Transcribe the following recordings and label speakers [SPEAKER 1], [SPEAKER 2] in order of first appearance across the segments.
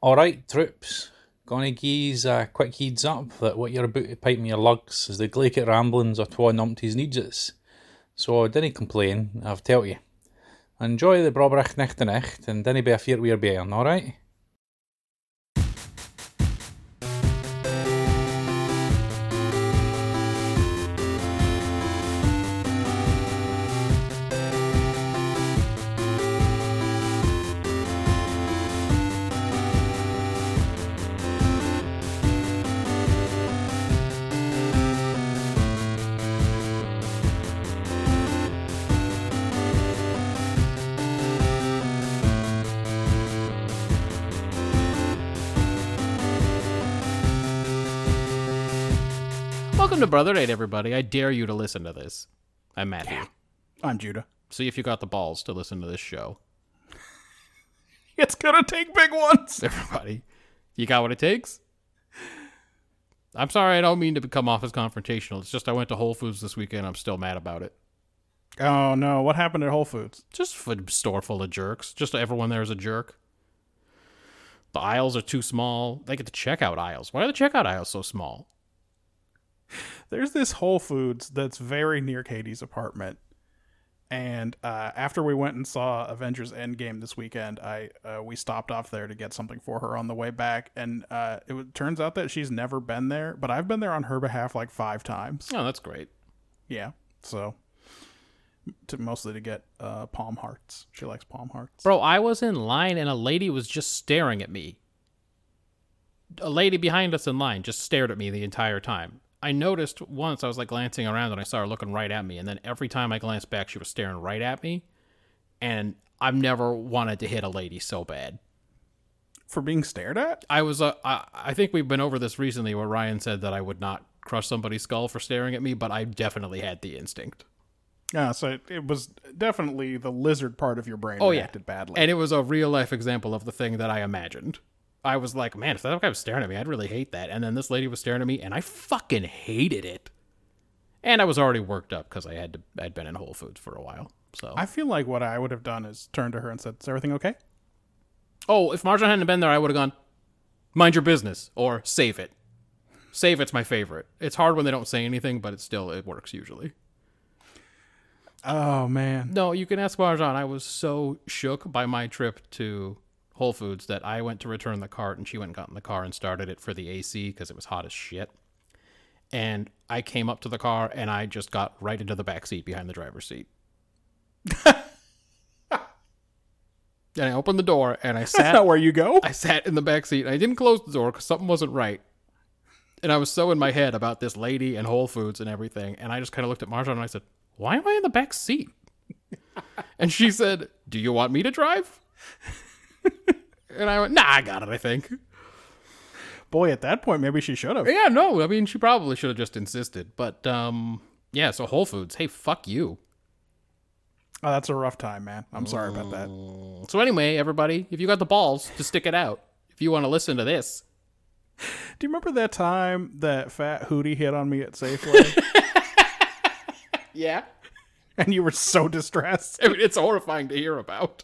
[SPEAKER 1] All right, troops. Gonna gee's a quick heads up that what you're about to pipe me your lugs is the Glacier ramblings of twa numpties needs So dinna complain, I've tell you. Enjoy the Brobrach nicht and echt and dinna be afeard we're bearing, all right?
[SPEAKER 2] Welcome to Brother Date, everybody. I dare you to listen to this. I'm Matthew.
[SPEAKER 3] I'm Judah.
[SPEAKER 2] See if you got the balls to listen to this show.
[SPEAKER 3] It's gonna take big ones.
[SPEAKER 2] Everybody, you got what it takes? I'm sorry, I don't mean to come off as confrontational. It's just I went to Whole Foods this weekend. I'm still mad about it.
[SPEAKER 3] Oh no, what happened at Whole Foods?
[SPEAKER 2] Just food store full of jerks. Just everyone there is a jerk. The aisles are too small. They get the checkout aisles. Why are the checkout aisles so small?
[SPEAKER 3] There's this Whole Foods that's very near Katie's apartment. And uh, after we went and saw Avengers Endgame this weekend, I uh, we stopped off there to get something for her on the way back, and uh, it w- turns out that she's never been there, but I've been there on her behalf like five times.
[SPEAKER 2] Oh, that's great.
[SPEAKER 3] Yeah, so to, mostly to get uh, palm hearts. She likes palm hearts.
[SPEAKER 2] Bro, I was in line and a lady was just staring at me. A lady behind us in line just stared at me the entire time. I noticed once I was like glancing around and I saw her looking right at me, and then every time I glanced back, she was staring right at me. And I've never wanted to hit a lady so bad.
[SPEAKER 3] For being stared at?
[SPEAKER 2] I was, uh, I, I think we've been over this recently where Ryan said that I would not crush somebody's skull for staring at me, but I definitely had the instinct.
[SPEAKER 3] Yeah, so it, it was definitely the lizard part of your brain
[SPEAKER 2] Oh, yeah.
[SPEAKER 3] reacted badly.
[SPEAKER 2] And it was a real life example of the thing that I imagined. I was like, man, if that guy was staring at me, I'd really hate that. And then this lady was staring at me, and I fucking hated it. And I was already worked up because I had to. I'd been in Whole Foods for a while. So,
[SPEAKER 3] I feel like what I would have done is turned to her and said, "Is everything okay?"
[SPEAKER 2] oh, if Marjan hadn't been there, I would have gone, mind your business or save it. Save it's my favorite. It's hard when they don't say anything, but it still it works usually.
[SPEAKER 3] Oh man,
[SPEAKER 2] No, you can ask Marjan. I was so shook by my trip to Whole Foods that I went to return the cart and she went and got in the car and started it for the AC because it was hot as shit. And I came up to the car and I just got right into the back seat behind the driver's seat. and I opened the door and I
[SPEAKER 3] that's
[SPEAKER 2] sat
[SPEAKER 3] not where you go.
[SPEAKER 2] I sat in the back seat. and I didn't close the door because something wasn't right. And I was so in my head about this lady and Whole Foods and everything. And I just kind of looked at Marjan and I said, Why am I in the back seat? and she said, Do you want me to drive? and I went, Nah, I got it, I think.
[SPEAKER 3] Boy, at that point, maybe she should have.
[SPEAKER 2] Yeah, no, I mean, she probably should have just insisted. But um, yeah, so Whole Foods, hey, fuck you.
[SPEAKER 3] Oh, that's a rough time, man. I'm sorry about that.
[SPEAKER 2] So anyway, everybody, if you got the balls to stick it out, if you want to listen to this,
[SPEAKER 3] Do you remember that time that fat Hootie hit on me at Safeway,
[SPEAKER 2] yeah,
[SPEAKER 3] and you were so distressed
[SPEAKER 2] I mean, it's horrifying to hear about.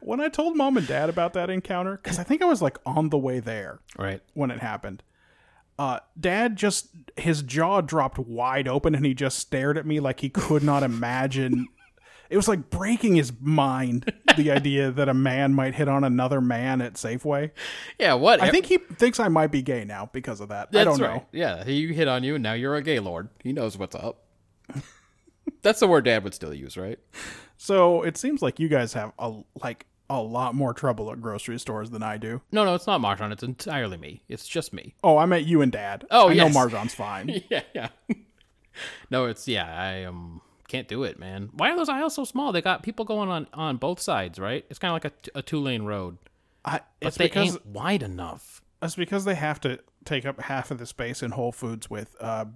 [SPEAKER 3] when I told mom and dad about that encounter? Because I think I was like on the way there
[SPEAKER 2] Right.
[SPEAKER 3] when it happened. Uh, dad just his jaw dropped wide open, and he just stared at me like he could not imagine. It was like breaking his mind the idea that a man might hit on another man at Safeway.
[SPEAKER 2] Yeah, what?
[SPEAKER 3] I think he thinks I might be gay now because of that. I
[SPEAKER 2] that's
[SPEAKER 3] don't know.
[SPEAKER 2] right. Yeah, he hit on you, and now you're a gay lord. He knows what's up. that's the word Dad would still use, right?
[SPEAKER 3] So it seems like you guys have a like a lot more trouble at grocery stores than I do.
[SPEAKER 2] No, no, it's not Marjan. It's entirely me. It's just me.
[SPEAKER 3] Oh, I met you and Dad.
[SPEAKER 2] Oh,
[SPEAKER 3] I
[SPEAKER 2] yes.
[SPEAKER 3] know Marjan's fine.
[SPEAKER 2] Yeah, yeah. no, it's yeah. I um can't do it, man. Why are those aisles so small? They got people going on on both sides, right? It's kind of like a, t- a two lane road,
[SPEAKER 3] I,
[SPEAKER 2] but
[SPEAKER 3] it's
[SPEAKER 2] they
[SPEAKER 3] because
[SPEAKER 2] ain't wide enough.
[SPEAKER 3] it's because they have to take up half of the space in Whole Foods with uh,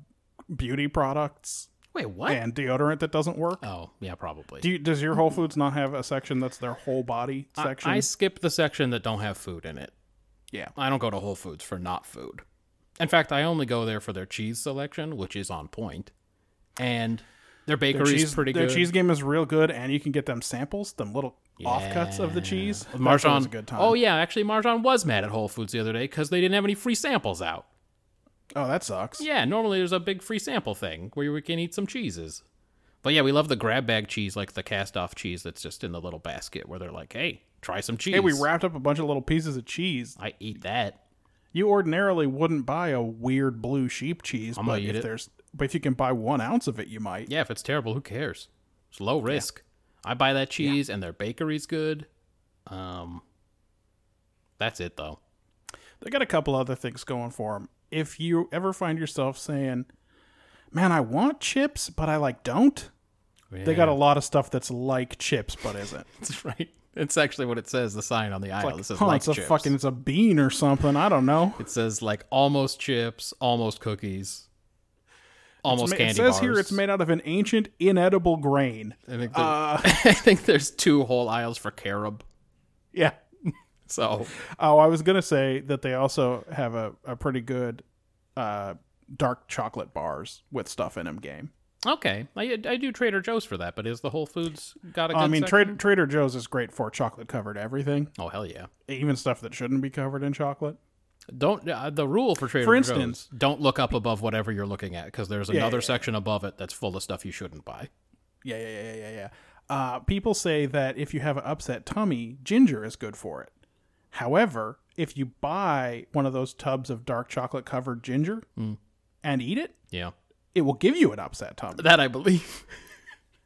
[SPEAKER 3] beauty products
[SPEAKER 2] Wait, what?
[SPEAKER 3] and deodorant that doesn't work.
[SPEAKER 2] Oh, yeah, probably.
[SPEAKER 3] Do you, does your Whole Foods not have a section that's their whole body
[SPEAKER 2] I-
[SPEAKER 3] section?
[SPEAKER 2] I skip the section that don't have food in it.
[SPEAKER 3] yeah.
[SPEAKER 2] I don't go to Whole Foods for not food. In fact, I only go there for their cheese selection, which is on point, and their
[SPEAKER 3] Their
[SPEAKER 2] bakery's
[SPEAKER 3] cheese,
[SPEAKER 2] pretty
[SPEAKER 3] their
[SPEAKER 2] good.
[SPEAKER 3] cheese game is real good, and you can get them samples, them little offcuts of the cheese. That was
[SPEAKER 2] Marjan.
[SPEAKER 3] a good time.
[SPEAKER 2] Oh yeah, actually, Marjan was mad at Whole Foods the other day because they didn't have any free samples out.
[SPEAKER 3] Oh, that sucks.
[SPEAKER 2] Yeah, normally there's a big free sample thing where we can eat some cheeses. But yeah, we love the grab bag cheese, like the cast off cheese that's just in the little basket where they're like, hey, try some cheese.
[SPEAKER 3] Hey, we wrapped up a bunch of little pieces of cheese.
[SPEAKER 2] I eat that.
[SPEAKER 3] You ordinarily wouldn't buy a weird blue sheep cheese,
[SPEAKER 2] I'm
[SPEAKER 3] but
[SPEAKER 2] gonna eat
[SPEAKER 3] if
[SPEAKER 2] it.
[SPEAKER 3] there's but if you can buy one ounce of it, you might.
[SPEAKER 2] Yeah, if it's terrible, who cares? It's low risk. I buy that cheese and their bakery's good. Um, that's it though.
[SPEAKER 3] They got a couple other things going for them. If you ever find yourself saying, "Man, I want chips, but I like don't," they got a lot of stuff that's like chips but isn't.
[SPEAKER 2] That's right. It's actually what it says. The sign on the aisle.
[SPEAKER 3] like,
[SPEAKER 2] it says
[SPEAKER 3] huh,
[SPEAKER 2] like
[SPEAKER 3] Oh, it's a
[SPEAKER 2] chips.
[SPEAKER 3] fucking it's a bean or something. I don't know.
[SPEAKER 2] It says like almost chips, almost cookies,
[SPEAKER 3] It's
[SPEAKER 2] almost
[SPEAKER 3] ma- uh.
[SPEAKER 2] candy
[SPEAKER 3] it says
[SPEAKER 2] bars.
[SPEAKER 3] here it's made out of an ancient inedible grain.
[SPEAKER 2] I think, there- I think there's two whole aisles for carob.
[SPEAKER 3] Yeah.
[SPEAKER 2] So
[SPEAKER 3] Oh, I was gonna say that they also have a, a pretty good uh, dark chocolate bars with stuff in them. Game.
[SPEAKER 2] okay, I, I do Trader Joe's for that, but is the Whole Foods got a good?
[SPEAKER 3] I mean,
[SPEAKER 2] section?
[SPEAKER 3] Trader Trader Joe's is great for chocolate covered everything,
[SPEAKER 2] Oh hell yeah!
[SPEAKER 3] even stuff that shouldn't be covered in chocolate.
[SPEAKER 2] Don't uh, the rule for Trader
[SPEAKER 3] For
[SPEAKER 2] Joe's,
[SPEAKER 3] instance-
[SPEAKER 2] don't look up above whatever you're looking at because there's
[SPEAKER 3] yeah,
[SPEAKER 2] another
[SPEAKER 3] yeah.
[SPEAKER 2] section above it that's full of stuff you shouldn't buy.
[SPEAKER 3] Yeah, yeah, yeah, yeah, yeah, yeah. Uh, people say that if you have an upset tummy, ginger is good for it. However, if you buy one of those tubs of dark chocolate covered ginger
[SPEAKER 2] Mm.
[SPEAKER 3] and eat it,
[SPEAKER 2] Yeah,
[SPEAKER 3] it will give you an upset tummy.
[SPEAKER 2] that I believe.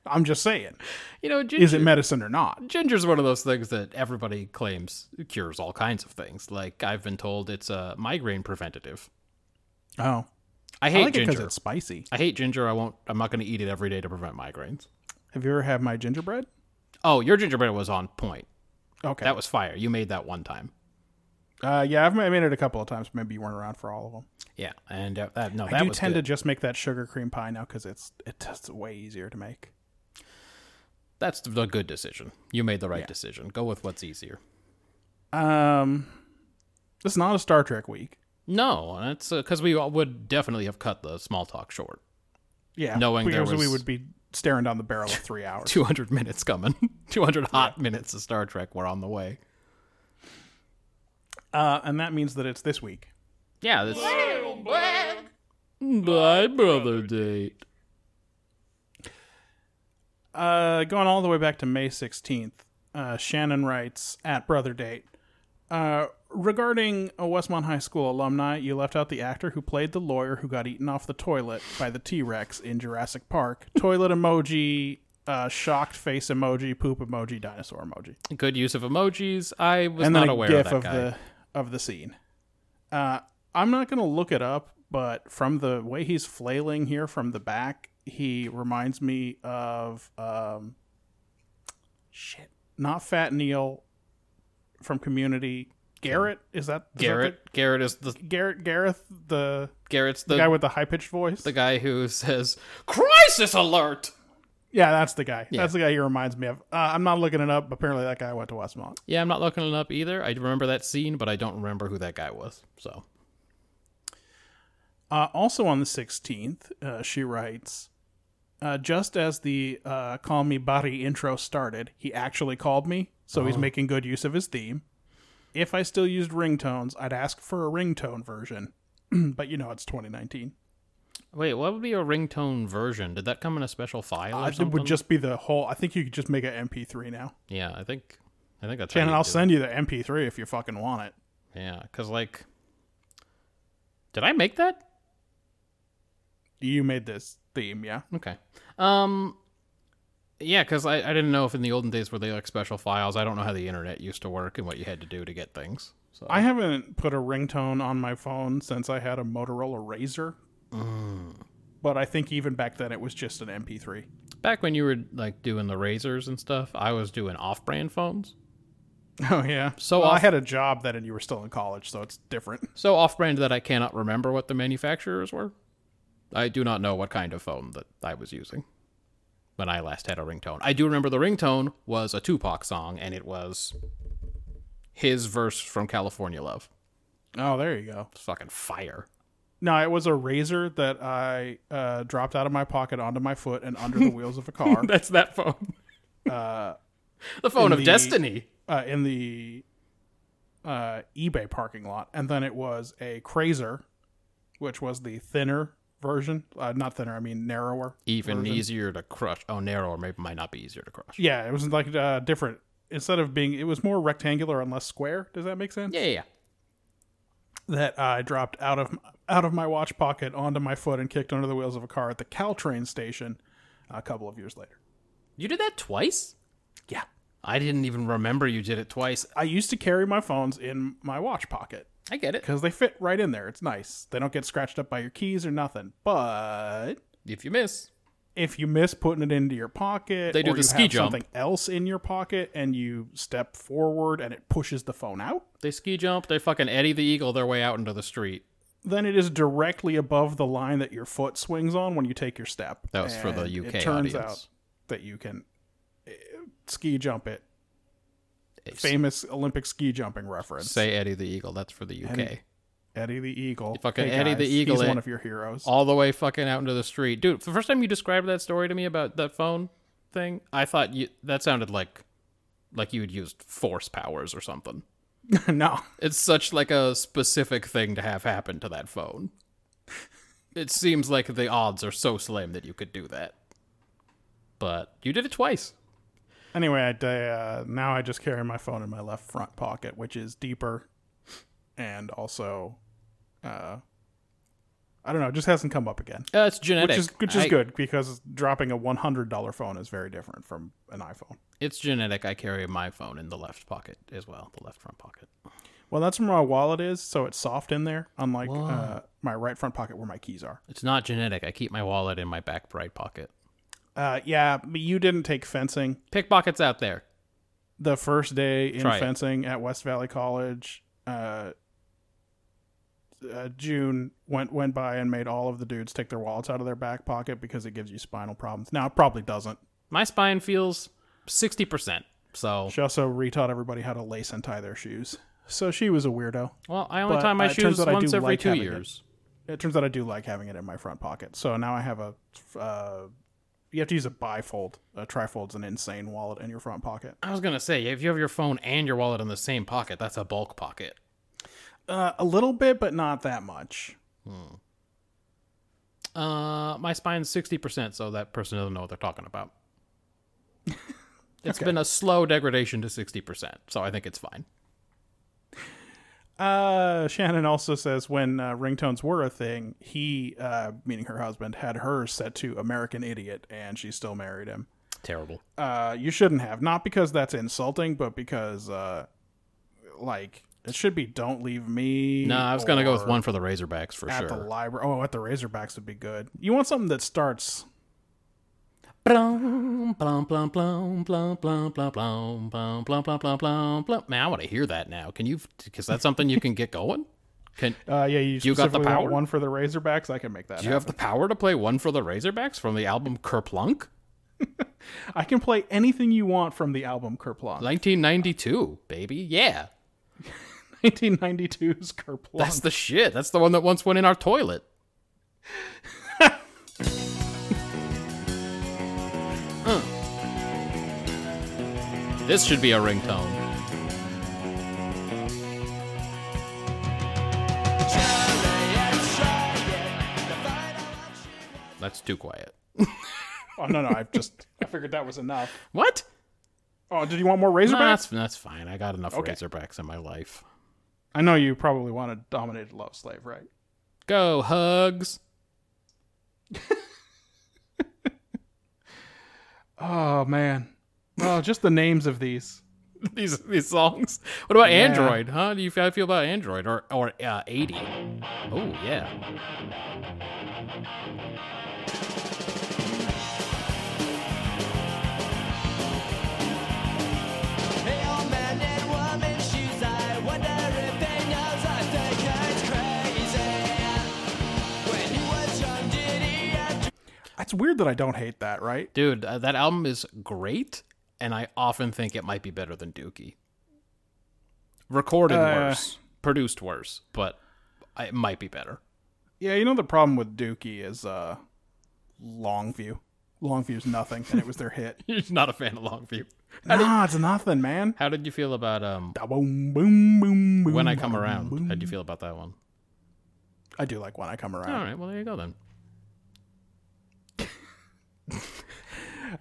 [SPEAKER 3] I'm just saying.
[SPEAKER 2] You know, ginger,
[SPEAKER 3] Is it medicine or not?
[SPEAKER 2] ginger's one of those things that everybody claims cures all kinds of things. Like I've been told it's a migraine preventative.
[SPEAKER 3] Oh,
[SPEAKER 2] I
[SPEAKER 3] I
[SPEAKER 2] hate
[SPEAKER 3] like it because
[SPEAKER 2] ginger.
[SPEAKER 3] it's spicy.
[SPEAKER 2] I hate ginger. I won't. I'm not going to eat it every day to prevent migraines.
[SPEAKER 3] Have you ever had my gingerbread?
[SPEAKER 2] Oh, your gingerbread was on point.
[SPEAKER 3] Okay.
[SPEAKER 2] That was fire. You made that one time.
[SPEAKER 3] uh, yeah, I've ma- I made it a couple of times. but Maybe you weren't around for all of them.
[SPEAKER 2] Yeah, and uh, that, no,
[SPEAKER 3] I
[SPEAKER 2] that
[SPEAKER 3] do
[SPEAKER 2] was
[SPEAKER 3] tend
[SPEAKER 2] good.
[SPEAKER 3] to just make that sugar cream pie now because it's it's just way easier to make.
[SPEAKER 2] That's the good decision. You made the right decision. Go with what's easier.
[SPEAKER 3] Um, it's not a Star Trek week.
[SPEAKER 2] No, that's because we all would definitely have cut the small talk short.
[SPEAKER 3] Yeah,
[SPEAKER 2] Knowing there
[SPEAKER 3] because we
[SPEAKER 2] was-
[SPEAKER 3] would be staring down the barrel of three hours.
[SPEAKER 2] Two hundred minutes coming. Two hundred hot minutes of Star Trek were on the way.
[SPEAKER 3] uh, and that means that it's this week.
[SPEAKER 2] Yeah, this. My brother date.
[SPEAKER 3] Uh, going all the way back to May 16th, uh, Shannon writes at Brother Date uh, Regarding a Westmont High School alumni, you left out the actor who played the lawyer who got eaten off the toilet by the T Rex in Jurassic Park. toilet emoji, uh, shocked face emoji, poop emoji, dinosaur emoji.
[SPEAKER 2] Good use of emojis. I was
[SPEAKER 3] and
[SPEAKER 2] not
[SPEAKER 3] then a
[SPEAKER 2] aware
[SPEAKER 3] gif
[SPEAKER 2] of that
[SPEAKER 3] of,
[SPEAKER 2] guy.
[SPEAKER 3] the of the scene. Uh, I'm not gonna look it up, but from the way he's flailing here from the back, he reminds me of um, shit, not Fat Neil from Community. Garrett is that is that
[SPEAKER 2] Garrett. Garrett is the
[SPEAKER 3] the- Garrett Gareth the,
[SPEAKER 2] Garrett's
[SPEAKER 3] guy with the high pitched voice.
[SPEAKER 2] the guy who says crisis alert.
[SPEAKER 3] yeah, that's the guy. That's the guy he reminds me of. Uh, I'm not looking it up. but Apparently, that guy went to Westmont.
[SPEAKER 2] Yeah, I'm not looking it up either. I remember that scene, but I don't remember who that guy was. So
[SPEAKER 3] Uh, also on the 16th, uh, she writes, uh, just as the uh, Call Me Bari intro started, he actually called me, so
[SPEAKER 2] Oh.
[SPEAKER 3] he's making good use of his theme. If I still used ringtones, I'd ask for a ringtone version. but you know, it's 2019.
[SPEAKER 2] wait, what would be a ringtone version? Did that come in a special file or
[SPEAKER 3] Uh, it
[SPEAKER 2] something?
[SPEAKER 3] would just be the whole. I think you could just make an MP3 now.
[SPEAKER 2] yeah, I think I think that's. how
[SPEAKER 3] Shannon,
[SPEAKER 2] you
[SPEAKER 3] I'll
[SPEAKER 2] do it.
[SPEAKER 3] send you the MP3 if you fucking want it.
[SPEAKER 2] Yeah, because like, did I make that?
[SPEAKER 3] You made this theme, yeah?
[SPEAKER 2] Okay. Um, yeah, because I, I didn't know if in the olden days were they like special files. I don't know how the internet used to work and what you had to do to get things. So
[SPEAKER 3] I haven't put a ringtone on my phone since I had a Motorola Razor.
[SPEAKER 2] Mm.
[SPEAKER 3] But I think even back then it was just an MP3.
[SPEAKER 2] back when you were like doing the razors and stuff, I was doing off-brand phones.
[SPEAKER 3] Oh yeah.
[SPEAKER 2] So
[SPEAKER 3] Well, I
[SPEAKER 2] off-
[SPEAKER 3] had a job then, and you were still in college, so it's different.
[SPEAKER 2] So off-brand that I cannot remember what the manufacturers were. I do not know what kind of phone that I was using when I last had a ringtone. I do remember the ringtone was a Tupac song, and it was his verse from California Love.
[SPEAKER 3] Oh, there you go.
[SPEAKER 2] It's fucking fire.
[SPEAKER 3] No, it was a razor that I uh, dropped out of my pocket onto my foot and under the wheels of a car.
[SPEAKER 2] That's that phone. Uh, The phone
[SPEAKER 3] In
[SPEAKER 2] of
[SPEAKER 3] the-
[SPEAKER 2] destiny.
[SPEAKER 3] uh, in the uh, eBay parking lot, and then it was a Crazer, which was the thinner version. Uh, not thinner, I mean narrower.
[SPEAKER 2] Even
[SPEAKER 3] version.
[SPEAKER 2] easier to crush. Oh, narrower maybe might not be easier to crush. Yeah,
[SPEAKER 3] Yeah, it was like uh, different. Instead of being, it was more rectangular and less square. Does that make sense?
[SPEAKER 2] yeah, yeah.
[SPEAKER 3] That I dropped out of out of my watch pocket onto my foot and kicked under the wheels of a car at the Caltrain station a couple of years later.
[SPEAKER 2] You did that twice?
[SPEAKER 3] Yeah.
[SPEAKER 2] I didn't even remember you did it twice.
[SPEAKER 3] I used to carry my phones in my watch pocket.
[SPEAKER 2] I get it.
[SPEAKER 3] because they fit right in there. It's nice. They don't get scratched up by your keys or nothing. But
[SPEAKER 2] If you miss,
[SPEAKER 3] if you miss putting it into your pocket,
[SPEAKER 2] They do
[SPEAKER 3] or
[SPEAKER 2] the
[SPEAKER 3] you
[SPEAKER 2] ski
[SPEAKER 3] have
[SPEAKER 2] jump.
[SPEAKER 3] something else in your pocket, and you step forward and it pushes the phone out,
[SPEAKER 2] they ski jump, they fucking Eddie the Eagle their way out into the street.
[SPEAKER 3] then it is directly above the line that your foot swings on when you take your step.
[SPEAKER 2] That was for the
[SPEAKER 3] And
[SPEAKER 2] UK
[SPEAKER 3] It
[SPEAKER 2] audience.
[SPEAKER 3] turns out that you can eh, ski jump it.
[SPEAKER 2] It's-
[SPEAKER 3] Famous Olympic ski jumping reference.
[SPEAKER 2] Say Eddie the Eagle. That's for the UK.
[SPEAKER 3] Eddie. Eddie the Eagle.
[SPEAKER 2] Fucking
[SPEAKER 3] Hey,
[SPEAKER 2] Eddie the
[SPEAKER 3] guys,
[SPEAKER 2] Eagle eh?
[SPEAKER 3] He's
[SPEAKER 2] it-
[SPEAKER 3] one of your heroes.
[SPEAKER 2] All the way fucking out into the street, dude. The first time you described that story to me about that phone thing, I thought you that sounded like like you had used force powers or something. Oh.
[SPEAKER 3] no.
[SPEAKER 2] It's such like a specific thing to have happen to that phone. It seems like the odds are so slim that you could do that. But you did it twice.
[SPEAKER 3] Anyway, I, uh, now I just carry my phone in my left front pocket, which is deeper, and also, uh, I don't know, it just hasn't come up again,
[SPEAKER 2] Uh, it's genetic.
[SPEAKER 3] which is which is
[SPEAKER 2] I-
[SPEAKER 3] good because dropping a one hundred dollar phone is very different from an iPhone.
[SPEAKER 2] It's genetic. I carry my phone in the left pocket as well, the left front pocket.
[SPEAKER 3] Well, that's where my wallet is, so it's soft in there, unlike
[SPEAKER 2] Whoa.
[SPEAKER 3] uh, my right front pocket where my keys are.
[SPEAKER 2] It's not genetic. I keep my wallet in my back right pocket.
[SPEAKER 3] Uh, yeah, but you didn't take fencing.
[SPEAKER 2] Pickpockets out there.
[SPEAKER 3] the first day in
[SPEAKER 2] Try it.
[SPEAKER 3] fencing at West Valley College, uh, uh, June went went by and made all of the dudes take their wallets out of their back pocket because it gives you spinal problems. Now it probably doesn't.
[SPEAKER 2] My spine feels 60%. So,
[SPEAKER 3] She also retaught everybody how to lace and tie their shoes. So she was a weirdo.
[SPEAKER 2] well, I only
[SPEAKER 3] But,
[SPEAKER 2] tie my
[SPEAKER 3] uh, it turns
[SPEAKER 2] shoes
[SPEAKER 3] out I do
[SPEAKER 2] once every
[SPEAKER 3] like
[SPEAKER 2] two
[SPEAKER 3] having it.
[SPEAKER 2] years.
[SPEAKER 3] It turns out I do like having it in my front pocket. So now I have a. Uh, you have to use a bifold. A trifold's an insane wallet in your front pocket.
[SPEAKER 2] I was going to say, if you have your phone and your wallet in the same pocket, that's a bulk pocket.
[SPEAKER 3] Uh, a little bit, but not that much.
[SPEAKER 2] Uh, my spine's 60%, so that person doesn't know what they're talking about. It's been a slow degradation to 60%, so I think it's fine.
[SPEAKER 3] Uh, Shannon also says when uh, ringtones were a thing, he, uh, meaning her husband, had hers set to American Idiot, and she still married him.
[SPEAKER 2] Terrible.
[SPEAKER 3] Uh, you shouldn't have, not because that's insulting, but because, uh, like, it should be "Don't Leave Me."
[SPEAKER 2] No, I was going to go with
[SPEAKER 3] or
[SPEAKER 2] one for the Razorbacks for
[SPEAKER 3] At
[SPEAKER 2] sure.
[SPEAKER 3] the library. Oh, at the Razorbacks would be good. You want something that starts.
[SPEAKER 2] Blum, blum, blum, blum, blum, blum, blum, blum, blum, blum, blum, blum, blum, blum. Man, I want to hear that now. Can you? Because that's something you can get going. Can
[SPEAKER 3] Uh, yeah, you,
[SPEAKER 2] You got the
[SPEAKER 3] specifically
[SPEAKER 2] power?
[SPEAKER 3] want one for the Razorbacks. I can make that.
[SPEAKER 2] do you have the power to play one for the Razorbacks from the album Kerplunk,
[SPEAKER 3] happen. I can play anything you want from the album Kerplunk.
[SPEAKER 2] 1992, baby? Yeah,
[SPEAKER 3] 1992's Kerplunk.
[SPEAKER 2] that's the shit. That's the one that once went in our toilet. Uh. This should be a ringtone. That's too quiet.
[SPEAKER 3] oh no, no, I just I figured that was enough.
[SPEAKER 2] What?
[SPEAKER 3] Oh, did you want more
[SPEAKER 2] Nah,
[SPEAKER 3] Razorbacks?
[SPEAKER 2] that's that's fine. I got enough
[SPEAKER 3] Okay.
[SPEAKER 2] Razorbacks in my life.
[SPEAKER 3] I know you probably want a dominated love slave, right?
[SPEAKER 2] Go hugs.
[SPEAKER 3] Oh man. Well, just the names of these.
[SPEAKER 2] these these songs. What about Android? Huh? Do you how do you feel about Android or or uh, eighty? Oh yeah.
[SPEAKER 3] It's weird that I don't hate that, right?
[SPEAKER 2] Dude, uh, that album is great, and I often think it might be better than Dookie. Recorded
[SPEAKER 3] Uh.
[SPEAKER 2] worse, produced worse, but I- it might be better.
[SPEAKER 3] Yeah, you know the problem with Dookie is uh Longview Longview's nothing, and it was their hit.
[SPEAKER 2] You're not a fan of Longview.
[SPEAKER 3] nah, it's nothing, man.
[SPEAKER 2] How did you feel about um
[SPEAKER 3] Da boom, boom, boom, boom,
[SPEAKER 2] When I Come
[SPEAKER 3] boom,
[SPEAKER 2] Around?
[SPEAKER 3] boom.
[SPEAKER 2] How'd you feel about that one?
[SPEAKER 3] I do like when I come
[SPEAKER 2] All
[SPEAKER 3] around.
[SPEAKER 2] right, well there you go then.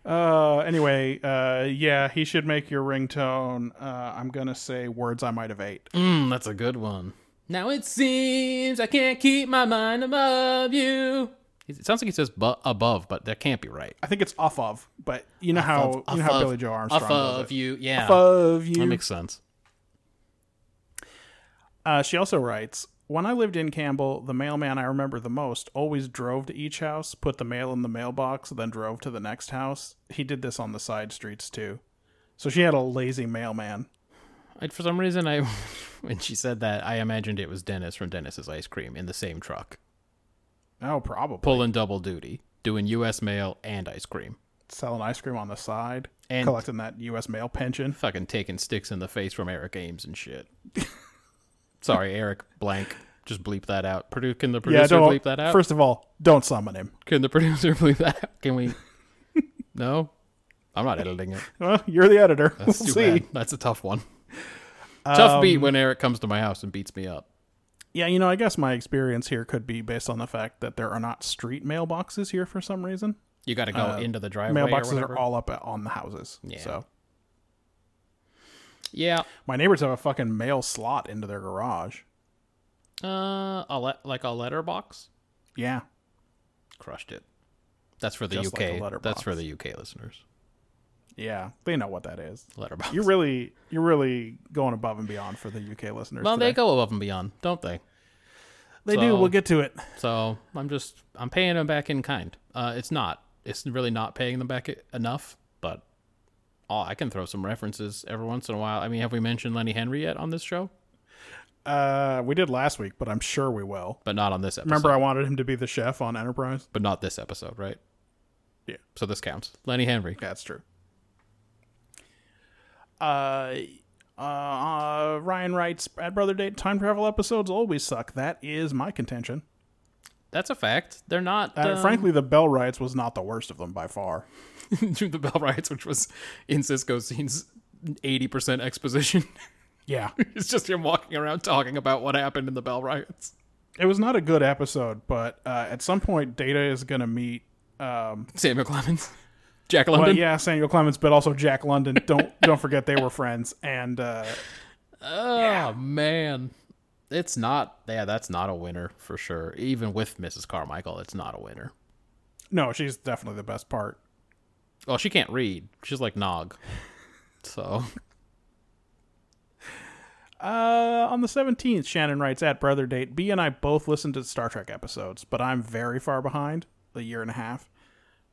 [SPEAKER 3] Uh, anyway, uh, yeah, he should make your ringtone. Uh, I'm gonna say words I might have ate.
[SPEAKER 2] Mm, that's a good one. Now it seems I can't keep my mind above you. It sounds like he says bu- above, but that can't be right.
[SPEAKER 3] I think it's off of, but you know how
[SPEAKER 2] Off
[SPEAKER 3] you know how
[SPEAKER 2] of-
[SPEAKER 3] Billy Joe Armstrong
[SPEAKER 2] off
[SPEAKER 3] does
[SPEAKER 2] of
[SPEAKER 3] it.
[SPEAKER 2] you, yeah.
[SPEAKER 3] Off of you.
[SPEAKER 2] That makes sense.
[SPEAKER 3] Uh, she also writes When I lived in Campbell, the mailman I remember the most always drove to each house, put the mail in the mailbox, then drove to the next house. He did this on the side streets too. So she had a lazy mailman.
[SPEAKER 2] I, for some reason, I when she said that, I imagined it was Dennis from Dennis's Ice Cream in the same truck,
[SPEAKER 3] Oh, probably.
[SPEAKER 2] pulling double duty, doing U.S. mail and ice cream,
[SPEAKER 3] Selling ice cream on the side,
[SPEAKER 2] And-
[SPEAKER 3] collecting that U.S. mail pension.
[SPEAKER 2] fucking taking sticks in the face from Eric Ames and shit. Sorry, Eric Blank. Just bleep that out. Produ- can the producer bleep that out?
[SPEAKER 3] First of all, don't summon him.
[SPEAKER 2] Can the producer bleep that out? Can we? no, I'm not editing it.
[SPEAKER 3] Well, you're the editor.
[SPEAKER 2] That's
[SPEAKER 3] we'll
[SPEAKER 2] too
[SPEAKER 3] see.
[SPEAKER 2] bad. That's a tough one. tough beat when Eric comes to my house and beats me up.
[SPEAKER 3] Yeah, you know, I guess my experience here could be based on the fact that there are not street mailboxes here for some reason.
[SPEAKER 2] You got to go into the driveway. or
[SPEAKER 3] Uh, Mailboxes
[SPEAKER 2] whatever.
[SPEAKER 3] are all up on the houses. So
[SPEAKER 2] Yeah.
[SPEAKER 3] My neighbors have a fucking mail slot into their garage.
[SPEAKER 2] Uh, a le- like a letterbox.
[SPEAKER 3] Yeah.
[SPEAKER 2] Crushed it. That's for the
[SPEAKER 3] Just like a
[SPEAKER 2] UK.
[SPEAKER 3] letterbox.
[SPEAKER 2] That's for the UK listeners.
[SPEAKER 3] Yeah. They know what that is.
[SPEAKER 2] Letterbox.
[SPEAKER 3] You're really you're really going above and beyond for the UK listeners.
[SPEAKER 2] well, they
[SPEAKER 3] today.
[SPEAKER 2] go above and beyond, don't they?
[SPEAKER 3] They
[SPEAKER 2] so-
[SPEAKER 3] do. We'll get to it.
[SPEAKER 2] So I'm just I'm paying them back in kind. Uh, it's not. It's really not paying them back e- enough, but oh, I can throw some references every once in a while. I mean, have we mentioned Lenny Henry yet on this show?
[SPEAKER 3] Uh we did last week, but I'm sure we will.
[SPEAKER 2] But not on this episode.
[SPEAKER 3] Remember I wanted him to be the chef on Enterprise?
[SPEAKER 2] But not this episode, right?
[SPEAKER 3] Yeah.
[SPEAKER 2] So this counts. Lenny Henry.
[SPEAKER 3] Yeah, that's true. Uh uh, uh, Ryan writes, "Bad brother date time travel episodes always suck." That is my contention.
[SPEAKER 2] That's a fact. They're not.
[SPEAKER 3] And
[SPEAKER 2] um,
[SPEAKER 3] frankly, the Bell rides was not the worst of them by far.
[SPEAKER 2] through the bell riots, which was in Cisco scenes, eighty percent exposition.
[SPEAKER 3] Yeah,
[SPEAKER 2] it's just him walking around talking about what happened in the bell riots.
[SPEAKER 3] It was not a good episode, but uh, at some point, Data is going to meet. Um,
[SPEAKER 2] Samuel Clemens, Jack
[SPEAKER 3] but
[SPEAKER 2] London.
[SPEAKER 3] yeah, Samuel Clemens, but also Jack London. Don't don't forget they were friends. And uh,
[SPEAKER 2] oh man, it's not. Yeah, that's not a winner for sure. Even with Mrs. Carmichael, it's not a winner.
[SPEAKER 3] no, she's definitely the best part.
[SPEAKER 2] Well, she can't read. She's like Nog. So
[SPEAKER 3] Uh, on the seventeenth, Shannon writes at brother date. B and I both listened to Star Trek episodes, but I'm very far behind, a year and a half.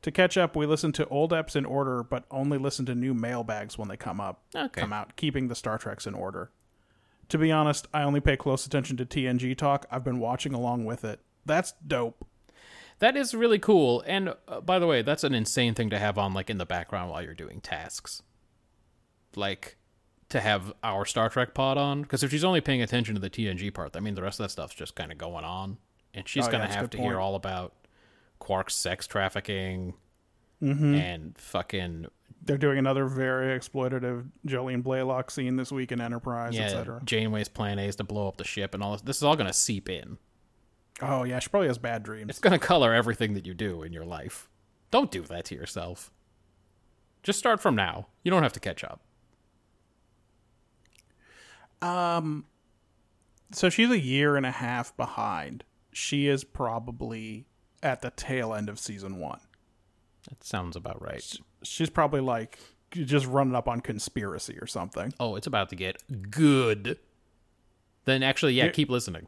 [SPEAKER 3] To catch up, we listen to old eps in order, but only listen to new mailbags when they come up.
[SPEAKER 2] Okay.
[SPEAKER 3] Come out, keeping the Star Treks in order. To be honest, I only pay close attention to TNG talk. I've been watching along with it. That's dope.
[SPEAKER 2] That is really cool. And uh, by the way, that's an insane thing to have on like in the background while you're doing tasks. Like to have our Star Trek pod on because if she's only paying attention to the TNG part, I mean the rest of that stuff's just kind of going on and she's
[SPEAKER 3] Oh, yeah,
[SPEAKER 2] going to
[SPEAKER 3] that's a
[SPEAKER 2] have
[SPEAKER 3] good
[SPEAKER 2] to
[SPEAKER 3] point.
[SPEAKER 2] hear all about Quark's sex trafficking
[SPEAKER 3] Mm-hmm.
[SPEAKER 2] and fucking
[SPEAKER 3] They're doing another very exploitative Jolene Blaylock scene this week in Enterprise,
[SPEAKER 2] yeah,
[SPEAKER 3] etc.
[SPEAKER 2] Janeway's plan A is to blow up the ship and all this. This is all going to seep in.
[SPEAKER 3] Oh yeah, she probably has bad dreams.
[SPEAKER 2] It's going to color everything that you do in your life. Don't do that to yourself. Just start from now. You don't have to catch up.
[SPEAKER 3] So she's a year and a half behind. She is probably at the tail end of season one.
[SPEAKER 2] That sounds about right.
[SPEAKER 3] She's probably like just running up on conspiracy or something.
[SPEAKER 2] Oh, it's about to get good. Then actually, yeah, keep listening.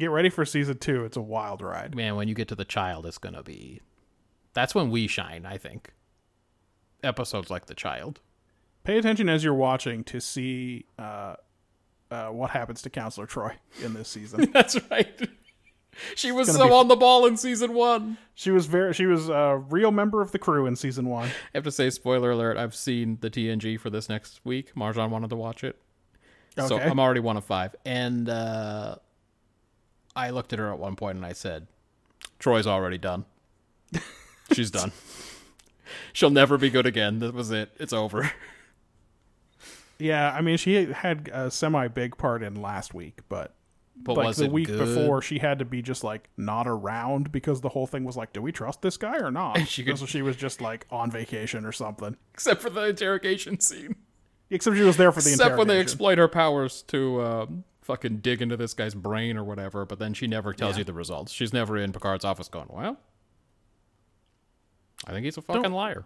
[SPEAKER 3] Get ready for season two. It's a wild ride.
[SPEAKER 2] Man, when you get to the child, it's going to be. That's when we shine, I think. Episodes like The Child.
[SPEAKER 3] Pay attention as you're watching to see uh, uh, what happens to Counselor Troy in this season.
[SPEAKER 2] That's right. she was
[SPEAKER 3] gonna
[SPEAKER 2] so
[SPEAKER 3] be-
[SPEAKER 2] on the ball in season one.
[SPEAKER 3] she was very she was a real member of the crew in season one.
[SPEAKER 2] I have to say, spoiler alert, I've seen the TNG for this next week. Marjan wanted to watch it. So
[SPEAKER 3] Okay.
[SPEAKER 2] I'm already one of five. And uh, I looked at her at one point and I said, Troy's already done. She's done. She'll never be good again. That was it. It's over.
[SPEAKER 3] Yeah, I mean, she had a semi big part in last week, but
[SPEAKER 2] But
[SPEAKER 3] like
[SPEAKER 2] was
[SPEAKER 3] the
[SPEAKER 2] it
[SPEAKER 3] week
[SPEAKER 2] good?
[SPEAKER 3] before, she had to be just like not around because the whole thing was like, do we trust this guy or not?
[SPEAKER 2] And she could-
[SPEAKER 3] so she was just like on vacation or something.
[SPEAKER 2] Except for the interrogation scene.
[SPEAKER 3] Except she was there for the
[SPEAKER 2] Except when they
[SPEAKER 3] interrogation.
[SPEAKER 2] exploit her powers to uh, fucking dig into this guy's brain or whatever, but then she never tells you the results. She's never in Picard's office going, well, I think he's a fucking liar.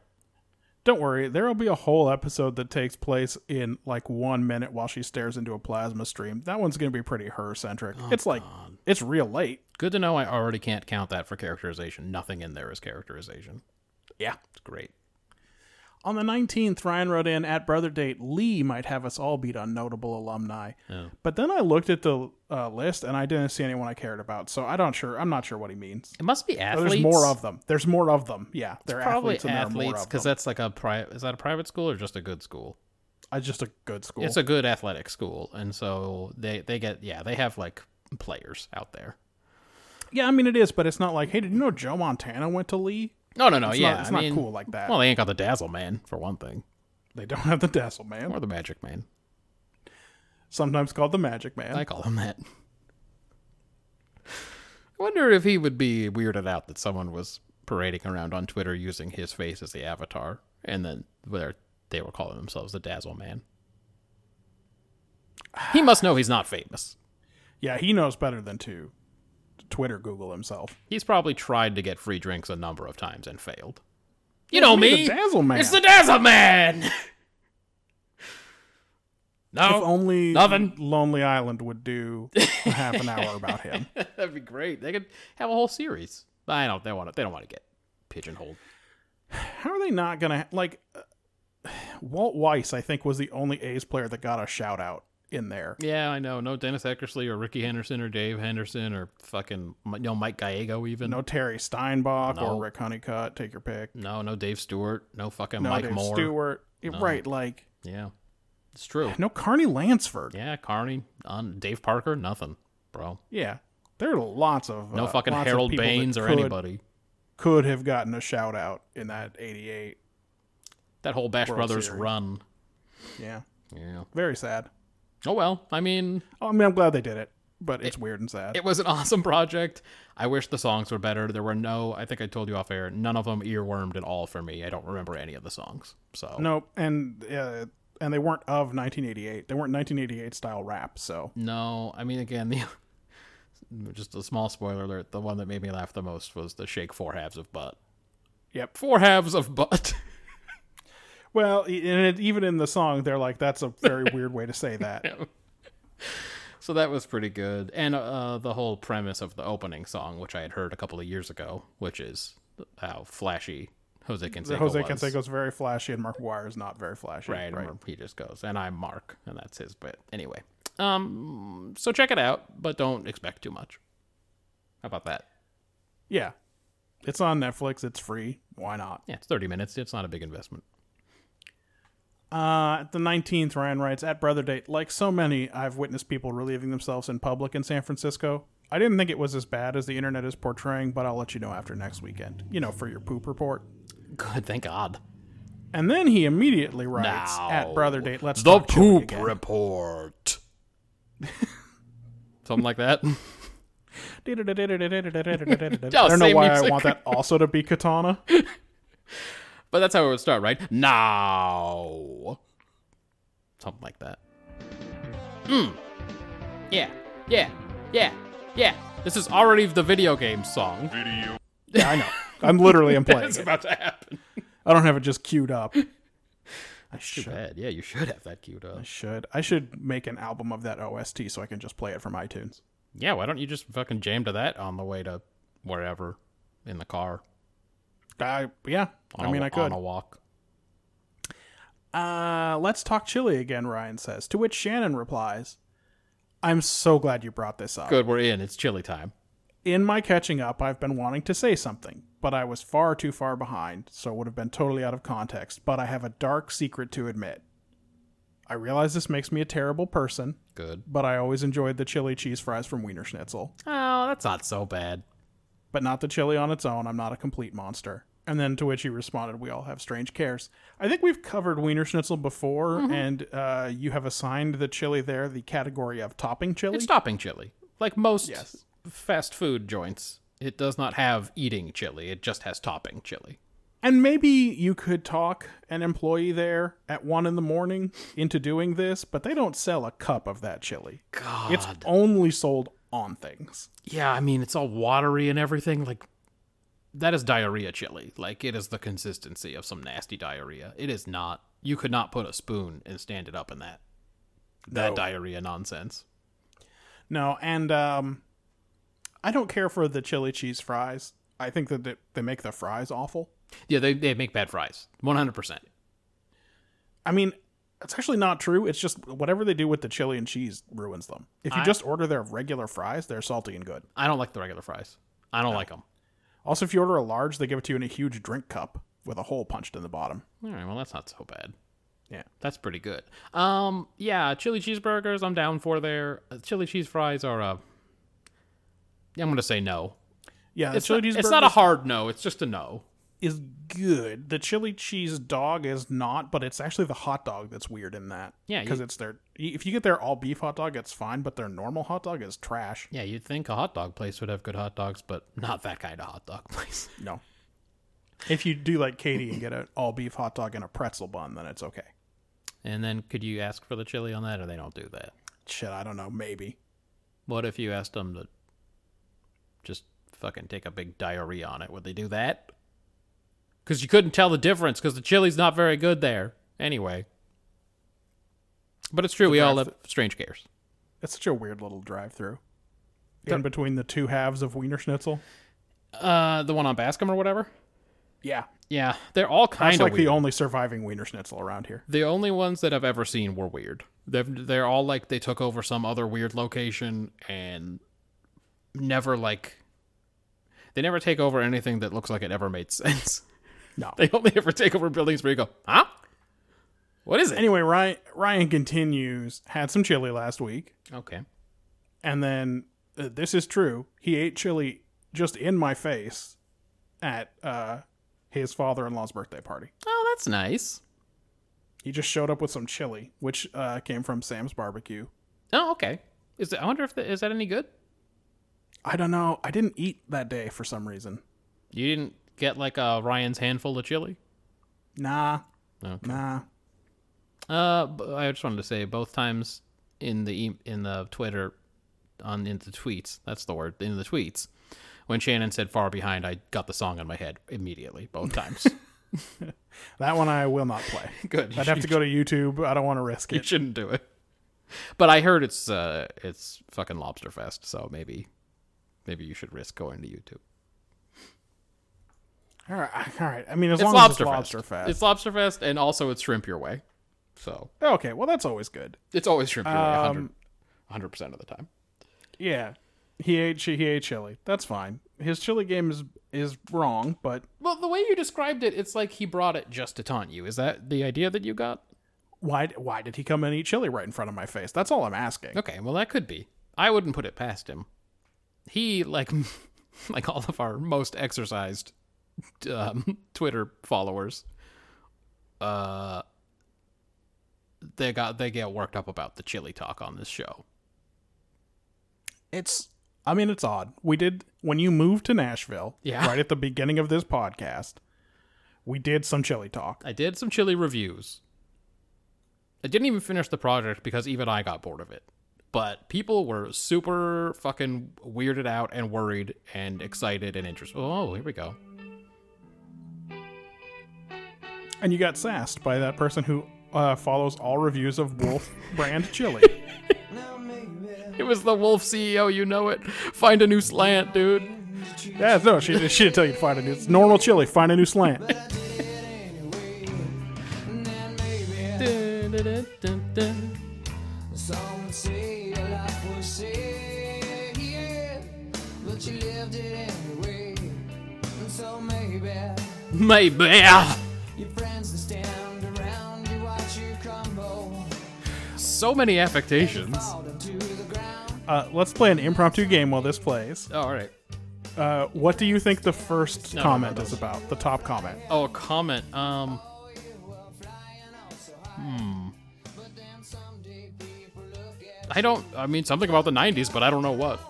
[SPEAKER 3] Don't worry, there will be a whole episode that takes place in like one minute while she stares into a plasma stream. That one's going to be pretty her centric.
[SPEAKER 2] Oh,
[SPEAKER 3] it's like, it's real late.
[SPEAKER 2] Good to know I already can't count that for characterization. Nothing in there is characterization.
[SPEAKER 3] Yeah.
[SPEAKER 2] It's great.
[SPEAKER 3] On the 19th, Ryan wrote in at Brother Date, Lee might have us all beat on notable alumni.
[SPEAKER 2] Oh.
[SPEAKER 3] But then I looked at the uh, list and I didn't see anyone I cared about. So I don't sure. I'm not sure what he means.
[SPEAKER 2] It must be
[SPEAKER 3] Oh,
[SPEAKER 2] athletes.
[SPEAKER 3] there's more of them. There's more of them. Yeah, they're
[SPEAKER 2] Probably
[SPEAKER 3] athletes and there are more
[SPEAKER 2] athletes,
[SPEAKER 3] of
[SPEAKER 2] because
[SPEAKER 3] them.
[SPEAKER 2] that's like a private. Is that a private school or just a good school?
[SPEAKER 3] I just a good school.
[SPEAKER 2] It's a good athletic school, and so they they get yeah they have like players out there.
[SPEAKER 3] yeah, I mean it is, but it's not like, hey, did you know Joe Montana went to Lee?
[SPEAKER 2] No, no, no.
[SPEAKER 3] It's
[SPEAKER 2] yeah,
[SPEAKER 3] not, it's
[SPEAKER 2] I
[SPEAKER 3] not
[SPEAKER 2] mean,
[SPEAKER 3] cool like that.
[SPEAKER 2] Well, they ain't got the Dazzle Man for one thing,
[SPEAKER 3] they don't have the Dazzle Man,
[SPEAKER 2] or the Magic Man.
[SPEAKER 3] sometimes called the Magic Man.
[SPEAKER 2] I call him that. I wonder if he would be weirded out that someone was parading around on Twitter using his face as the avatar, and then whether they were calling themselves the Dazzle Man. He must know he's not famous.
[SPEAKER 3] yeah, he knows better than to Twitter Google himself.
[SPEAKER 2] He's probably tried to get free drinks a number of times and failed. You know
[SPEAKER 3] Hey,
[SPEAKER 2] me.
[SPEAKER 3] the Dazzle Man.
[SPEAKER 2] It's the Dazzle Man.
[SPEAKER 3] if
[SPEAKER 2] no,
[SPEAKER 3] only
[SPEAKER 2] Oh, nothing.
[SPEAKER 3] Lonely Island would do a half an hour about him.
[SPEAKER 2] that'd be great. They could have a whole series. I don't. They want. They don't want to get pigeonholed.
[SPEAKER 3] How are they not gonna like? Uh, Walt Weiss, I think, was the only A's player that got a shout out in there.
[SPEAKER 2] Yeah, I know. No Dennis Eckersley or Ricky Henderson or Dave Henderson or fucking no Mike Gallego even.
[SPEAKER 3] No Terry Steinbach
[SPEAKER 2] No.
[SPEAKER 3] or Rick Honeycutt. Take your pick.
[SPEAKER 2] no, no Dave Stewart. No fucking
[SPEAKER 3] No
[SPEAKER 2] Mike
[SPEAKER 3] Dave
[SPEAKER 2] Moore.
[SPEAKER 3] Stewart. Yeah, Right, like
[SPEAKER 2] Yeah, it's true.
[SPEAKER 3] no Carney Lansford. Yeah,
[SPEAKER 2] Yeah, Carney, on Dave Parker, nothing, bro.
[SPEAKER 3] there are lots of
[SPEAKER 2] No
[SPEAKER 3] uh,
[SPEAKER 2] fucking
[SPEAKER 3] lots of
[SPEAKER 2] Harold
[SPEAKER 3] people that
[SPEAKER 2] Baines or
[SPEAKER 3] could-
[SPEAKER 2] anybody.
[SPEAKER 3] could have gotten a shout out in that '88.
[SPEAKER 2] That whole Bash
[SPEAKER 3] World
[SPEAKER 2] Brothers
[SPEAKER 3] Series.
[SPEAKER 2] run.
[SPEAKER 3] Yeah,
[SPEAKER 2] Yeah.
[SPEAKER 3] very sad.
[SPEAKER 2] Oh well. I mean,
[SPEAKER 3] Oh, I mean, I'm glad they did it, but it's weird and sad.
[SPEAKER 2] it was an awesome project. I wish the songs were better. There were no. I think I told you off air. None of them earwormed at all for me. I don't remember any of the songs. So
[SPEAKER 3] Nope, and uh, and they weren't of 1988. They weren't 1988 style rap. So
[SPEAKER 2] No, I mean again, the just a small spoiler alert. The one that made me laugh the most was the shake four halves of butt.
[SPEAKER 3] Yep.
[SPEAKER 2] four halves of butt.
[SPEAKER 3] well, e- and it, even in the song, they're like, "That's a very weird way to say that."
[SPEAKER 2] so that was pretty good, and uh, the whole premise of the opening song, which I had heard a couple of years ago, which is how flashy Jose Canseco
[SPEAKER 3] Jose
[SPEAKER 2] was.
[SPEAKER 3] Canseco's very flashy, and Mark Wire is not very flashy.
[SPEAKER 2] right, right. He just goes, and I'm Mark, and that's his bit. Anyway, um, so check it out, but don't expect too much. How about that?
[SPEAKER 3] Yeah, it's on Netflix. It's free. Why not?
[SPEAKER 2] Yeah, it's 30 minutes. It's not a big investment.
[SPEAKER 3] Uh, at the 19th, Ryan writes at Brother Date, like so many, I've witnessed people relieving themselves in public in San Francisco. I didn't think it was as bad as the internet is portraying, but I'll let you know after next weekend. You know, for your poop report.
[SPEAKER 2] Good, thank God.
[SPEAKER 3] And then he immediately writes at Brother Date, let's
[SPEAKER 2] the
[SPEAKER 3] talk chili
[SPEAKER 2] poop
[SPEAKER 3] again."
[SPEAKER 2] report. Something like that.
[SPEAKER 3] I don't know
[SPEAKER 2] same
[SPEAKER 3] why I
[SPEAKER 2] music.
[SPEAKER 3] want that also to be Katana.
[SPEAKER 2] But that's how it would start, right? Now. Something like that. Mm. Yeah. Yeah. Yeah. Yeah. This is already the video game song.
[SPEAKER 3] Yeah, I know. I'm literally am playing
[SPEAKER 2] It's
[SPEAKER 3] it.
[SPEAKER 2] about to happen.
[SPEAKER 3] I don't have it just queued up. I should.
[SPEAKER 2] Bad. Yeah, you should have that queued up.
[SPEAKER 3] I should. I should make an album of that OST so I can just play it from iTunes.
[SPEAKER 2] Yeah, why don't you just fucking jam to that on the way to wherever in the car?
[SPEAKER 3] I, yeah.
[SPEAKER 2] On
[SPEAKER 3] I mean,
[SPEAKER 2] I
[SPEAKER 3] I could.
[SPEAKER 2] On a walk.
[SPEAKER 3] Uh, let's talk chili again, Ryan says. To which Shannon replies, I'm so glad you brought this up.
[SPEAKER 2] Good, we're in. It's chili time.
[SPEAKER 3] In my catching up, I've been wanting to say something, but I was far too far behind, so it would have been totally out of context. But I have a dark secret to admit. I realize this makes me a terrible person,
[SPEAKER 2] Good.
[SPEAKER 3] but I always enjoyed the chili cheese fries from Wiener Schnitzel.
[SPEAKER 2] Oh, that's not so bad.
[SPEAKER 3] But not the chili on its own, I'm not a complete monster. And then to which he responded, "We all have strange cares." I think we've covered Wiener Schnitzel before, and uh, you have assigned the chili there the category of topping chili.
[SPEAKER 2] It's topping chili. Like most
[SPEAKER 3] Yes.
[SPEAKER 2] fast food joints, it does not have eating chili. It just has topping chili.
[SPEAKER 3] and maybe you could talk an employee there at one in the morning into doing this, but they don't sell a cup of that chili.
[SPEAKER 2] God.
[SPEAKER 3] It's only sold on things.
[SPEAKER 2] yeah, I mean, it's all watery and everything. Like, that is diarrhea chili. Like, it is the consistency of some nasty diarrhea. It is not. You could not put a spoon and stand it up in that. That
[SPEAKER 3] No.
[SPEAKER 2] diarrhea nonsense.
[SPEAKER 3] No, and um, I don't care for the chili cheese fries. I think that they- they make the fries awful.
[SPEAKER 2] Yeah, they, they make bad fries. 100%.
[SPEAKER 3] I mean, it's actually not true. It's just whatever they do with the chili and cheese ruins them. If you
[SPEAKER 2] I-
[SPEAKER 3] just order their regular fries, they're salty and good.
[SPEAKER 2] I don't like the regular fries. I don't like 'em.
[SPEAKER 3] Also, if you order a large, they give it to you in a huge drink cup with a hole punched in the bottom.
[SPEAKER 2] like them. All right, well, that's not so bad.
[SPEAKER 3] Yeah.
[SPEAKER 2] That's pretty good. Um, yeah, chili cheeseburgers, I'm down for there. Uh, Chili cheese fries are uh yeah, I'm gonna say no.
[SPEAKER 3] Yeah, the
[SPEAKER 2] It's,
[SPEAKER 3] chili
[SPEAKER 2] not,
[SPEAKER 3] cheese
[SPEAKER 2] it's not a
[SPEAKER 3] burger
[SPEAKER 2] hard no. It's just a no.
[SPEAKER 3] is good. The chili cheese dog is not, but it's actually the hot dog that's weird in that.
[SPEAKER 2] Yeah, you-
[SPEAKER 3] because it's their. If you get their all beef hot dog, it's fine, but their normal hot dog is trash.
[SPEAKER 2] Yeah, you'd think a hot dog place would have good hot dogs, but not that kind of hot dog place.
[SPEAKER 3] No. If you do like Katie and get an all beef hot dog and a pretzel bun, then it's okay.
[SPEAKER 2] and then could you ask for the chili on that, or they don't do that?
[SPEAKER 3] Shit, I don't know. Maybe.
[SPEAKER 2] What if you asked them to just fucking take a big diarrhea on it? Would they do that? Because you couldn't tell the difference because the chili's not very good there. Anyway. But it's true. We all have strange cares.
[SPEAKER 3] That's such a weird little drive through. In between the two halves of Wiener Schnitzel.
[SPEAKER 2] Uh, the one on Bascom or whatever?
[SPEAKER 3] Yeah.
[SPEAKER 2] Yeah. They're all kind
[SPEAKER 3] That's
[SPEAKER 2] of
[SPEAKER 3] like
[SPEAKER 2] weird.
[SPEAKER 3] the only surviving Wiener Schnitzel around here.
[SPEAKER 2] The only ones that I've ever seen were weird. They're, they're all like they took over some other weird location and never like. They never take over anything that looks like it ever made sense.
[SPEAKER 3] No.
[SPEAKER 2] They only ever take over buildings where you go, huh? What is it?
[SPEAKER 3] Anyway, Ryan, Ryan continues, had some chili last week,
[SPEAKER 2] Okay.
[SPEAKER 3] and then uh, this is true. He ate chili just in my face at uh, his father in law's birthday party.
[SPEAKER 2] Oh, that's nice.
[SPEAKER 3] He just showed up with some chili, which uh, came from Sam's barbecue.
[SPEAKER 2] Oh, okay. Is it, I wonder if the, is that any good?
[SPEAKER 3] I don't know. I didn't eat that day for some reason.
[SPEAKER 2] You didn't get like a Ryan's handful of chili.
[SPEAKER 3] Nah.
[SPEAKER 2] Okay.
[SPEAKER 3] Nah.
[SPEAKER 2] Uh, b- I just wanted to say both times in the e- in the Twitter on in the tweets. That's the word in the tweets. When Shannon said "far behind," I got the song in my head immediately. Both times.
[SPEAKER 3] That one I will not play.
[SPEAKER 2] good. You
[SPEAKER 3] I'd have to go to YouTube. I don't want to risk
[SPEAKER 2] You
[SPEAKER 3] it.
[SPEAKER 2] shouldn't do it. But I heard it's uh it's fucking lobster fest, so maybe maybe you should risk going to YouTube.
[SPEAKER 3] All right, all right. I mean, as
[SPEAKER 2] It's
[SPEAKER 3] long
[SPEAKER 2] lobster,
[SPEAKER 3] as it's lobster
[SPEAKER 2] fest.
[SPEAKER 3] fest.
[SPEAKER 2] It's lobster fest and also it's shrimp your way. So
[SPEAKER 3] okay, well that's always good.
[SPEAKER 2] it's always shrimp your way
[SPEAKER 3] Um,
[SPEAKER 2] 100 percent of the time.
[SPEAKER 3] Yeah, he ate chi- he ate chili. That's fine. His chili game is is wrong, but
[SPEAKER 2] Well, the way you described it, it's like he brought it just to taunt you. Is that the idea that you got?
[SPEAKER 3] why why did he come and eat chili right in front of my face? That's all I'm asking.
[SPEAKER 2] Okay, well that could be. I wouldn't put it past him. He like like all of our most exercised um, Twitter followers uh they got they get worked up about the chili talk on this show.
[SPEAKER 3] It's I mean it's odd. We did when you moved to Nashville,
[SPEAKER 2] Yeah.
[SPEAKER 3] right at the beginning of this podcast. We did some chili talk.
[SPEAKER 2] I did some chili reviews. I didn't even finish the project because even I got bored of it. But people were super fucking weirded out and worried and excited and interested. Oh, here we go.
[SPEAKER 3] And you got sassed by that person who uh, follows all reviews of Wolf brand chili.
[SPEAKER 2] It was the Wolf CEO, you know it. Find a new slant, dude.
[SPEAKER 3] Yeah, no, she, she didn't tell you to find a new. It's normal chili. Find a new slant.
[SPEAKER 2] Dun-dun-dun-dun-dun.
[SPEAKER 4] Some say your life was saved, yeah, but you lived it anyway. And so maybe
[SPEAKER 2] Maybe.
[SPEAKER 4] your friends that stand around you watch you crumble,
[SPEAKER 2] So many affectations.
[SPEAKER 4] fall down to the ground.
[SPEAKER 3] Uh, let's play an impromptu game while this plays.
[SPEAKER 2] All right.
[SPEAKER 3] Uh, what do you think the first
[SPEAKER 2] No, no, no,
[SPEAKER 3] comment
[SPEAKER 2] no.
[SPEAKER 3] is about? The top comment.
[SPEAKER 2] Oh, a comment. Um, hmm. I don't. I mean, something about the '90s, but I don't know what.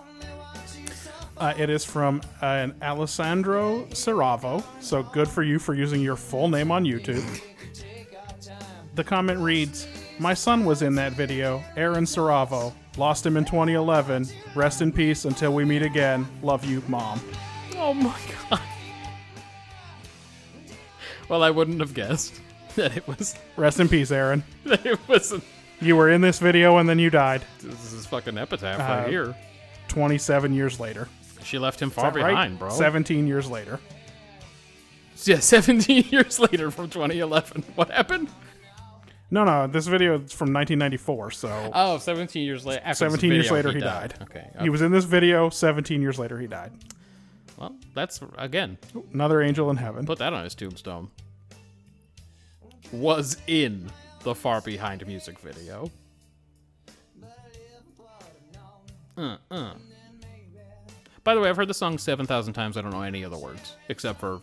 [SPEAKER 3] Uh, it is from uh, an Alessandro Serravo. So good for you for using your full name on YouTube. the comment reads My son was in that video, Aaron Serravo. Lost him in 2011. Rest in peace until we meet again. Love you, Mom.
[SPEAKER 2] Oh my god. Well, I wouldn't have guessed that it was.
[SPEAKER 3] Rest in peace, Aaron.
[SPEAKER 2] That it wasn't.
[SPEAKER 3] You were in this video and then you died
[SPEAKER 2] This is fucking epitaph right
[SPEAKER 3] Uh,
[SPEAKER 2] here.
[SPEAKER 3] 27 years later.
[SPEAKER 2] She left him far
[SPEAKER 3] Is that right?
[SPEAKER 2] behind, bro.
[SPEAKER 3] 17 years later.
[SPEAKER 2] Yeah, 17 years later from 2011. What happened?
[SPEAKER 3] No, no, this video is from 1994, so
[SPEAKER 2] Oh, 17 years later. After this
[SPEAKER 3] 17 years
[SPEAKER 2] video,
[SPEAKER 3] later he died.
[SPEAKER 2] Okay. uh,
[SPEAKER 3] He was in this video, 17 years later he died.
[SPEAKER 2] well, that's again.
[SPEAKER 3] Another angel in heaven.
[SPEAKER 2] Put that on his tombstone. Was in the far behind music video. Uh, uh. By the way, I've heard the song 7,000 times. I don't know any other words except for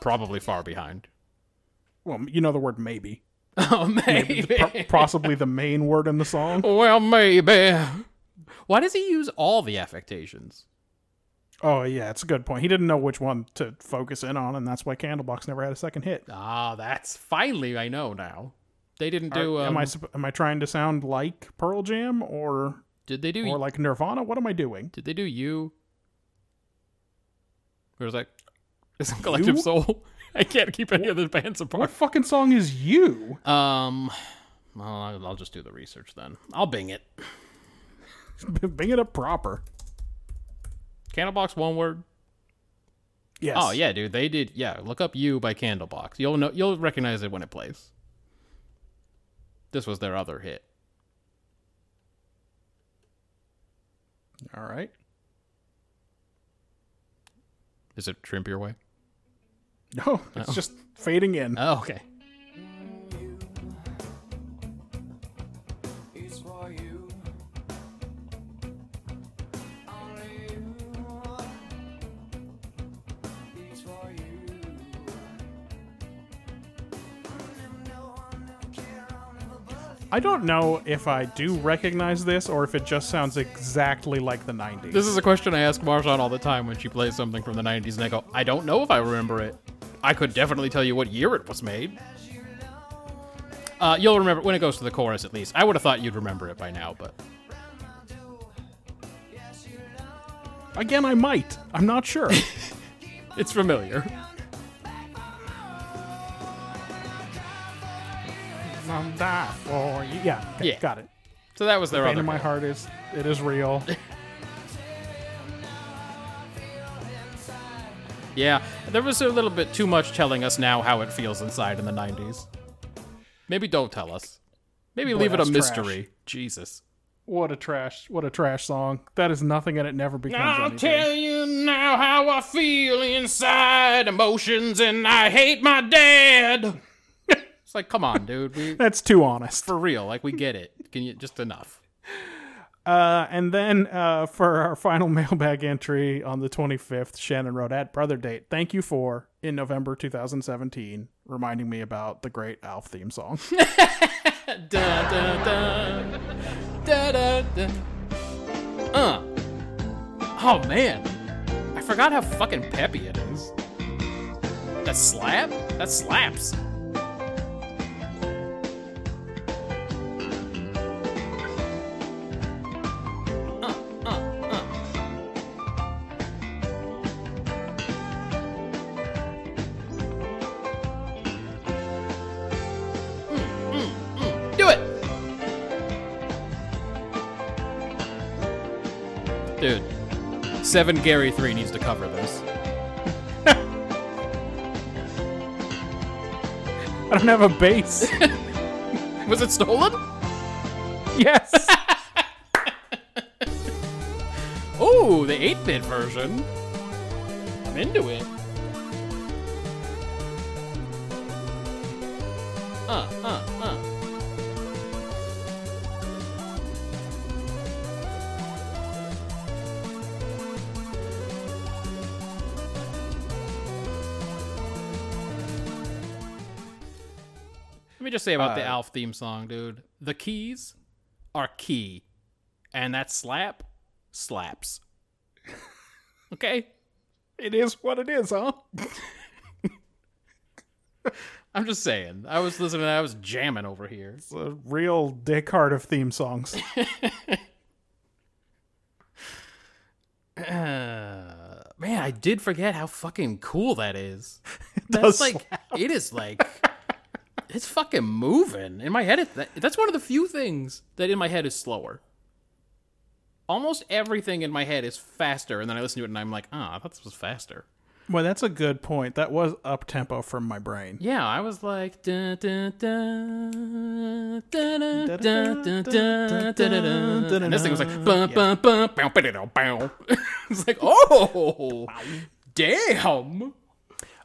[SPEAKER 2] probably far behind.
[SPEAKER 3] Well, you know the word maybe.
[SPEAKER 2] Oh, maybe.
[SPEAKER 3] Pro- possibly the main word in the song.
[SPEAKER 2] well, maybe. Why does he use all the affectations?
[SPEAKER 3] Oh, yeah, it's a good point. He didn't know which one to focus in on, and that's why Candlebox never had a second hit.
[SPEAKER 2] Ah, that's finally I know now. They didn't do. Um,
[SPEAKER 3] am I sup- am I trying to sound like Pearl Jam or
[SPEAKER 2] did they do?
[SPEAKER 3] or like Nirvana? What am I doing?
[SPEAKER 2] Did they do you? Or is that is it Collective
[SPEAKER 3] You?
[SPEAKER 2] Soul? I can't keep any of the bands
[SPEAKER 3] What
[SPEAKER 2] apart.
[SPEAKER 3] fucking song is you?
[SPEAKER 2] Um, well, I'll I'll just do the research then. I'll bing it.
[SPEAKER 3] Bing it up proper.
[SPEAKER 2] Candlebox, one word.
[SPEAKER 3] Yes.
[SPEAKER 2] Oh yeah, dude, they did. Yeah, look up "You" by Candlebox. You'll know, you'll recognize it when it plays. This was their other hit.
[SPEAKER 3] All right.
[SPEAKER 2] Is it "Trimp Your Way"?
[SPEAKER 3] No, it's just fading in.
[SPEAKER 2] Oh, okay.
[SPEAKER 4] It's for you. Only you. It's for you. No one, no care, I'll never bother
[SPEAKER 3] I don't know if I do recognize this or if it just sounds exactly like the 90s.
[SPEAKER 2] This is a question I ask Marshawn all the time when she plays something from the 90s, and I go, I don't know if I remember it. I could definitely tell you what year it was made. Uh, you'll remember when it goes to the chorus, at least. I would have thought you'd remember it by now, but
[SPEAKER 3] Again, I might. I'm not sure.
[SPEAKER 2] it's familiar.
[SPEAKER 3] I'm die for you. Yeah, okay,
[SPEAKER 2] Yeah.
[SPEAKER 3] got it.
[SPEAKER 2] So that was their
[SPEAKER 3] Pain
[SPEAKER 2] other.
[SPEAKER 3] in my
[SPEAKER 2] hit.
[SPEAKER 3] heart is it is real.
[SPEAKER 2] Yeah, there was a little bit too much telling us now how it feels inside in the 90s. Maybe don't tell us. Maybe leave it a
[SPEAKER 3] that's trash.
[SPEAKER 2] mystery. Jesus.
[SPEAKER 3] what a trash! What a trash song. That is nothing, and it never becomes
[SPEAKER 2] I'll
[SPEAKER 3] anything.
[SPEAKER 2] tell you now how I feel inside emotions, and I hate my dad. it's like, come on, dude. We,
[SPEAKER 3] That's too honest.
[SPEAKER 2] for real, like we get it. Can you just enough?
[SPEAKER 3] Uh, and then uh, for our final mailbag entry on the 25th, Shannon wrote at Brother Date, thank you for, in November 2017, reminding me about the great ALF theme song.
[SPEAKER 2] Da da da da da da. Uh. Oh man, I forgot how fucking peppy it is. That slap? That slaps. Do it! Dude, 7 Gary 3 needs to cover this.
[SPEAKER 3] I don't have a bass.
[SPEAKER 2] Was it stolen?
[SPEAKER 3] yes.
[SPEAKER 2] Oh, the 8 bit version. I'm into it. Uh, uh, uh. me just say about the Alf theme song, dude. The keys are key, and that slap slaps. Okay,
[SPEAKER 3] It is what it is, huh?
[SPEAKER 2] I'm just saying. I was listening. I was jamming over here.
[SPEAKER 3] It's a real Descartes of theme songs.
[SPEAKER 2] Uh, man, I did forget how fucking cool that is.
[SPEAKER 3] does
[SPEAKER 2] That's like it is like it's fucking moving in my head. It, that, that's one of the few things that in my head is slower. Almost everything in my head is faster, and then I listen to it and I'm like, ah, I thought this was faster.
[SPEAKER 3] Well, that's a good point. That was up tempo from my brain.
[SPEAKER 2] Yeah, I was like, dun, dun, dun, dun, dun, dun, dun, dun, dun, dun, dun. and this thing was like, bum, bum, bum, bow, ba-da-dow, bow. it's like, oh, damn.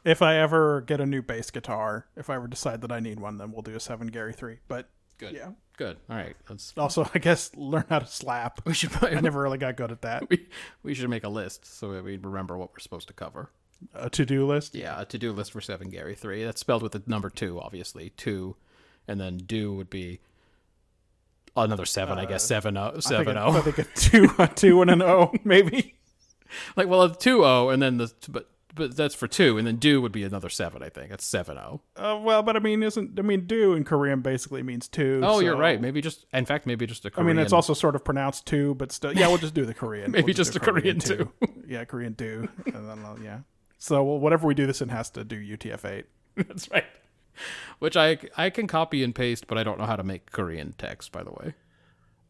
[SPEAKER 3] If I ever get a new bass guitar, if I ever decide that I need one, then we'll do a seven Gary three. But
[SPEAKER 2] Good.
[SPEAKER 3] Yeah.
[SPEAKER 2] Good. All right. Let's.
[SPEAKER 3] also, I guess learn how to slap.
[SPEAKER 2] We should. Probably,
[SPEAKER 3] I never really got good at that.
[SPEAKER 2] we, we should make a list so that we remember what we're supposed to cover.
[SPEAKER 3] A to do list.
[SPEAKER 2] Yeah, a to-do list for Seven Gary Three. That's spelled with the number two, obviously two, and then do would be another seven. I guess seven oh
[SPEAKER 3] Uh, I think,
[SPEAKER 2] seven
[SPEAKER 3] a-
[SPEAKER 2] oh.
[SPEAKER 3] I think a two, a two and an O, maybe.
[SPEAKER 2] like well, a two oh, and then the but but that's for two, and then do would be another seven. I think that's seven oh.
[SPEAKER 3] Uh, well, but I mean, isn't I mean, do in Korean basically means two.
[SPEAKER 2] Oh,
[SPEAKER 3] so-
[SPEAKER 2] you're right. Maybe just in fact, maybe just a
[SPEAKER 3] I
[SPEAKER 2] Korean.
[SPEAKER 3] mean, it's also sort of pronounced two, but still, yeah, we'll just do the Korean.
[SPEAKER 2] Maybe
[SPEAKER 3] We'll
[SPEAKER 2] just
[SPEAKER 3] do
[SPEAKER 2] a Korean
[SPEAKER 3] yeah, Korean do, and then I'll- yeah. So well, whatever we do this in has to do UTF-8.
[SPEAKER 2] that's right. Which I I can copy and paste, but I don't know how to make Korean text. By the way.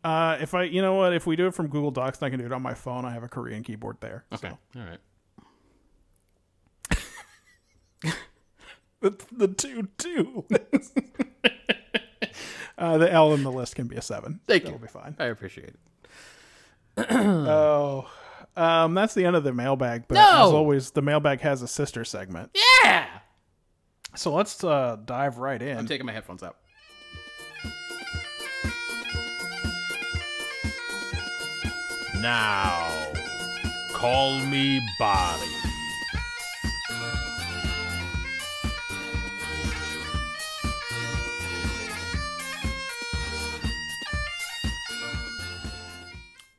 [SPEAKER 3] Uh, if I, you know what, if we do it from Google Docs and I can do it on my phone, I have a Korean keyboard there.
[SPEAKER 2] Okay. All right.
[SPEAKER 3] The, the two two. uh, the L in the list can be a seven.
[SPEAKER 2] Thank
[SPEAKER 3] That'll
[SPEAKER 2] you.
[SPEAKER 3] be fine.
[SPEAKER 2] I appreciate it.
[SPEAKER 3] Oh, um, that's the end of the mailbag. But
[SPEAKER 2] No!
[SPEAKER 3] as always, the mailbag has a sister segment.
[SPEAKER 2] Yeah.
[SPEAKER 3] So let's uh, dive right in.
[SPEAKER 2] I'm taking my headphones out.
[SPEAKER 5] Now, call me Bobby.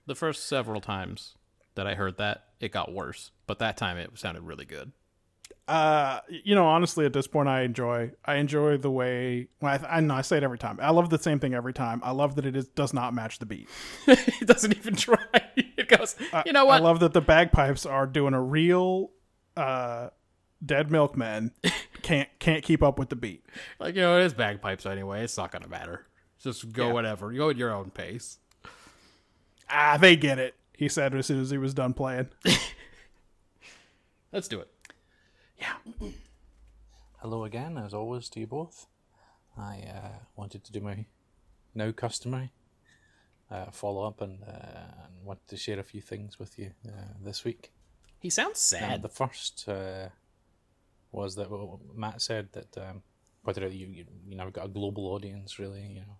[SPEAKER 2] The first several times that I heard that, it got worse, but that time it sounded really good.
[SPEAKER 3] uh you know honestly at this point i enjoy i enjoy the way well, I, I know i say it every time i love the same thing every time i love that it is does not match the beat
[SPEAKER 2] it doesn't even try. It goes, you know
[SPEAKER 3] Uh, i
[SPEAKER 2] what?
[SPEAKER 3] love that the bagpipes are doing a real uh dead milkman can't can't keep up with the beat
[SPEAKER 2] like, you know, it is bagpipes anyway. It's not going to matter. Just go whatever. Go at your own pace.
[SPEAKER 3] ah they get it he said as soon as he was done playing
[SPEAKER 2] Let's do it.
[SPEAKER 1] Hello again, as always, to you both. I uh, wanted to do my now customary uh, follow up and, uh, and wanted to share a few things with you uh, this week.
[SPEAKER 2] He sounds
[SPEAKER 1] Um,
[SPEAKER 2] sad.
[SPEAKER 1] the first uh, was that well, Matt said that um, whether you you you know got a global audience really you know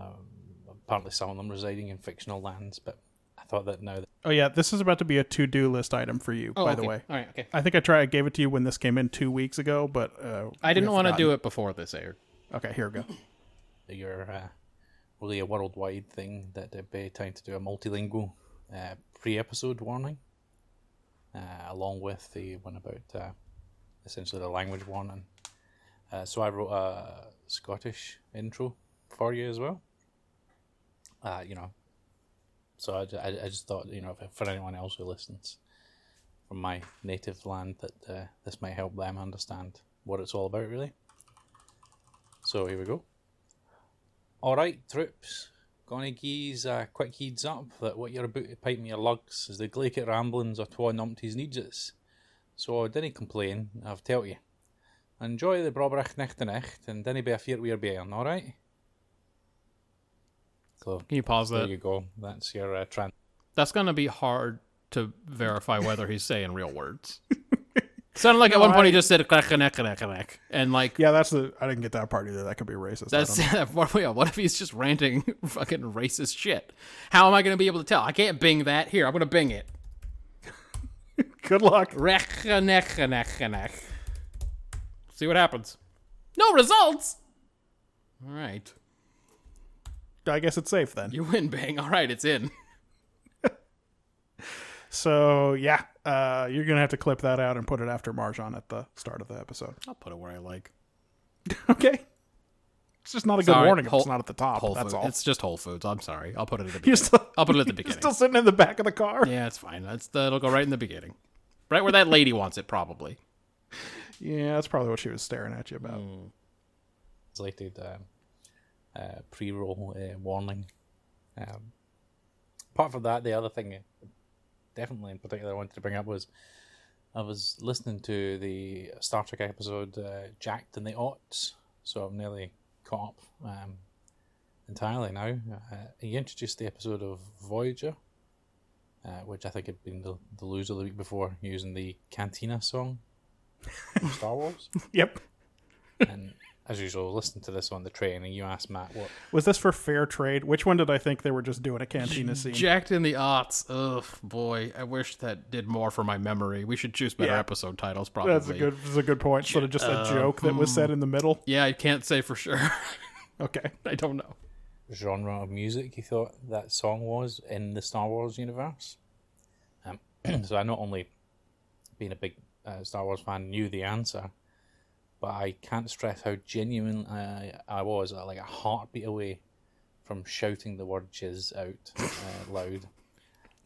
[SPEAKER 1] um, apparently some of them residing in fictional lands, but I thought that now that
[SPEAKER 3] oh yeah this is about to be a to-do list item for you by the way
[SPEAKER 2] All right. Oh, Okay.
[SPEAKER 3] i think i tried i gave it to you when this came in two weeks ago but uh
[SPEAKER 2] I didn't want to do it before this aired.
[SPEAKER 3] okay here we go
[SPEAKER 1] you're uh, really a worldwide thing, that it'd be time to do a multilingual uh, pre-episode warning, uh, along with the one about uh, essentially the language warning. Uh, so I wrote a Scottish intro for you as well. Uh, you know, so I, ju- I, I just thought you know for anyone else who listens from my native land that uh, this might help them understand what it's all about really. So here we go. All right, troops. Gonna gee's a quick heads up that what you're about to pipe me your lugs is the Glacier Ramblings of Twa Numpties Needses. So dinna complain, I've tell you. Enjoy the Brobrach Nicht and Echt and dinna be a fear we're bearing, all right? So
[SPEAKER 2] Can you pause
[SPEAKER 1] there
[SPEAKER 2] that?
[SPEAKER 1] you go. That's your uh, trans.
[SPEAKER 2] That's going to be hard to verify whether he's saying real words. Sounded like at one point he just said "Crack, crack, crack, crack," and like
[SPEAKER 3] yeah that's the i didn't get that part either that could be racist I don't
[SPEAKER 2] That's what, yeah, what if he's just ranting fucking racist shit? How am I going to be able to tell? I can't bing that. Here, I'm going to bing it.
[SPEAKER 3] Good luck.
[SPEAKER 2] Rechenechenechenech. See what happens. No results. All right.
[SPEAKER 3] I guess it's safe then.
[SPEAKER 2] You win, Bang. All right, it's in.
[SPEAKER 3] So yeah, uh, you're gonna have to clip that out and put it after Marjan at the start of the episode.
[SPEAKER 2] I'll put it where I like.
[SPEAKER 3] Okay. It's just not a good
[SPEAKER 2] Sorry,
[SPEAKER 3] warning if
[SPEAKER 2] Whole-
[SPEAKER 3] it's not at the top.
[SPEAKER 2] Whole
[SPEAKER 3] that's
[SPEAKER 2] Foods.
[SPEAKER 3] all.
[SPEAKER 2] It's just Whole Foods. I'm sorry. I'll put it at the
[SPEAKER 3] you're
[SPEAKER 2] beginning.
[SPEAKER 3] still,
[SPEAKER 2] I'll put it at the
[SPEAKER 3] you're
[SPEAKER 2] beginning.
[SPEAKER 3] still sitting in the back of the car.
[SPEAKER 2] Yeah, it's fine. That's that'll go right in the beginning, right where that lady wants it, probably.
[SPEAKER 3] Yeah, that's probably what she was staring at you about.
[SPEAKER 2] Mm.
[SPEAKER 1] Translated um, uh, pre-roll uh, warning. Um, apart from that, the other thing, uh, definitely in particular, I wanted to bring up was I was listening to the Star Trek episode uh, "Jacked in the Aughts," so I'm nearly caught up um, entirely now. Uh, he introduced the episode of Voyager, uh, which I think had been the, the loser the week before, using the Cantina song from Star Wars.
[SPEAKER 3] Yep.
[SPEAKER 1] And as usual, listen to this on the train, and you asked Matt what.
[SPEAKER 3] Was this for fair trade? Which one did I think they were just doing a cantina scene?
[SPEAKER 2] Jacked in the aughts. Ugh, boy. I wish that did more for my memory. We should choose better
[SPEAKER 3] Yeah.
[SPEAKER 2] episode titles, probably.
[SPEAKER 3] that's a good. That's a good point. Sort of just a joke that was
[SPEAKER 2] um,
[SPEAKER 3] said in the middle.
[SPEAKER 2] Yeah, I can't say for sure.
[SPEAKER 3] Okay.
[SPEAKER 2] I don't know.
[SPEAKER 1] genre of music you thought that song was in the Star Wars universe. Um, so I not only, being a big uh, Star Wars fan, knew the answer, but I can't stress how genuine I, I was, uh, like a heartbeat away from shouting the word "jizz" out uh, loud.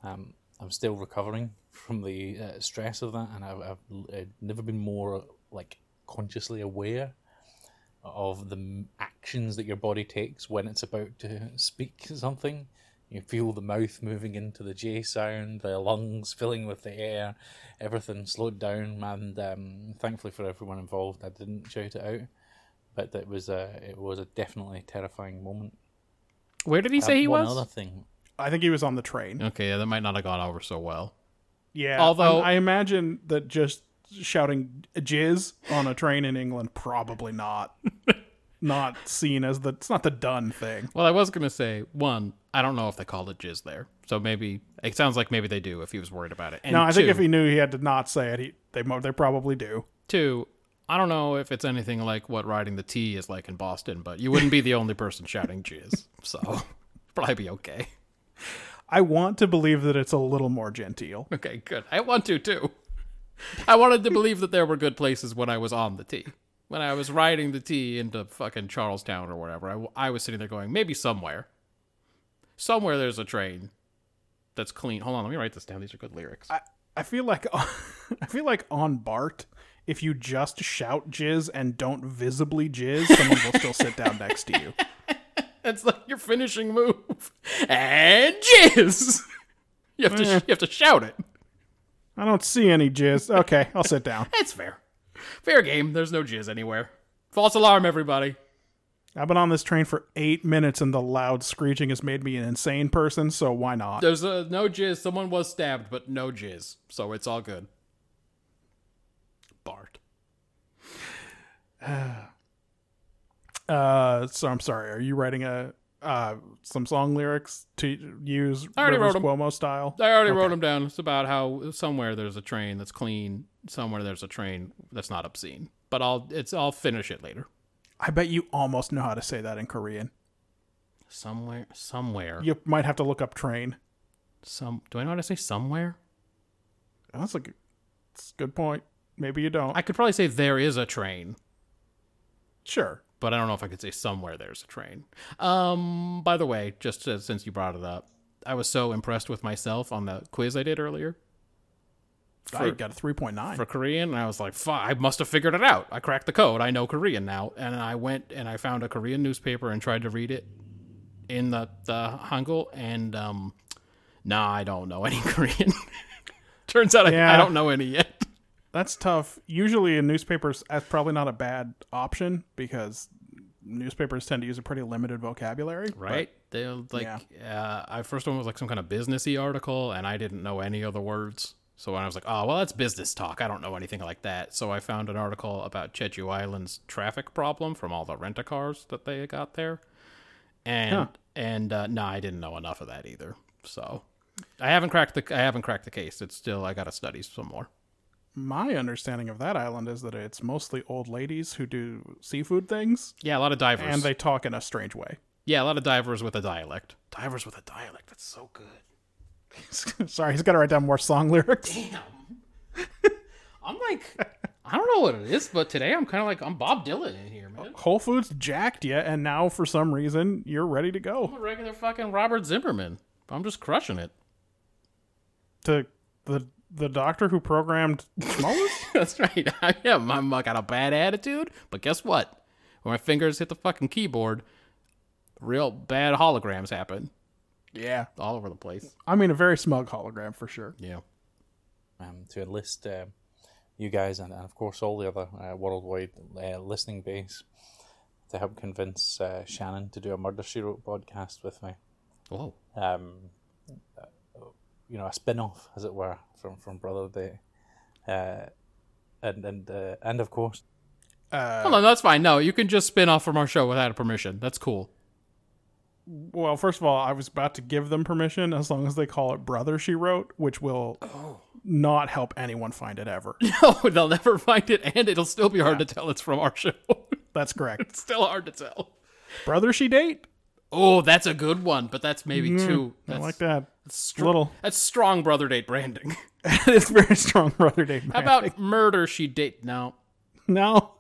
[SPEAKER 1] Um, I'm still recovering from the uh, stress of that, and I've, I've, I've never been more like consciously aware of the m- actions that your body takes when it's about to speak something. You feel the mouth moving into the J sound, the lungs filling with the air, everything slowed down. And um, thankfully for everyone involved, I didn't shout it out. But that was a it was a definitely terrifying moment.
[SPEAKER 2] Where did he
[SPEAKER 1] Uh,
[SPEAKER 2] say he
[SPEAKER 1] one
[SPEAKER 2] was?
[SPEAKER 1] other thing.
[SPEAKER 3] I think he was on the train.
[SPEAKER 2] Okay, yeah, that might not have gone over so well.
[SPEAKER 3] Yeah.
[SPEAKER 2] Although-
[SPEAKER 3] I, I imagine that just shouting jizz on a train in England probably not not seen as the it's not the done thing.
[SPEAKER 2] Well, I was gonna say one. I don't know if they called it jizz there, so maybe it sounds like maybe they do if he was worried about it. And
[SPEAKER 3] no, I think
[SPEAKER 2] two-
[SPEAKER 3] if he knew he had to not say it, he they mo- they probably do.
[SPEAKER 2] Two, I don't know if it's anything like what riding the T is like in Boston, but you wouldn't be the only person shouting jizz, so probably be okay.
[SPEAKER 3] I want to believe that it's a little more genteel.
[SPEAKER 2] Okay, good. I want to too. I wanted to believe that there were good places when I was on the T. When I was riding the T into fucking Charlestown or whatever, I, w- I was sitting there going, maybe somewhere. Somewhere there's a train that's clean. Hold on, let me write this down. These are good lyrics.
[SPEAKER 3] I, I feel like I feel like on Bart, if you just shout jizz and don't visibly jizz, someone will still sit down next to you.
[SPEAKER 2] It's like your finishing move. And jizz! You have to, you have to shout it.
[SPEAKER 3] I don't see any jizz. Okay, I'll sit down.
[SPEAKER 2] It's fair. Fair game. There's no jizz anywhere. False alarm, everybody.
[SPEAKER 3] I've been on this train for eight minutes and the loud screeching has made me an insane person, so why not?
[SPEAKER 2] There's uh no jizz. Someone was stabbed, but no jizz. So it's all good. Bart.
[SPEAKER 3] Uh, so I'm sorry. Are you writing a uh some song lyrics to use
[SPEAKER 2] I already
[SPEAKER 3] Rivers
[SPEAKER 2] wrote 'em.
[SPEAKER 3] Cuomo style?
[SPEAKER 2] I already wrote them down. It's about how somewhere there's a train that's clean. Somewhere there's a train that's not obscene. But I'll it's I'll finish it later.
[SPEAKER 3] I bet you almost know how to say that in Korean.
[SPEAKER 2] Somewhere, somewhere,
[SPEAKER 3] You might have to look up train.
[SPEAKER 2] some. Do I know how to say somewhere?
[SPEAKER 3] That's a good, that's a good point. Maybe you don't.
[SPEAKER 2] I could probably say there is a train,
[SPEAKER 3] sure.
[SPEAKER 2] but I don't know if I could say somewhere there's a train. Um, by the way, just uh since you brought it up, I was so impressed with myself on the quiz I did earlier
[SPEAKER 3] I
[SPEAKER 2] For-
[SPEAKER 3] got a 3.9.
[SPEAKER 2] for Korean, and I was like, "Fuck, I must have figured it out. I cracked the code. I know Korean now." And I went and I found a Korean newspaper and tried to read it in the the Hangul, and um, nah, I don't know any Korean. Turns out I, I
[SPEAKER 3] Yeah.
[SPEAKER 2] don't know any yet.
[SPEAKER 3] that's tough. Usually in newspapers, that's probably not a bad option because newspapers tend to use a pretty limited vocabulary. but-
[SPEAKER 2] right? They like uh, I first one was like some kind of businessy article, and I didn't know any other words. So when I was like, oh well, that's business talk. I don't know anything like that. So I found an article about Cheju Island's traffic problem from all the rent a cars that they got there, and and uh, no, I didn't know enough of that either. So I haven't cracked the I haven't cracked the case. It's still I got to study some more.
[SPEAKER 3] my understanding of that island is that it's mostly old ladies who do seafood things
[SPEAKER 2] Yeah, a lot of divers.
[SPEAKER 3] and they talk in a strange way.
[SPEAKER 2] yeah, a lot of divers with a dialect. Divers with a dialect. That's so good.
[SPEAKER 3] Sorry, he's got to write down more song lyrics.
[SPEAKER 2] I'm like, I don't know what it is, but today I'm kind of like I'm Bob Dylan in here, man.
[SPEAKER 3] Whole Foods jacked you, and now for some reason you're ready to
[SPEAKER 2] I'm
[SPEAKER 3] go
[SPEAKER 2] a regular fucking Robert Zimmerman. I'm just crushing it.
[SPEAKER 3] to the the doctor who programmed Smollett.
[SPEAKER 2] That's right. yeah, my mom got a bad attitude, but guess what? When my fingers hit the fucking keyboard, real bad holograms happen
[SPEAKER 3] yeah,
[SPEAKER 2] all over the place.
[SPEAKER 3] I mean a very smug hologram for sure.
[SPEAKER 2] Yeah.
[SPEAKER 1] um, to enlist um, you guys and, and, of course, all the other uh, worldwide uh, listening base to help convince uh, Shannon to do a Murder She Wrote podcast with me.
[SPEAKER 2] Whoa.
[SPEAKER 1] Um, uh, you know, a spin off, as it were, from, from Brother Day. Uh, and, and, uh, and of course,
[SPEAKER 2] Hold on, that's fine. No, you can just spin off from our show without a permission. That's cool.
[SPEAKER 3] Well, first of all, I was about to give them permission as long as they call it Brother She Wrote, which will not help anyone find it ever.
[SPEAKER 2] No, they'll never find it, and it'll still be hard to tell it's from our show.
[SPEAKER 3] That's correct.
[SPEAKER 2] it's still hard to tell.
[SPEAKER 3] Brother She Date?
[SPEAKER 2] Oh, that's a good one, but that's maybe too. That's,
[SPEAKER 3] I like that.
[SPEAKER 2] str-
[SPEAKER 3] little.
[SPEAKER 2] That's strong brother date branding.
[SPEAKER 3] it's very strong Brother Date.
[SPEAKER 2] How about murder she date? No.
[SPEAKER 3] No.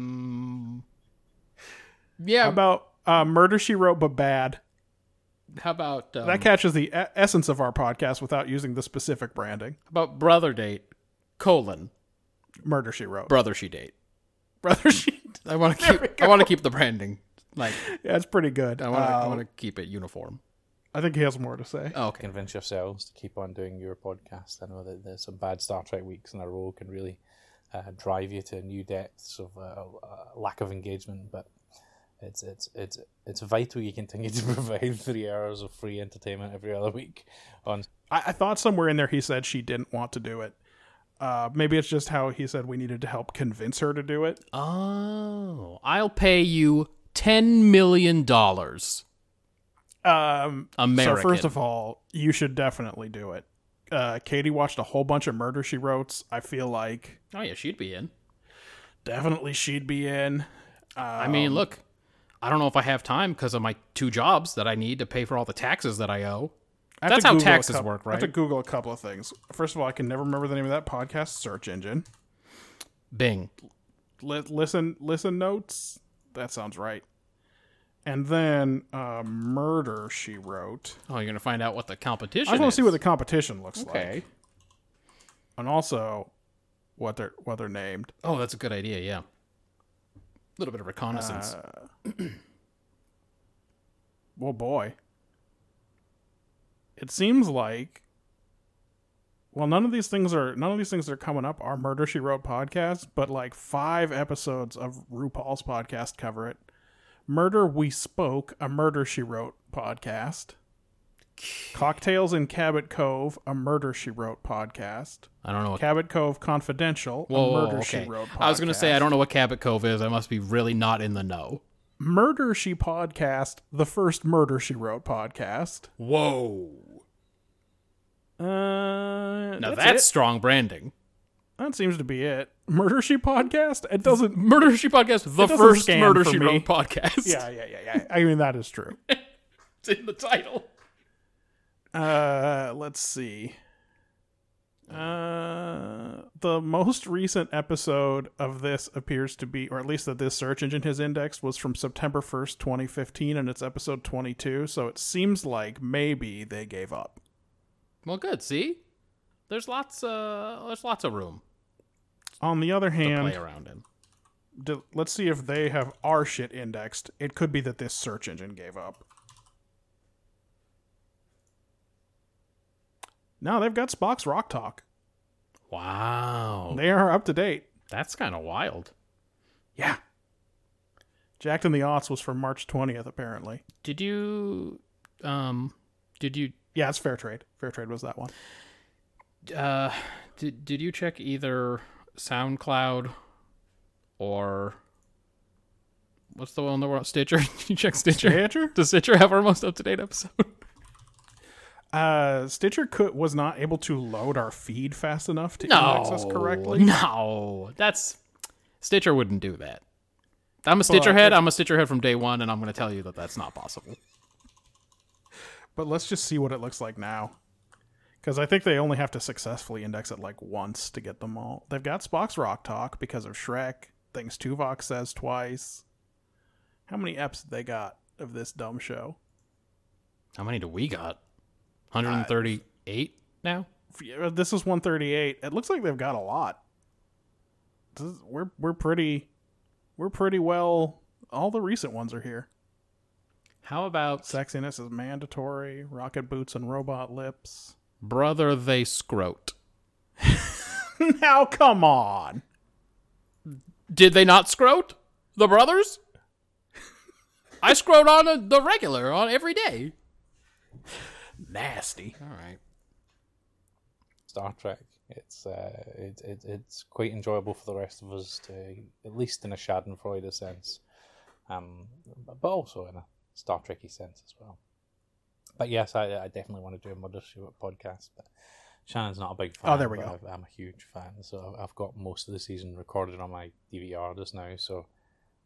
[SPEAKER 2] Yeah.
[SPEAKER 3] How about uh, Murder She Wrote but Bad?
[SPEAKER 2] how about um,
[SPEAKER 3] That catches the e- essence of our podcast without using the specific branding.
[SPEAKER 2] how about brother date? Colon
[SPEAKER 3] Murder She Wrote.
[SPEAKER 2] brother she date.
[SPEAKER 3] Brother She
[SPEAKER 2] I want to keep. I want to keep the branding. Like
[SPEAKER 3] Yeah, it's pretty good.
[SPEAKER 2] I want to. I
[SPEAKER 3] Uh,
[SPEAKER 2] want to keep it uniform.
[SPEAKER 3] I think he has more to say.
[SPEAKER 2] Oh, okay.
[SPEAKER 1] convince yourselves to keep on doing your podcast. I know that there's some bad Star Trek weeks in a row can really uh, drive you to new depths of uh, uh, lack of engagement, but it's it's it's it's vital you continue to provide three hours of free entertainment every other week. On
[SPEAKER 3] I, I thought somewhere in there he said she didn't want to do it. Uh, maybe it's just how he said we needed to help convince her to do it.
[SPEAKER 2] Oh, I'll pay you ten million dollars.
[SPEAKER 3] Um,
[SPEAKER 2] American.
[SPEAKER 3] So first of all, you should definitely do it. Uh, Katie watched a whole bunch of Murder She Wrote. I feel like
[SPEAKER 2] Oh yeah, she'd be in.
[SPEAKER 3] definitely she'd be in.
[SPEAKER 2] I mean, look, I don't know if I have time because of my two jobs that I need to pay for all the taxes that I owe.
[SPEAKER 3] I have
[SPEAKER 2] That's
[SPEAKER 3] to
[SPEAKER 2] how
[SPEAKER 3] Google a
[SPEAKER 2] taxes
[SPEAKER 3] coup-
[SPEAKER 2] work,
[SPEAKER 3] I have to
[SPEAKER 2] right?
[SPEAKER 3] Google a couple of things. First of all, I can never remember the name of that podcast search engine.
[SPEAKER 2] Bing.
[SPEAKER 3] Li- listen, listen notes. That sounds right. And then uh, Murder She Wrote.
[SPEAKER 2] Oh, you're gonna find out what the competition.
[SPEAKER 3] I just want
[SPEAKER 2] is.
[SPEAKER 3] to see what the competition looks
[SPEAKER 2] Okay.
[SPEAKER 3] like, and also what they're what they're named.
[SPEAKER 2] Oh, that's a good idea. Yeah. A little bit of reconnaissance.
[SPEAKER 3] Uh, Well, boy. It seems like well, none of these things are none of these things that are coming up are Murder She Wrote podcast, but like five episodes of RuPaul's podcast cover it. Murder We Spoke, a Murder She Wrote podcast. Cocktails in Cabot Cove, a Murder She Wrote podcast.
[SPEAKER 2] I don't know what.
[SPEAKER 3] Cabot Cove Confidential,
[SPEAKER 2] Whoa,
[SPEAKER 3] a
[SPEAKER 2] whoa,
[SPEAKER 3] Murder
[SPEAKER 2] okay.
[SPEAKER 3] She Wrote podcast.
[SPEAKER 2] I was gonna say I don't know what Cabot Cove is. I must be really not in the know.
[SPEAKER 3] Murder She podcast, the first Murder She Wrote podcast.
[SPEAKER 2] Whoa.
[SPEAKER 3] Uh,
[SPEAKER 2] Now
[SPEAKER 3] that's,
[SPEAKER 2] that's,
[SPEAKER 3] it.
[SPEAKER 2] strong branding.
[SPEAKER 3] that seems to be it. Murder She podcast. It doesn't.
[SPEAKER 2] Murder She Podcast, the
[SPEAKER 3] doesn't
[SPEAKER 2] first
[SPEAKER 3] scan
[SPEAKER 2] Murder
[SPEAKER 3] for
[SPEAKER 2] She
[SPEAKER 3] me.
[SPEAKER 2] Wrote podcast.
[SPEAKER 3] Yeah, yeah, yeah, yeah. I mean that is true.
[SPEAKER 2] it's in the title.
[SPEAKER 3] Uh, let's see. Uh, the most recent episode of this appears to be, or at least that this search engine has indexed, was from September first, twenty fifteen, and it's episode twenty two. So it seems like maybe they gave up.
[SPEAKER 2] Well, good. See, there's lots. Uh, there's lots of room
[SPEAKER 3] On the other
[SPEAKER 2] to
[SPEAKER 3] hand,
[SPEAKER 2] play around in.
[SPEAKER 3] d- let's see if they have our shit indexed. It could be that this search engine gave up. No, they've got Spock's Rock Talk.
[SPEAKER 2] Wow,
[SPEAKER 3] They are up to date.
[SPEAKER 2] that's kind of wild.
[SPEAKER 3] Yeah. Jacked in the Aughts was from March 20th, apparently.
[SPEAKER 2] Did you, um, did you,
[SPEAKER 3] Yeah, it's Fair Trade. Fair Trade was that one.
[SPEAKER 2] uh, did did you check either SoundCloud or what's the one in the world Stitcher? did you check Stitcher?
[SPEAKER 3] Stitcher?
[SPEAKER 2] Does Stitcher have our most up to date episode?
[SPEAKER 3] Uh, Stitcher could, was not able to load our feed fast enough to
[SPEAKER 2] No,
[SPEAKER 3] index us correctly.
[SPEAKER 2] No, that's Stitcher wouldn't do that. I'm a Stitcher head. I'm a Stitcher head from day one, and I'm going to tell you that that's not possible.
[SPEAKER 3] But let's just see what it looks like now. Because I think they only have to successfully index it like once to get them all. They've got Spock's Rock Talk because of Shrek, things Tuvok says twice. How many eps have they got of this dumb show?
[SPEAKER 2] How many do we got? 138 now.
[SPEAKER 3] Yeah, uh, This is 138. It looks like they've got a lot. This is- we're we're pretty we're pretty well all the recent ones are here.
[SPEAKER 2] How about
[SPEAKER 3] Sexiness is mandatory, rocket boots and robot lips.
[SPEAKER 2] brother? They scrote.
[SPEAKER 3] now come on.
[SPEAKER 2] Did they not scrote the brothers? I scrote on a, the regular on every day.
[SPEAKER 3] Nasty.
[SPEAKER 2] All right.
[SPEAKER 1] Star Trek. It's uh, it, it, it's quite enjoyable for the rest of us to, at least in a Schadenfreude sense, um, but but also in a Star Trekky sense as well. But yes, I, I definitely want to do a Mother Stewart podcast. But Shannon's not a big fan.
[SPEAKER 3] Oh, there we
[SPEAKER 1] but
[SPEAKER 3] go.
[SPEAKER 1] I've- I'm a huge fan, so I've- I've got most of the season recorded on my DVR just now. So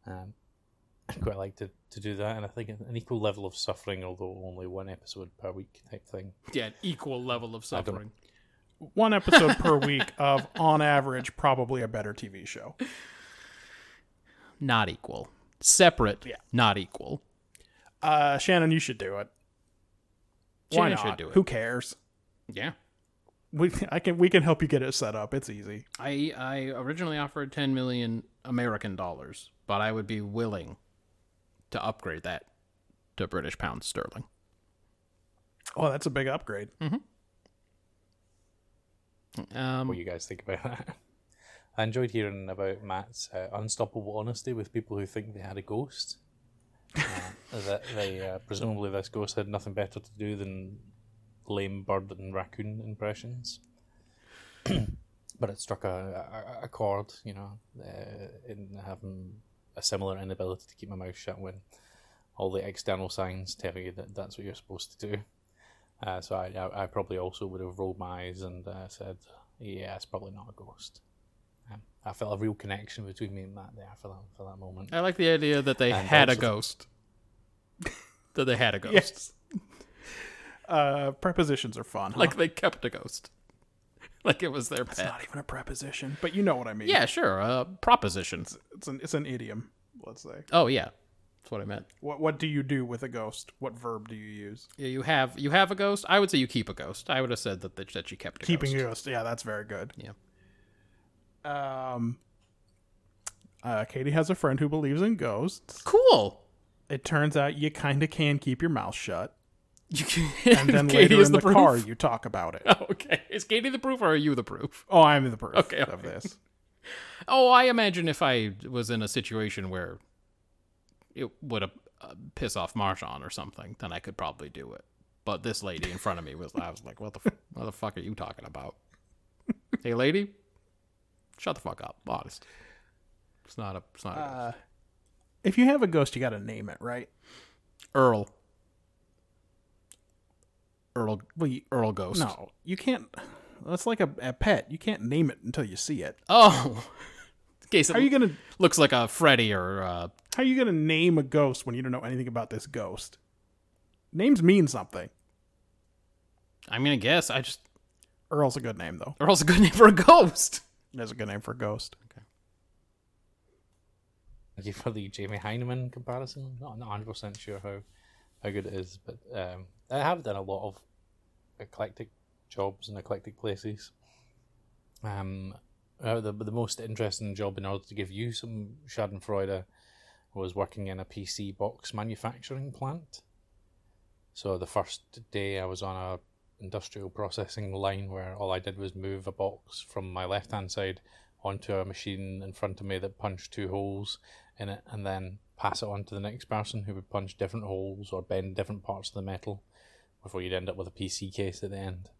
[SPEAKER 1] um, I quite like to, to do that, and I think an equal level of suffering, although only one episode per week type thing.
[SPEAKER 2] Yeah, an equal level of
[SPEAKER 1] don't-
[SPEAKER 2] suffering.
[SPEAKER 3] one episode per week of, on average, probably a better TV show.
[SPEAKER 2] Not equal. Separate. Not equal.
[SPEAKER 3] Uh, Shannon, you should do it. Why
[SPEAKER 2] Shannon
[SPEAKER 3] not?
[SPEAKER 2] should do it.
[SPEAKER 3] Who cares?
[SPEAKER 2] Yeah.
[SPEAKER 3] We I can we can help you get it set up. It's easy.
[SPEAKER 2] I I originally offered 10 million American dollars, but I would be willing to upgrade that to British pounds sterling.
[SPEAKER 3] Oh, that's a big upgrade.
[SPEAKER 2] Mhm. Um,
[SPEAKER 1] what you guys think about that. I enjoyed hearing about Matt's uh, unstoppable honesty with people who think they had a ghost. Uh, that they uh, presumably this ghost had nothing better to do than lame bird and raccoon impressions. but it struck a, a, a chord, you know, uh, in having a similar inability to keep my mouth shut when all the external signs tell you that that's what you're supposed to do. Uh, so I, I, I probably also would have rolled my eyes and uh, said, "Yeah, it's probably not a ghost." Um, I felt a real connection between me and Matt there for that for that moment.
[SPEAKER 2] I like the idea that they
[SPEAKER 1] And
[SPEAKER 2] had a
[SPEAKER 1] also-
[SPEAKER 2] ghost. that they had a ghost.
[SPEAKER 3] Yes. Uh, prepositions are fun. huh?
[SPEAKER 2] Like they kept a ghost. Like it was their
[SPEAKER 3] it's
[SPEAKER 2] pet.
[SPEAKER 3] not even a preposition, but you know what I mean.
[SPEAKER 2] Yeah, sure. Uh, propositions.
[SPEAKER 3] it's an it's an idiom. Let's say.
[SPEAKER 2] Oh yeah, that's what I meant.
[SPEAKER 3] What what do you do with a ghost? What verb do you use?
[SPEAKER 2] Yeah, You have you have a ghost. I would say you keep a ghost. I would have said that that, that you kept a
[SPEAKER 3] Keeping
[SPEAKER 2] ghost.
[SPEAKER 3] a ghost. Yeah, that's very good.
[SPEAKER 2] Yeah.
[SPEAKER 3] Um. Uh, Katie has a friend who believes in ghosts.
[SPEAKER 2] Cool.
[SPEAKER 3] It turns out you kind of can keep your mouth shut.
[SPEAKER 2] You can,
[SPEAKER 3] and then
[SPEAKER 2] Katie
[SPEAKER 3] later
[SPEAKER 2] is
[SPEAKER 3] in
[SPEAKER 2] the,
[SPEAKER 3] the,
[SPEAKER 2] proof.
[SPEAKER 3] car you talk about it.
[SPEAKER 2] Okay, is Katie the proof or are you the proof?
[SPEAKER 3] Oh, I'm the proof
[SPEAKER 2] Okay,
[SPEAKER 3] of this.
[SPEAKER 2] Oh, I imagine if I was in a situation where it would uh, uh, piss off Marshawn or something, then I could probably do it. But this lady in front of me was, I was like, what the, f- what the fuck are you talking about? hey, lady, shut the fuck up. Honest. It's not a, it's not a
[SPEAKER 3] Uh, if you have a ghost, you got to name it, right?
[SPEAKER 2] Earl. Earl, Earl Ghost.
[SPEAKER 3] No, you can't. That's like a, a pet. You can't name it until you see it.
[SPEAKER 2] Oh. In case it
[SPEAKER 3] How are you gonna
[SPEAKER 2] looks like a Freddy or uh,
[SPEAKER 3] How you gonna name a ghost when you don't know anything about this ghost? Names mean something.
[SPEAKER 2] I mean, I guess I just
[SPEAKER 3] Earl's a good name though.
[SPEAKER 2] Earl's a good name for a ghost.
[SPEAKER 3] That's a good name for a ghost.
[SPEAKER 1] Thank you for the Jamie Heineman comparison. Not not hundred percent sure how how good it is, but um, I have done a lot of eclectic jobs and eclectic places. Um, uh, the the most interesting job in order to give you some Schadenfreude was working in a PC box manufacturing plant. So the first day I was on a industrial processing line where all I did was move a box from my left hand side onto a machine in front of me that punched two holes in it and then pass it on to the next person who would punch different holes or bend different parts of the metal before you'd end up with a PC case at the end.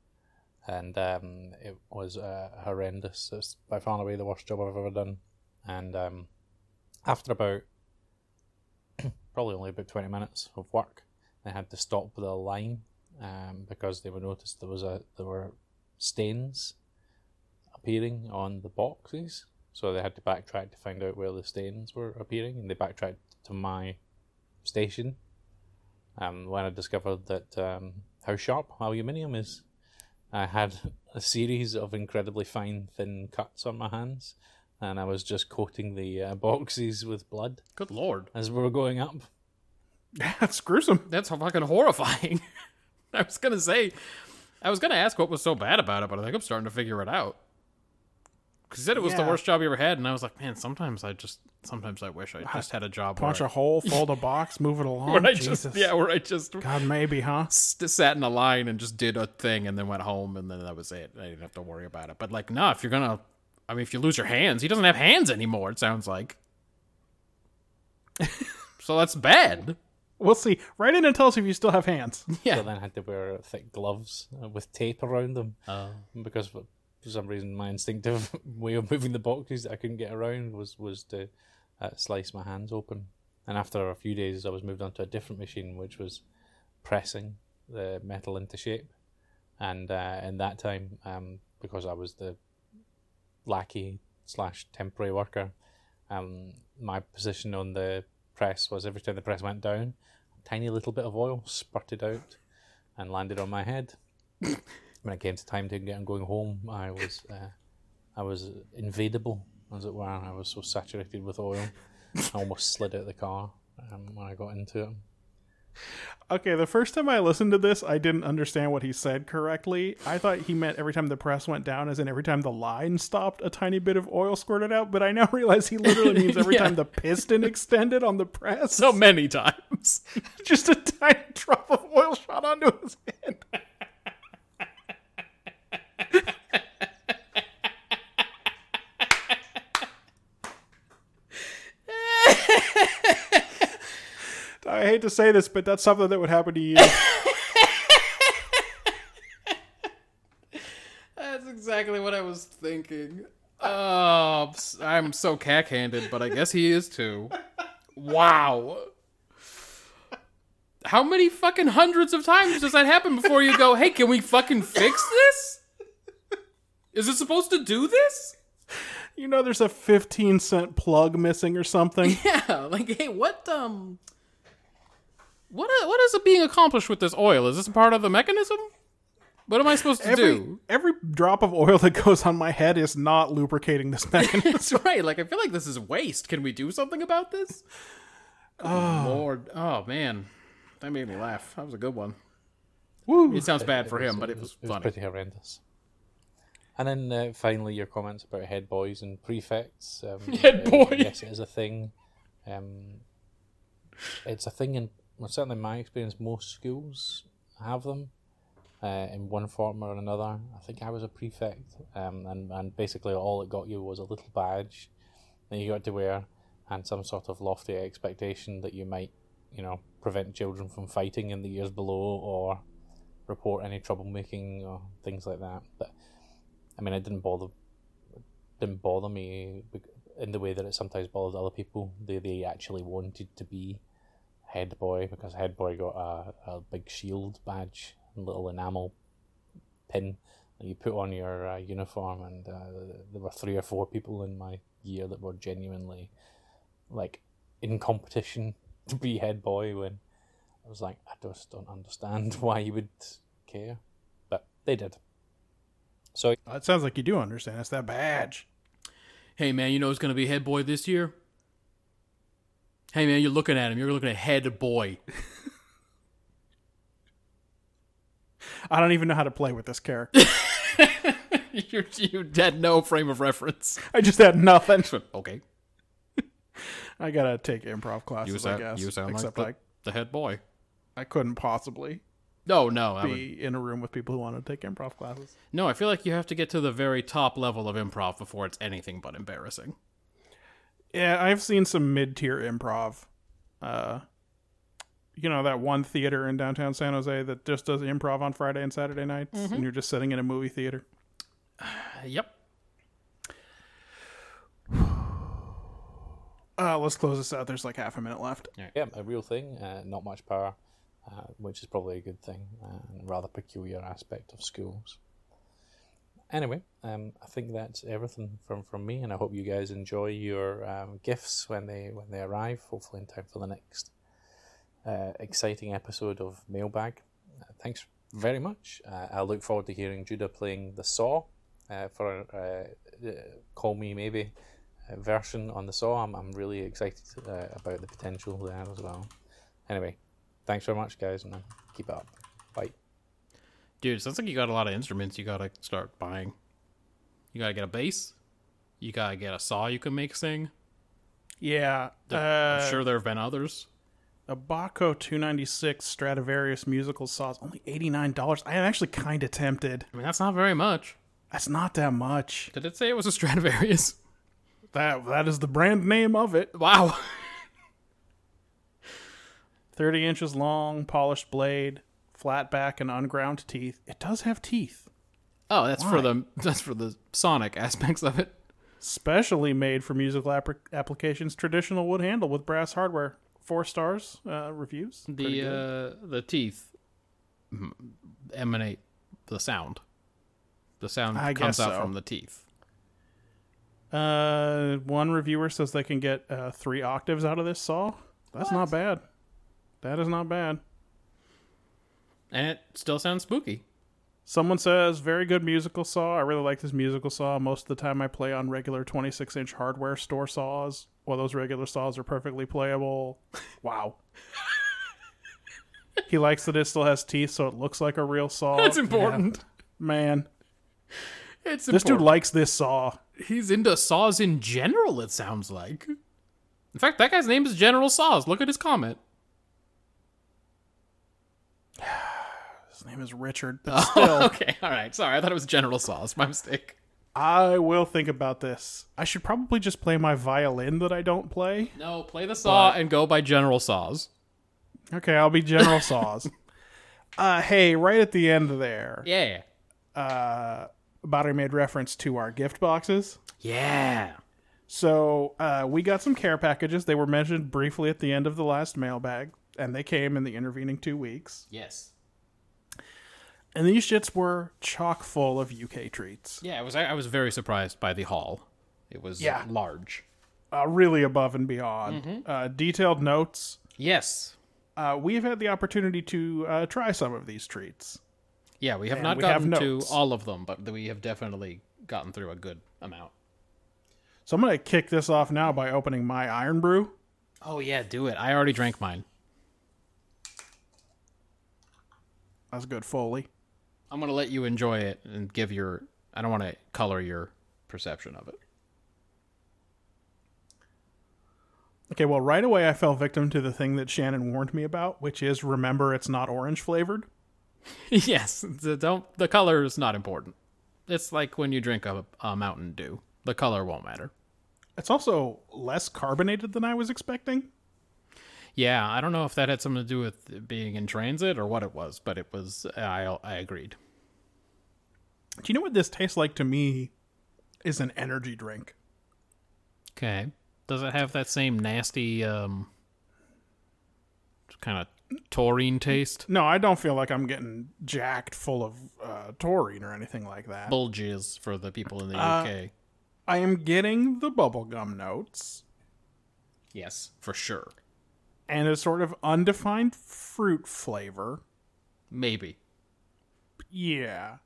[SPEAKER 1] And um, it was uh, horrendous. It's by far and away the worst job I've ever done. And um, after about probably only about 20 minutes of work, they had to stop the line um, because they were noticed there was a there were stains appearing on the boxes, so they had to backtrack to find out where the stains were appearing, and they backtracked to my station. Um, when I discovered that um, how sharp aluminium is, I had a series of incredibly fine, thin cuts on my hands, and I was just coating the uh, boxes with blood
[SPEAKER 2] Good lord.
[SPEAKER 1] as we were going up.
[SPEAKER 3] That's gruesome.
[SPEAKER 2] That's fucking horrifying. I was gonna say, I was gonna ask what was so bad about it, but I think I'm starting to figure it out. Because said it was the
[SPEAKER 3] Yeah.
[SPEAKER 2] worst job you ever had, and I was like, man, sometimes I just, sometimes I wish I just had a job where,
[SPEAKER 3] Punch a
[SPEAKER 2] I,
[SPEAKER 3] hole, fold a box, move it along.
[SPEAKER 2] where I
[SPEAKER 3] Jesus.
[SPEAKER 2] just, yeah, where I just
[SPEAKER 3] God, maybe, huh?
[SPEAKER 2] st- sat in a line and just did a thing, and then went home, and then that was it. I didn't have to worry about it. But like, nah, if you're gonna, I mean, if you lose your hands, he doesn't have hands anymore. It sounds like. so that's bad.
[SPEAKER 3] We'll see. Write in and tell us if you still have hands.
[SPEAKER 1] So then I had to wear thick gloves uh, with tape around them because for for some reason my instinctive way of moving the boxes that I couldn't get around was was to uh, slice my hands open. And after a few days, I was moved onto a different machine, which was pressing the metal into shape. And uh, in that time, um, because I was the lackey slash temporary worker, um, my position on the press was every time the press went down, a tiny little bit of oil spurted out and landed on my head. when it came to time to get on going home, I was uh, I was invadable, as it were. I was so saturated with oil, I almost slid out of the car um, when I got into it.
[SPEAKER 3] Okay, the first time I listened to this, I didn't understand what he said correctly. I thought he meant every time the press went down, as in every time the line stopped, a tiny bit of oil squirted out. But I now realize he literally means every
[SPEAKER 2] Yeah.
[SPEAKER 3] time the piston extended on the press,
[SPEAKER 2] So many times.
[SPEAKER 3] just a tiny drop of oil shot onto his head. I hate to say this, but that's something that would happen to you.
[SPEAKER 2] That's exactly what I was thinking. Oh, I'm so cack-handed, but I guess he is too. Wow. How many fucking hundreds of times does that happen before you go, "Hey, can we fucking fix this?" Is it supposed to do this?
[SPEAKER 3] You know, there's a 15 cent plug missing or something.
[SPEAKER 2] Yeah, like, hey, what um what uh, what is being accomplished with this oil? Is this part of the mechanism? What am I supposed to
[SPEAKER 3] Every,
[SPEAKER 2] do?
[SPEAKER 3] every drop of oil that goes on my head is not lubricating this mechanism.
[SPEAKER 2] That's right. Like I feel like this is waste. Can we do something about this? Oh lord. Oh man. That made me laugh. That was a good one.
[SPEAKER 3] Woo.
[SPEAKER 2] It sounds bad for him, but it was
[SPEAKER 1] It was
[SPEAKER 2] funny.
[SPEAKER 1] pretty horrendous. And then uh, finally, your comments about head boys and prefects. Um,
[SPEAKER 2] Head
[SPEAKER 1] uh,
[SPEAKER 2] boy.
[SPEAKER 1] Yes, it is a thing. Um, it's a thing in well, certainly in my experience. Most schools have them uh, in one form or another. I think I was a prefect, um, and and basically all it got you was a little badge that you got to wear, and some sort of lofty expectation that you might, you know, prevent children from fighting in the years below or report any troublemaking or things like that. But I mean, it didn't bother didn't bother me bec- in the way that it sometimes bothers other people. They they actually wanted to be head boy because head boy got a, a big shield badge and little enamel pin that you put on your uh, uniform. And uh, there were three or four people in my year that were genuinely like in competition to be head boy when I was like, I just don't understand why you would care. But they did. So
[SPEAKER 3] It sounds like you do understand. It's that badge.
[SPEAKER 2] Hey man, you know who's gonna be head boy this year? Hey man, you're looking at him. You're looking at head boy.
[SPEAKER 3] I don't even know how to play with this character.
[SPEAKER 2] you you had no frame of reference.
[SPEAKER 3] I just had nothing.
[SPEAKER 2] Okay.
[SPEAKER 3] I gotta take improv classes,
[SPEAKER 2] You
[SPEAKER 3] I
[SPEAKER 2] sound,
[SPEAKER 3] guess.
[SPEAKER 2] you sound like
[SPEAKER 3] Except
[SPEAKER 2] the, the head boy.
[SPEAKER 3] I, I couldn't possibly
[SPEAKER 2] No, no, I would,
[SPEAKER 3] be in a room with people who want to take improv classes.
[SPEAKER 2] no. I feel like you have to get to the very top level of improv before it's anything but embarrassing.
[SPEAKER 3] Yeah, I've seen some mid tier improv. Uh, you know that one theater in downtown San Jose that just does improv on Friday and Saturday nights, and you're just sitting in a movie theater.
[SPEAKER 2] Yep.
[SPEAKER 3] Uh, let's close this out. There's like half a minute left.
[SPEAKER 1] Yeah, a real thing. Uh, not much power. uh, which is probably a good thing and rather peculiar aspect of schools. Anyway, um, I think that's everything from, from me, and I hope you guys enjoy your um, gifts when they when they arrive. Hopefully, in time for the next uh, exciting episode of Mailbag. Uh, thanks very much. Uh, I look forward to hearing Judah playing the Saw uh, for uh, uh, Call Me Maybe uh, version on the Saw. I'm, I'm really excited uh, about the potential there as well. Anyway, thanks very much, guys, and keep it up. Bye.
[SPEAKER 2] Dude, sounds like you got a lot of instruments you gotta start buying. You gotta get a bass. You gotta get a saw you can make sing.
[SPEAKER 3] Yeah.
[SPEAKER 2] There-
[SPEAKER 3] Uh,
[SPEAKER 2] I'm sure there have been others.
[SPEAKER 3] A Baco 296 Stradivarius musical saw is only $89. I am actually kind of tempted.
[SPEAKER 2] I mean, that's not very much.
[SPEAKER 3] That's not that much.
[SPEAKER 2] Did it say it was a Stradivarius?
[SPEAKER 3] That That is the brand name of it.
[SPEAKER 2] Wow.
[SPEAKER 3] 30 inches long, polished blade, flat back, and unground teeth. It does have teeth.
[SPEAKER 2] Oh, that's
[SPEAKER 3] Why?
[SPEAKER 2] for the that's for the sonic aspects of it.
[SPEAKER 3] Specially made for musical app- applications, traditional wood handle with brass hardware. Four stars uh, reviews. Pretty
[SPEAKER 2] The
[SPEAKER 3] good.
[SPEAKER 2] uh, the teeth mm, emanate the sound. The sound
[SPEAKER 3] I
[SPEAKER 2] comes
[SPEAKER 3] guess
[SPEAKER 2] out
[SPEAKER 3] so.
[SPEAKER 2] from the teeth.
[SPEAKER 3] Uh, one reviewer says they can get uh, three octaves out of this saw. That's not bad. That is not bad.
[SPEAKER 2] And it still sounds spooky.
[SPEAKER 3] Someone says, very good musical saw. I really like this musical saw. Most of the time, I play on regular 26 inch hardware store saws. Well, those regular saws are perfectly playable. Wow. he likes that it still has teeth, so it looks like a real saw.
[SPEAKER 2] That's
[SPEAKER 3] Yeah.
[SPEAKER 2] important.
[SPEAKER 3] Man,
[SPEAKER 2] It's
[SPEAKER 3] this dude
[SPEAKER 2] important.
[SPEAKER 3] likes this saw.
[SPEAKER 2] he's into saws in general it sounds like in fact that guy's name is general saws look at his comment
[SPEAKER 3] His name is Richard, but still,
[SPEAKER 2] okay all right sorry i thought it was general saws my mistake
[SPEAKER 3] I will think about this. I should probably just play my violin that I don't play.
[SPEAKER 2] no play the saw and go by general saws
[SPEAKER 3] Okay, I'll be General Saws. uh, hey, right at the end there,
[SPEAKER 2] yeah
[SPEAKER 3] Bobby made reference to our gift boxes.
[SPEAKER 2] yeah
[SPEAKER 3] So uh, we got some care packages. They were mentioned briefly at the end of the last mailbag, and they came in the intervening two weeks.
[SPEAKER 2] yes
[SPEAKER 3] And these shits were chock full of UK treats.
[SPEAKER 2] yeah i was i was very surprised by the haul it was
[SPEAKER 3] Yeah.
[SPEAKER 2] large
[SPEAKER 3] Uh, really above and beyond. Uh, detailed notes.
[SPEAKER 2] yes
[SPEAKER 3] Uh, we have had the opportunity to uh, try some of these treats.
[SPEAKER 2] yeah we have not
[SPEAKER 3] we have
[SPEAKER 2] gotten to
[SPEAKER 3] notes.
[SPEAKER 2] all of them but we have definitely gotten through a good amount
[SPEAKER 3] So I'm going to kick this off now by opening my Iron Brew.
[SPEAKER 2] oh yeah do it i already drank mine
[SPEAKER 3] That's good, Foley.
[SPEAKER 2] i'm gonna let you enjoy it and give your i don't want to color your perception of it
[SPEAKER 3] Okay, well, right away I fell victim to the thing that Shannon warned me about, which is remember it's not orange flavored.
[SPEAKER 2] yes, the, don't the color is not important. It's like when you drink a, a Mountain Dew, the color won't matter.
[SPEAKER 3] It's also less carbonated than I was expecting.
[SPEAKER 2] Yeah, I don't know if that had something to do with it being in transit or what it was, but it was. I I agreed.
[SPEAKER 3] Do you know what this tastes like to me? Is an energy drink.
[SPEAKER 2] Okay, does it have that same nasty um kind of taurine taste?
[SPEAKER 3] No, I don't feel like I'm getting jacked full of uh, taurine or anything like that.
[SPEAKER 2] Bulges for the people in the UK.
[SPEAKER 3] I am getting the bubblegum notes
[SPEAKER 2] Yes, for sure.
[SPEAKER 3] and a sort of undefined fruit flavor.
[SPEAKER 2] Maybe.
[SPEAKER 3] Yeah.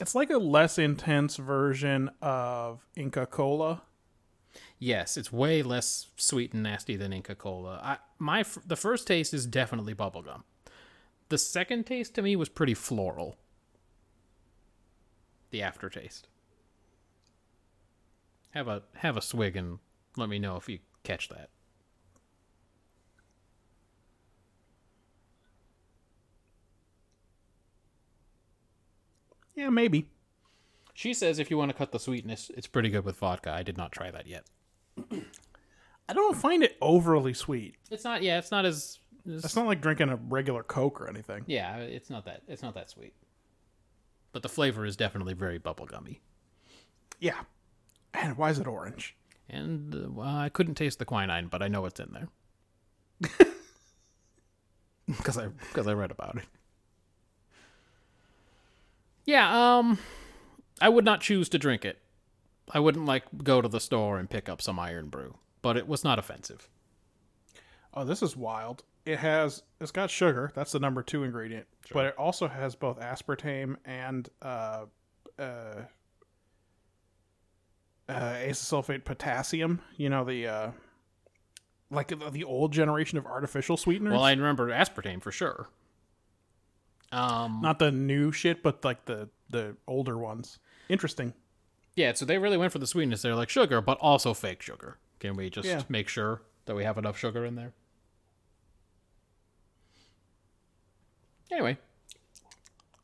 [SPEAKER 3] It's like a less intense version of Inca Cola.
[SPEAKER 2] Yes, it's way less sweet and nasty than Inca Cola. I, my f- the first taste is definitely bubblegum. The second taste to me was pretty floral. The aftertaste. Have a have a swig and let me know if you catch that.
[SPEAKER 3] Yeah, maybe.
[SPEAKER 2] She says if you want to cut the sweetness, it's pretty good with vodka. I did not try that yet.
[SPEAKER 3] I don't find it overly sweet.
[SPEAKER 2] It's not yeah, it's not as
[SPEAKER 3] It's not like drinking a regular Coke or anything.
[SPEAKER 2] yeah, it's not that it's not that sweet. But the flavor is definitely very bubblegummy.
[SPEAKER 3] Yeah. And why is it orange?
[SPEAKER 2] And uh, well, I couldn't taste the quinine, but I know it's in there. because I because I read about it. Yeah, um, I would not choose to drink it. I wouldn't like go to the store and pick up some iron brew, but it was not offensive.
[SPEAKER 3] Oh, this is wild. It has it's got sugar. That's the number two ingredient, but it also has both aspartame and uh, uh, uh, acesulfate potassium. You know the uh, like the, the old generation of artificial sweeteners.
[SPEAKER 2] Well, I remember aspartame for sure. Um,
[SPEAKER 3] not the new shit, but like the the older ones. Interesting.
[SPEAKER 2] yeah, so they really went for the sweetness. They're like sugar, but also fake sugar. Can we just
[SPEAKER 3] Yeah.
[SPEAKER 2] make sure that we have enough sugar in there? Anyway,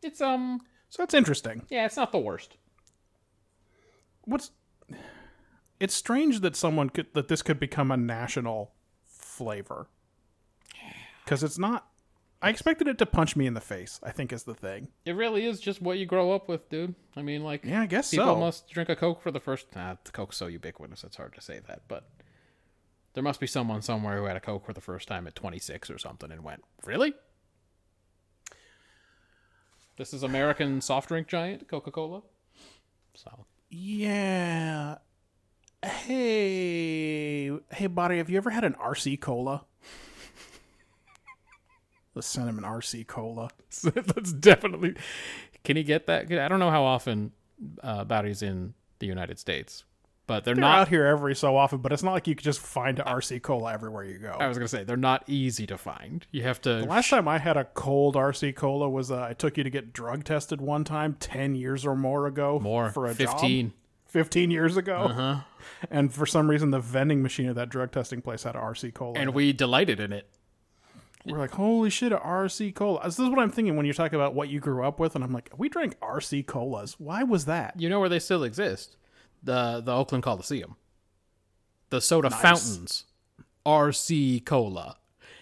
[SPEAKER 2] it's um,
[SPEAKER 3] So that's interesting.
[SPEAKER 2] yeah, it's not the worst.
[SPEAKER 3] What's it's strange that someone could that this could become a national flavor because it's not. I expected it to punch me in the face. I think is the thing.
[SPEAKER 2] It really is just what you grow up with, dude. I mean, like,
[SPEAKER 3] Yeah, I guess
[SPEAKER 2] people
[SPEAKER 3] so.
[SPEAKER 2] must drink a Coke for the first. Nah, the Coke's so ubiquitous, it's hard to say that, but there must be someone somewhere who had a Coke for the first time at 26 or something and went, "Really? This is American soft drink giant Coca Cola." So
[SPEAKER 3] Yeah. Hey, hey, buddy, have you ever had an RC cola? Let's send him an RC cola.
[SPEAKER 2] that's definitely. Can you get that? I don't know how often uh, Batty's in the United States, but they're,
[SPEAKER 3] They're
[SPEAKER 2] not
[SPEAKER 3] out here every so often, but it's not like you could just find an RC cola everywhere you go.
[SPEAKER 2] I was gonna say they're not easy to find. You have to.
[SPEAKER 3] The Last time I had a cold RC cola was uh, I took you to get drug tested one time, ten years or more ago.
[SPEAKER 2] more
[SPEAKER 3] for a
[SPEAKER 2] fifteen. Uh-huh.
[SPEAKER 3] job, fifteen years ago. And for some reason, the vending machine at that drug testing place had a RC cola. in
[SPEAKER 2] and we delighted in it.
[SPEAKER 3] We're like, holy shit, a RC cola. This is what I'm thinking when you talk about what you grew up with, and I'm like, we drank RC colas. Why was that?
[SPEAKER 2] You know where they still exist? The the Oakland Coliseum. The soda fountains. RC Cola.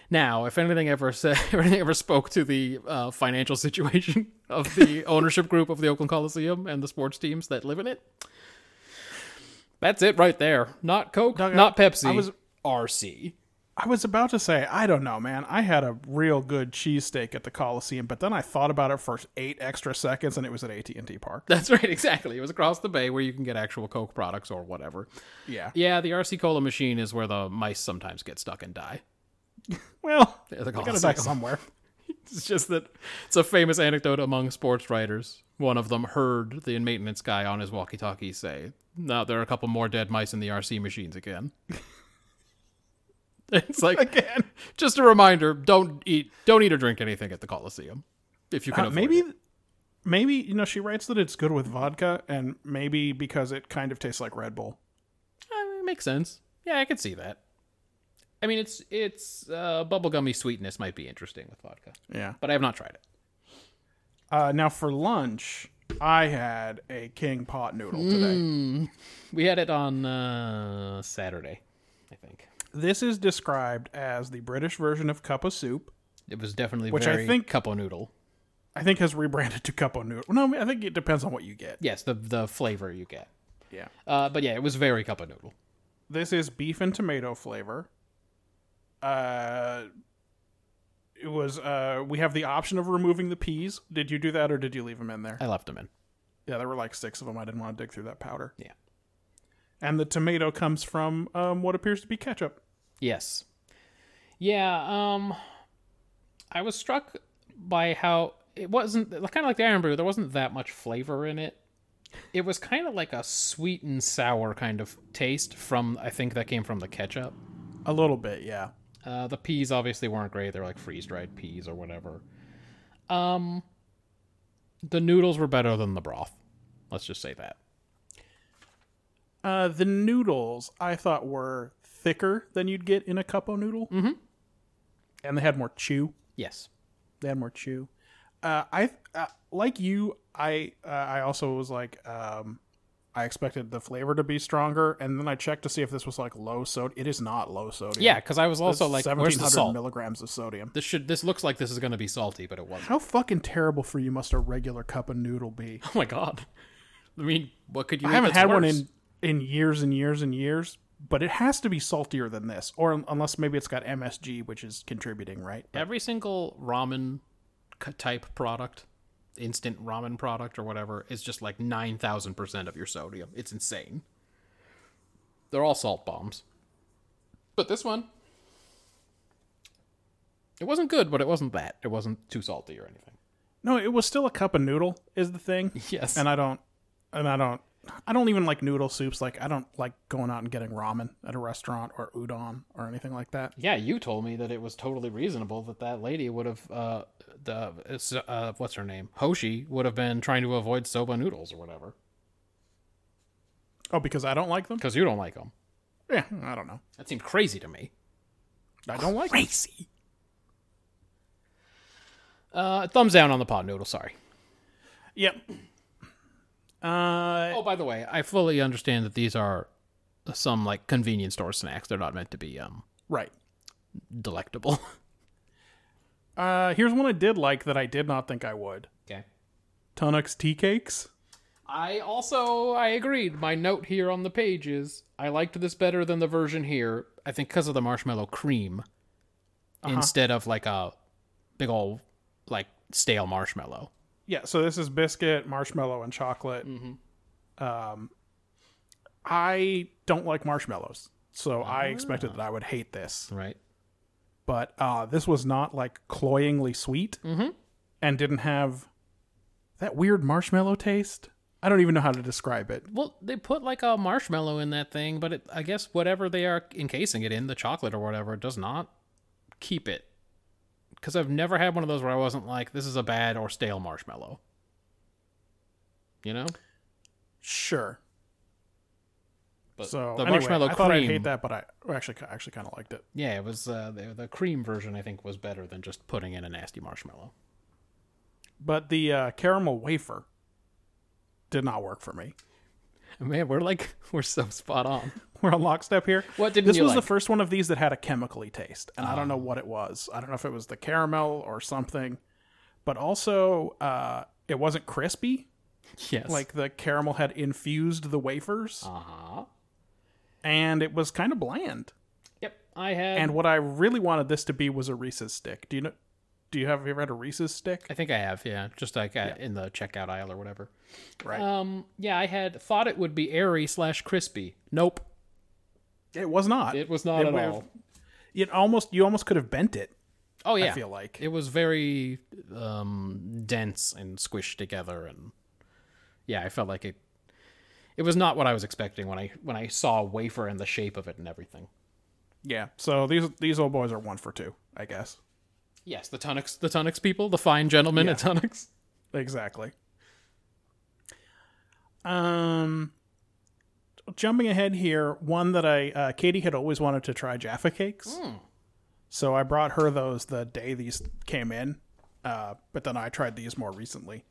[SPEAKER 2] Now, if anything ever said, if anything ever spoke to the uh, financial situation of the ownership group of the Oakland Coliseum and the sports teams that live in it, that's it right there. Not Coke,
[SPEAKER 3] Doug, I-
[SPEAKER 2] not Pepsi.
[SPEAKER 3] I was-
[SPEAKER 2] RC.
[SPEAKER 3] I was about to say, I don't know, man. I had a real good cheesesteak at the Coliseum, but then I thought about it for eight extra seconds, and it was at AT&T Park.
[SPEAKER 2] That's right, exactly. It was across the bay where you can get actual Coke products or whatever.
[SPEAKER 3] Yeah.
[SPEAKER 2] Yeah, the RC Cola machine is where the mice sometimes get stuck and die.
[SPEAKER 3] Well,
[SPEAKER 2] At the
[SPEAKER 3] I gotta
[SPEAKER 2] Coliseum.
[SPEAKER 3] die somewhere.
[SPEAKER 2] It's just that it's a famous anecdote among sports writers. One of them heard the maintenance guy on his walkie talkie say, Now there are a couple more dead mice in the RC machines again. it's like,
[SPEAKER 3] Again.
[SPEAKER 2] just a reminder don't eat don't eat or drink anything at the Coliseum. If you can
[SPEAKER 3] Uh,
[SPEAKER 2] avoid
[SPEAKER 3] maybe,
[SPEAKER 2] it.
[SPEAKER 3] maybe you know, she writes that it's good with vodka, and maybe because it kind of tastes like Red Bull.
[SPEAKER 2] Uh, it makes sense. Yeah, I could see that. I mean, it's it's uh, bubblegummy sweetness might be interesting with vodka,
[SPEAKER 3] Yeah.
[SPEAKER 2] but I have not tried it.
[SPEAKER 3] Uh, now for lunch, I had a king pot noodle today.
[SPEAKER 2] Mm. Hmm. We had it on uh, Saturday, I think.
[SPEAKER 3] This is described as the British version of cup of soup.
[SPEAKER 2] It was definitely
[SPEAKER 3] Which I
[SPEAKER 2] very
[SPEAKER 3] think-
[SPEAKER 2] cup o' noodle.
[SPEAKER 3] I think has rebranded to cup of noodle. No, I think it depends on what you get.
[SPEAKER 2] Yes, the the flavor you get.
[SPEAKER 3] Yeah.
[SPEAKER 2] Uh, but yeah, it was very cup of noodle.
[SPEAKER 3] This is beef and tomato flavor. Uh, it was. Uh, we have the option of removing the peas. Did you do that, or did you leave them in there?
[SPEAKER 2] I left them in.
[SPEAKER 3] Yeah, there were like six of them. I didn't want to dig through that powder.
[SPEAKER 2] Yeah.
[SPEAKER 3] And the tomato comes from um, what appears to be ketchup.
[SPEAKER 2] Yes. Yeah. Um, I was struck by how it wasn't kind of like the Iron Brew. There wasn't that much flavor in it. It was kind of like a sweet and sour kind of taste from. I think that came from the ketchup.
[SPEAKER 3] A little bit, yeah.
[SPEAKER 2] Uh, the peas obviously weren't great. They're like freeze dried peas or whatever. Um, the noodles were better than the broth. Let's just say that.
[SPEAKER 3] Uh, the noodles I thought were thicker than you'd get in a cup of noodle. Mm-hmm. And they had more chew.
[SPEAKER 2] Yes.
[SPEAKER 3] They had more chew. Uh, I uh, like you. I uh, I also was like, um, I expected the flavor to be stronger, and then I checked to see if this was like low sodium. It is not low sodium.
[SPEAKER 2] Yeah, because I was
[SPEAKER 3] It's
[SPEAKER 2] also like, where's the
[SPEAKER 3] 1700
[SPEAKER 2] salt?
[SPEAKER 3] milligrams of sodium.
[SPEAKER 2] This should. This looks like this is going to be salty, but it wasn't.
[SPEAKER 3] How fucking terrible for you must a regular cup of noodle be?
[SPEAKER 2] Oh my god. I mean, what could you?
[SPEAKER 3] I haven't had one in in years and years and years, but it has to be saltier than this, or un- unless maybe it's got MSG, which is contributing, right? But
[SPEAKER 2] Every single ramen c- type product, instant ramen product or whatever, is just like 9,000% of your sodium. It's insane. They're all salt bombs. But this one, it wasn't good, but it wasn't that. It wasn't too salty or anything.
[SPEAKER 3] no, it was still a cup of noodle is the thing.
[SPEAKER 2] Yes.
[SPEAKER 3] and I don't, and I don't, I don't even like noodle soups. Like I don't like going out and getting ramen at a restaurant or udon or anything like that.
[SPEAKER 2] Yeah, you told me that it was totally reasonable that that lady would have, uh, the, it's, uh, what's her name? Hoshi would have been trying to avoid soba noodles or whatever.
[SPEAKER 3] Oh, because I don't like them.
[SPEAKER 2] Because you don't like them.
[SPEAKER 3] Yeah, I don't know.
[SPEAKER 2] That seemed crazy to me.
[SPEAKER 3] I don't like crazy.
[SPEAKER 2] Uh, thumbs down on the pot noodle, sorry.
[SPEAKER 3] Yep. Uh,
[SPEAKER 2] Oh, by the way, I fully understand that these are some like convenience store snacks. They're not meant to be um
[SPEAKER 3] right.
[SPEAKER 2] delectable.
[SPEAKER 3] Uh, here's one I did like that I did not think I would.
[SPEAKER 2] Okay.
[SPEAKER 3] Tunnock's tea cakes.
[SPEAKER 2] I also I agreed. My note here on the page is I liked this better than the version here. I think because of the marshmallow cream instead of like a big old like stale marshmallow.
[SPEAKER 3] Yeah, so this is biscuit, marshmallow, and chocolate. Um,
[SPEAKER 2] Mm-hmm.
[SPEAKER 3] I don't like marshmallows, so I expected that I would hate this.
[SPEAKER 2] Right.
[SPEAKER 3] But uh, this was not like cloyingly sweet,
[SPEAKER 2] Mm-hmm.
[SPEAKER 3] and didn't have that weird marshmallow taste. I don't even know how to describe it.
[SPEAKER 2] Well, they put like a marshmallow in that thing, but it, I guess whatever they are encasing it in, the chocolate or whatever, does not keep it. Because I've never had one of those where I wasn't like, this is a bad or stale marshmallow. You know?
[SPEAKER 3] Sure.
[SPEAKER 2] But
[SPEAKER 3] So
[SPEAKER 2] the
[SPEAKER 3] anyway,
[SPEAKER 2] marshmallow
[SPEAKER 3] I
[SPEAKER 2] cream.
[SPEAKER 3] thought I'd hate that, but I well, actually I actually kind of liked it.
[SPEAKER 2] Yeah, it was uh, the, the cream version, I think, was better than just putting in a nasty marshmallow.
[SPEAKER 3] But the uh, caramel wafer did not work for me.
[SPEAKER 2] Man, we're like, we're so spot on.
[SPEAKER 3] we're on lockstep here.
[SPEAKER 2] What didn't
[SPEAKER 3] this
[SPEAKER 2] you
[SPEAKER 3] was the
[SPEAKER 2] like? Oh.
[SPEAKER 3] first one of these that had a chemically taste, and I don't know what it was. I don't know if it was the caramel or something, but also uh, it wasn't crispy.
[SPEAKER 2] yes.
[SPEAKER 3] Like the caramel had infused the wafers,
[SPEAKER 2] uh huh.
[SPEAKER 3] and it was kind of bland.
[SPEAKER 2] Yep. I had.
[SPEAKER 3] And what I really wanted this to be was a Reese's stick. Do you know? Do you have have you ever had a Reese's stick?
[SPEAKER 2] I think I have, yeah. Just like uh in the checkout aisle or whatever.
[SPEAKER 3] Right.
[SPEAKER 2] Um. Yeah, I had thought it would be airy slash crispy. Nope,
[SPEAKER 3] It was not.
[SPEAKER 2] it was not
[SPEAKER 3] It
[SPEAKER 2] at
[SPEAKER 3] would've-
[SPEAKER 2] all.
[SPEAKER 3] It almost you almost could have bent it.
[SPEAKER 2] Oh yeah,
[SPEAKER 3] I feel like
[SPEAKER 2] it was very um dense and squished together, and yeah, I felt like it. It was not what I was expecting when I when I saw a wafer and the shape of it and everything.
[SPEAKER 3] yeah. So these these old boys are one for two, I guess.
[SPEAKER 2] Yes, the Tunnocks, the Tunnocks people, the fine gentlemen at Tunnocks.
[SPEAKER 3] Exactly. Um, jumping ahead here, one that I uh, Katie had always wanted to try Jaffa cakes, so I brought her those the day these came in. Uh, but then I tried these more recently.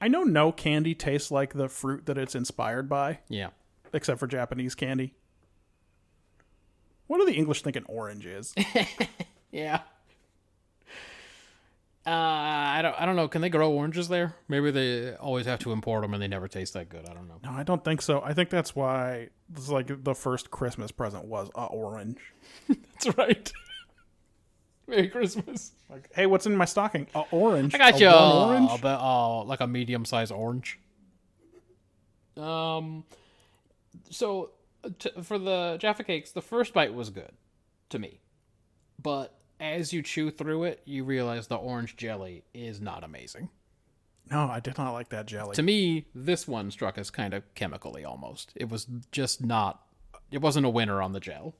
[SPEAKER 3] I know no candy tastes like the fruit that it's inspired by,
[SPEAKER 2] Yeah,
[SPEAKER 3] except for Japanese candy. What do the English think an orange is?
[SPEAKER 2] yeah. Uh, I don't, I don't know. Can they grow oranges there? Maybe they always have to import them and they never taste that good. I don't know.
[SPEAKER 3] No, I don't think so. I think that's why this is like the first Christmas present was a orange.
[SPEAKER 2] That's right. Merry Christmas.
[SPEAKER 3] Like, hey, what's in my stocking? A orange.
[SPEAKER 2] I got
[SPEAKER 3] A
[SPEAKER 2] you.
[SPEAKER 3] one
[SPEAKER 2] uh,
[SPEAKER 3] orange.
[SPEAKER 2] but, uh, like a medium sized orange. Um, so uh, t- for the Jaffa cakes, the first bite was good to me, but as you chew through it, you realize the orange jelly is not amazing.
[SPEAKER 3] No, I did not like that jelly.
[SPEAKER 2] To me, this one struck us kind of chemically almost. It was just not. It wasn't a winner on the gel.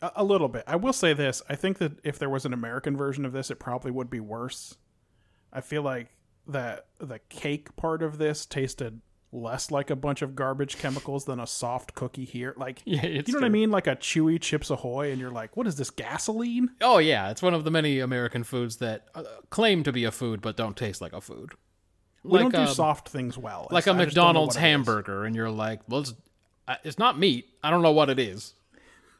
[SPEAKER 3] A, a little bit. I will say this. I think that if there was an American version of this, it probably would be worse. I feel like that the cake part of this tasted less like a bunch of garbage chemicals than a soft cookie here. Like,
[SPEAKER 2] Yeah, it's
[SPEAKER 3] you know what I
[SPEAKER 2] true.
[SPEAKER 3] mean? Like a chewy Chips Ahoy, and you're like, what is this, gasoline?
[SPEAKER 2] Oh yeah, it's one of the many American foods that uh, claim to be a food but don't taste like a food.
[SPEAKER 3] We
[SPEAKER 2] Like,
[SPEAKER 3] don't do
[SPEAKER 2] um,
[SPEAKER 3] soft things well.
[SPEAKER 2] like a
[SPEAKER 3] It's- I just don't know
[SPEAKER 2] McDonald's
[SPEAKER 3] what it is.
[SPEAKER 2] hamburger, and you're like, well, it's, uh, it's not meat. I don't know what it is.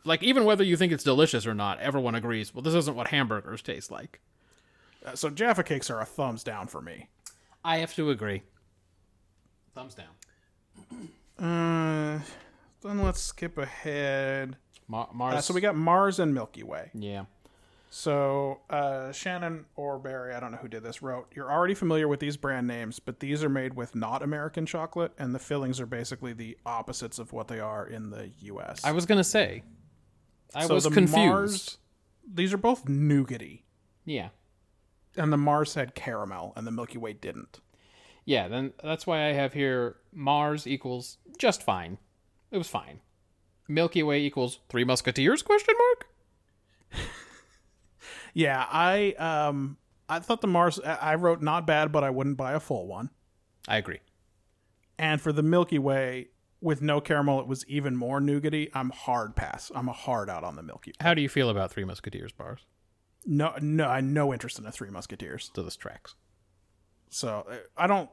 [SPEAKER 2] Like, even whether you think it's delicious or not, everyone agrees, well, this isn't what hamburgers taste like.
[SPEAKER 3] Uh, So Jaffa cakes are a thumbs down for me.
[SPEAKER 2] I have to agree. Thumbs down.
[SPEAKER 3] Uh, Then let's skip ahead.
[SPEAKER 2] Mar-
[SPEAKER 3] Uh,
[SPEAKER 2] Mars.
[SPEAKER 3] so we got Mars and Milky Way.
[SPEAKER 2] yeah.
[SPEAKER 3] So uh, Shannon or Barry, I don't know who did this, wrote, You're already familiar with these brand names, but these are made with not American chocolate, and the fillings are basically the opposites of what they are in the US.
[SPEAKER 2] I was gonna say. I
[SPEAKER 3] So
[SPEAKER 2] was
[SPEAKER 3] the
[SPEAKER 2] confused.
[SPEAKER 3] Mars- these are both nougaty.
[SPEAKER 2] yeah.
[SPEAKER 3] And the Mars had caramel, and the Milky Way didn't.
[SPEAKER 2] Yeah. Then that's why I have here Mars equals just fine. It was fine. Milky Way equals Three Musketeers? Question mark.
[SPEAKER 3] Yeah, I um I thought the Mars I I wrote not bad, but I wouldn't buy a full one.
[SPEAKER 2] I agree.
[SPEAKER 3] And for the Milky Way with no caramel, it was even more nougaty. I'm hard pass. I'm a hard out on the Milky Way.
[SPEAKER 2] How do you feel about Three Musketeers bars?
[SPEAKER 3] No, no, I no interest in the Three Musketeers.
[SPEAKER 2] To this tracks.
[SPEAKER 3] So uh, I don't,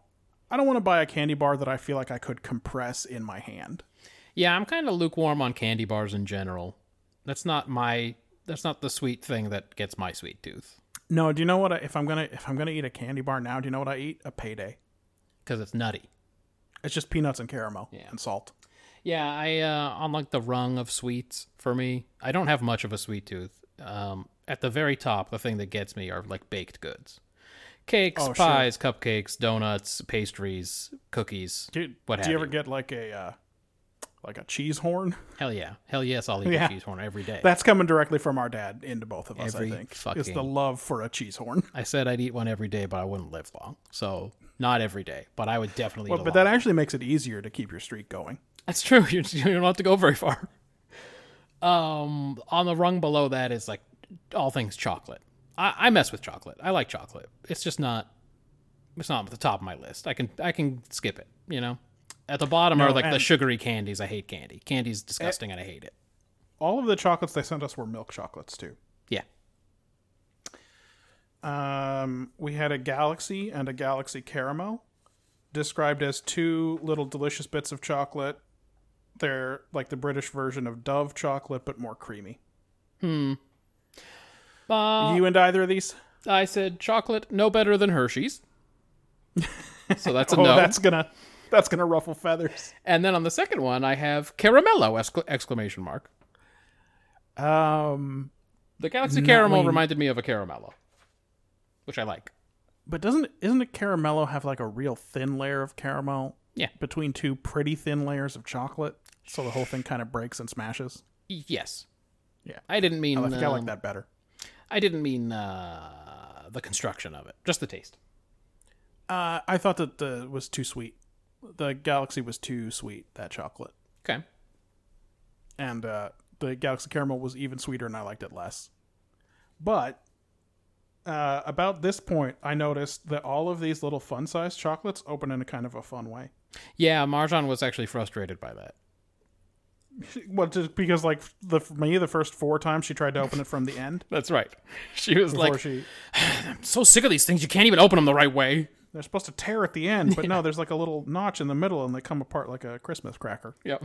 [SPEAKER 3] I don't want to buy a candy bar that I feel like I could compress in my hand.
[SPEAKER 2] Yeah, I'm kind of lukewarm on candy bars in general. That's not my. That's not the sweet thing that gets my sweet tooth
[SPEAKER 3] No, do you know what? I, if I'm gonna, if I'm gonna eat a candy bar now, do you know what I eat? A payday.
[SPEAKER 2] because it's nutty.
[SPEAKER 3] It's just peanuts and caramel and salt.
[SPEAKER 2] Yeah, I uh, on like the rung of sweets for me. I don't have much of a sweet tooth. Um, at the very top, the thing that gets me are like baked goods, cakes,
[SPEAKER 3] Oh, sure.
[SPEAKER 2] pies, cupcakes, donuts, pastries, cookies.
[SPEAKER 3] Dude,
[SPEAKER 2] What
[SPEAKER 3] do
[SPEAKER 2] have
[SPEAKER 3] you ever
[SPEAKER 2] you.
[SPEAKER 3] get like a, uh, like a cheese horn?
[SPEAKER 2] Hell yeah, hell yes, I'll eat
[SPEAKER 3] Yeah.
[SPEAKER 2] a cheese horn every day.
[SPEAKER 3] That's coming directly from our dad into both of us.
[SPEAKER 2] Every
[SPEAKER 3] I think it's
[SPEAKER 2] fucking-
[SPEAKER 3] the love for a cheese horn.
[SPEAKER 2] I said I'd eat one every day, but I wouldn't live long, so not every day. But I would definitely.
[SPEAKER 3] Well,
[SPEAKER 2] eat a
[SPEAKER 3] but
[SPEAKER 2] lot.
[SPEAKER 3] that actually makes it easier to keep your streak going.
[SPEAKER 2] That's true. You you don't have to go very far. Um, on the rung below that is like all things chocolate. I, I mess with chocolate. I like chocolate. It's just not. It's not at the top of my list. I can I can skip it. You know. At the bottom are like the
[SPEAKER 3] and-
[SPEAKER 2] sugary candies. I hate candy. Candy's disgusting, and I hate it.
[SPEAKER 3] All of the chocolates they sent us were milk chocolates too.
[SPEAKER 2] Yeah.
[SPEAKER 3] Um, we had a galaxy and a galaxy caramel, described as two little delicious bits of chocolate. They're like the British version of Dove chocolate, but more creamy.
[SPEAKER 2] Uh,
[SPEAKER 3] you and either of these?
[SPEAKER 2] I said chocolate no better than Hershey's. So that's a
[SPEAKER 3] Oh,
[SPEAKER 2] no.
[SPEAKER 3] that's gonna that's gonna ruffle feathers.
[SPEAKER 2] And then on the second one, I have caramello excla- exclamation mark.
[SPEAKER 3] Um,
[SPEAKER 2] The Galaxy
[SPEAKER 3] Not
[SPEAKER 2] Caramel
[SPEAKER 3] lean.
[SPEAKER 2] reminded me of a caramello, which I like.
[SPEAKER 3] but doesn't isn't a caramello have like a real thin layer of caramel?
[SPEAKER 2] Yeah.
[SPEAKER 3] between two pretty thin layers of chocolate, so the whole thing kind of breaks and smashes.
[SPEAKER 2] Yes.
[SPEAKER 3] Yeah. Oh,
[SPEAKER 2] I didn't mean.
[SPEAKER 3] I think I like
[SPEAKER 2] um,
[SPEAKER 3] that better.
[SPEAKER 2] I didn't mean uh, the construction of it, just the taste.
[SPEAKER 3] Uh, I thought that the was too sweet. The galaxy was too sweet. That chocolate.
[SPEAKER 2] Okay.
[SPEAKER 3] and uh, the Galaxy Caramel was even sweeter, and I liked it less. But uh, about this point, I noticed that all of these little fun-sized chocolates open in a kind of a fun way.
[SPEAKER 2] Yeah, Marjan was actually frustrated by that.
[SPEAKER 3] Well, just because like the for me, the first four times she tried to open it from the end
[SPEAKER 2] That's right. She was
[SPEAKER 3] before
[SPEAKER 2] like,
[SPEAKER 3] she
[SPEAKER 2] "I'm so sick of these things. You can't even open them the right way."
[SPEAKER 3] they're supposed to tear at the end, but no, there's like a little notch in the middle, and they come apart like a Christmas cracker.
[SPEAKER 2] Yep.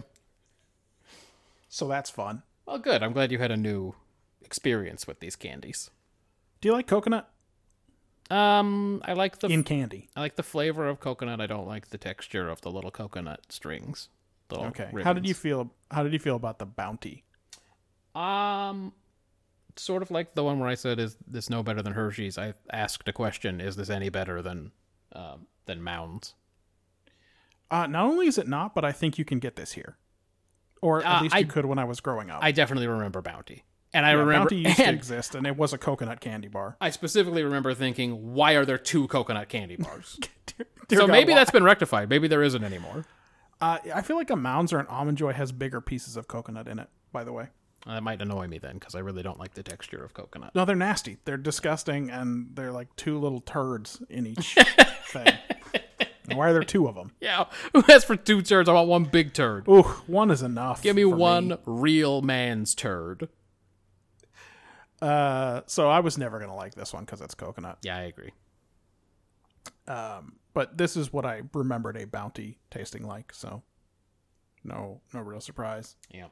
[SPEAKER 3] So that's fun.
[SPEAKER 2] Well, good. I'm glad you had a new experience with these candies.
[SPEAKER 3] Do you like coconut
[SPEAKER 2] Um, I like the
[SPEAKER 3] in candy?
[SPEAKER 2] I like the flavor of coconut. I don't like the texture of the little coconut strings. Little
[SPEAKER 3] Okay. How did
[SPEAKER 2] ribbons.
[SPEAKER 3] you feel? How did you feel about the bounty?
[SPEAKER 2] Um, sort of like the one where I said, "Is this no better than Hershey's?" I asked a question: "Is this any better than um, than Mounds?"
[SPEAKER 3] Uh, not only is it not, but I think you can get this here, or at
[SPEAKER 2] Uh,
[SPEAKER 3] least
[SPEAKER 2] I-
[SPEAKER 3] you could when I was growing up.
[SPEAKER 2] I definitely remember Bounty, and I
[SPEAKER 3] Yeah,
[SPEAKER 2] remember
[SPEAKER 3] Bounty used to
[SPEAKER 2] and
[SPEAKER 3] exist, and it was a coconut candy bar.
[SPEAKER 2] I specifically remember thinking, "Why are there two coconut candy bars?"
[SPEAKER 3] Dear- dear
[SPEAKER 2] so
[SPEAKER 3] God,
[SPEAKER 2] maybe
[SPEAKER 3] why?
[SPEAKER 2] that's been rectified. Maybe there isn't anymore.
[SPEAKER 3] Uh, I feel like a Mounds or an Almond Joy has bigger pieces of coconut in it. By the way,
[SPEAKER 2] Uh, That might annoy me then, because I really don't like the texture of coconut.
[SPEAKER 3] no, they're nasty. They're disgusting, and they're like two little turds in each thing. And why are there two of them?
[SPEAKER 2] Yeah, who asked for two turds? I want one big turd.
[SPEAKER 3] Ooh, one is enough.
[SPEAKER 2] Give me
[SPEAKER 3] for
[SPEAKER 2] one real man's turd.
[SPEAKER 3] Uh, so I was never gonna like this one because it's coconut.
[SPEAKER 2] Yeah, I agree.
[SPEAKER 3] but this is what I remembered a bounty tasting like, so no no real surprise.
[SPEAKER 2] Yeah.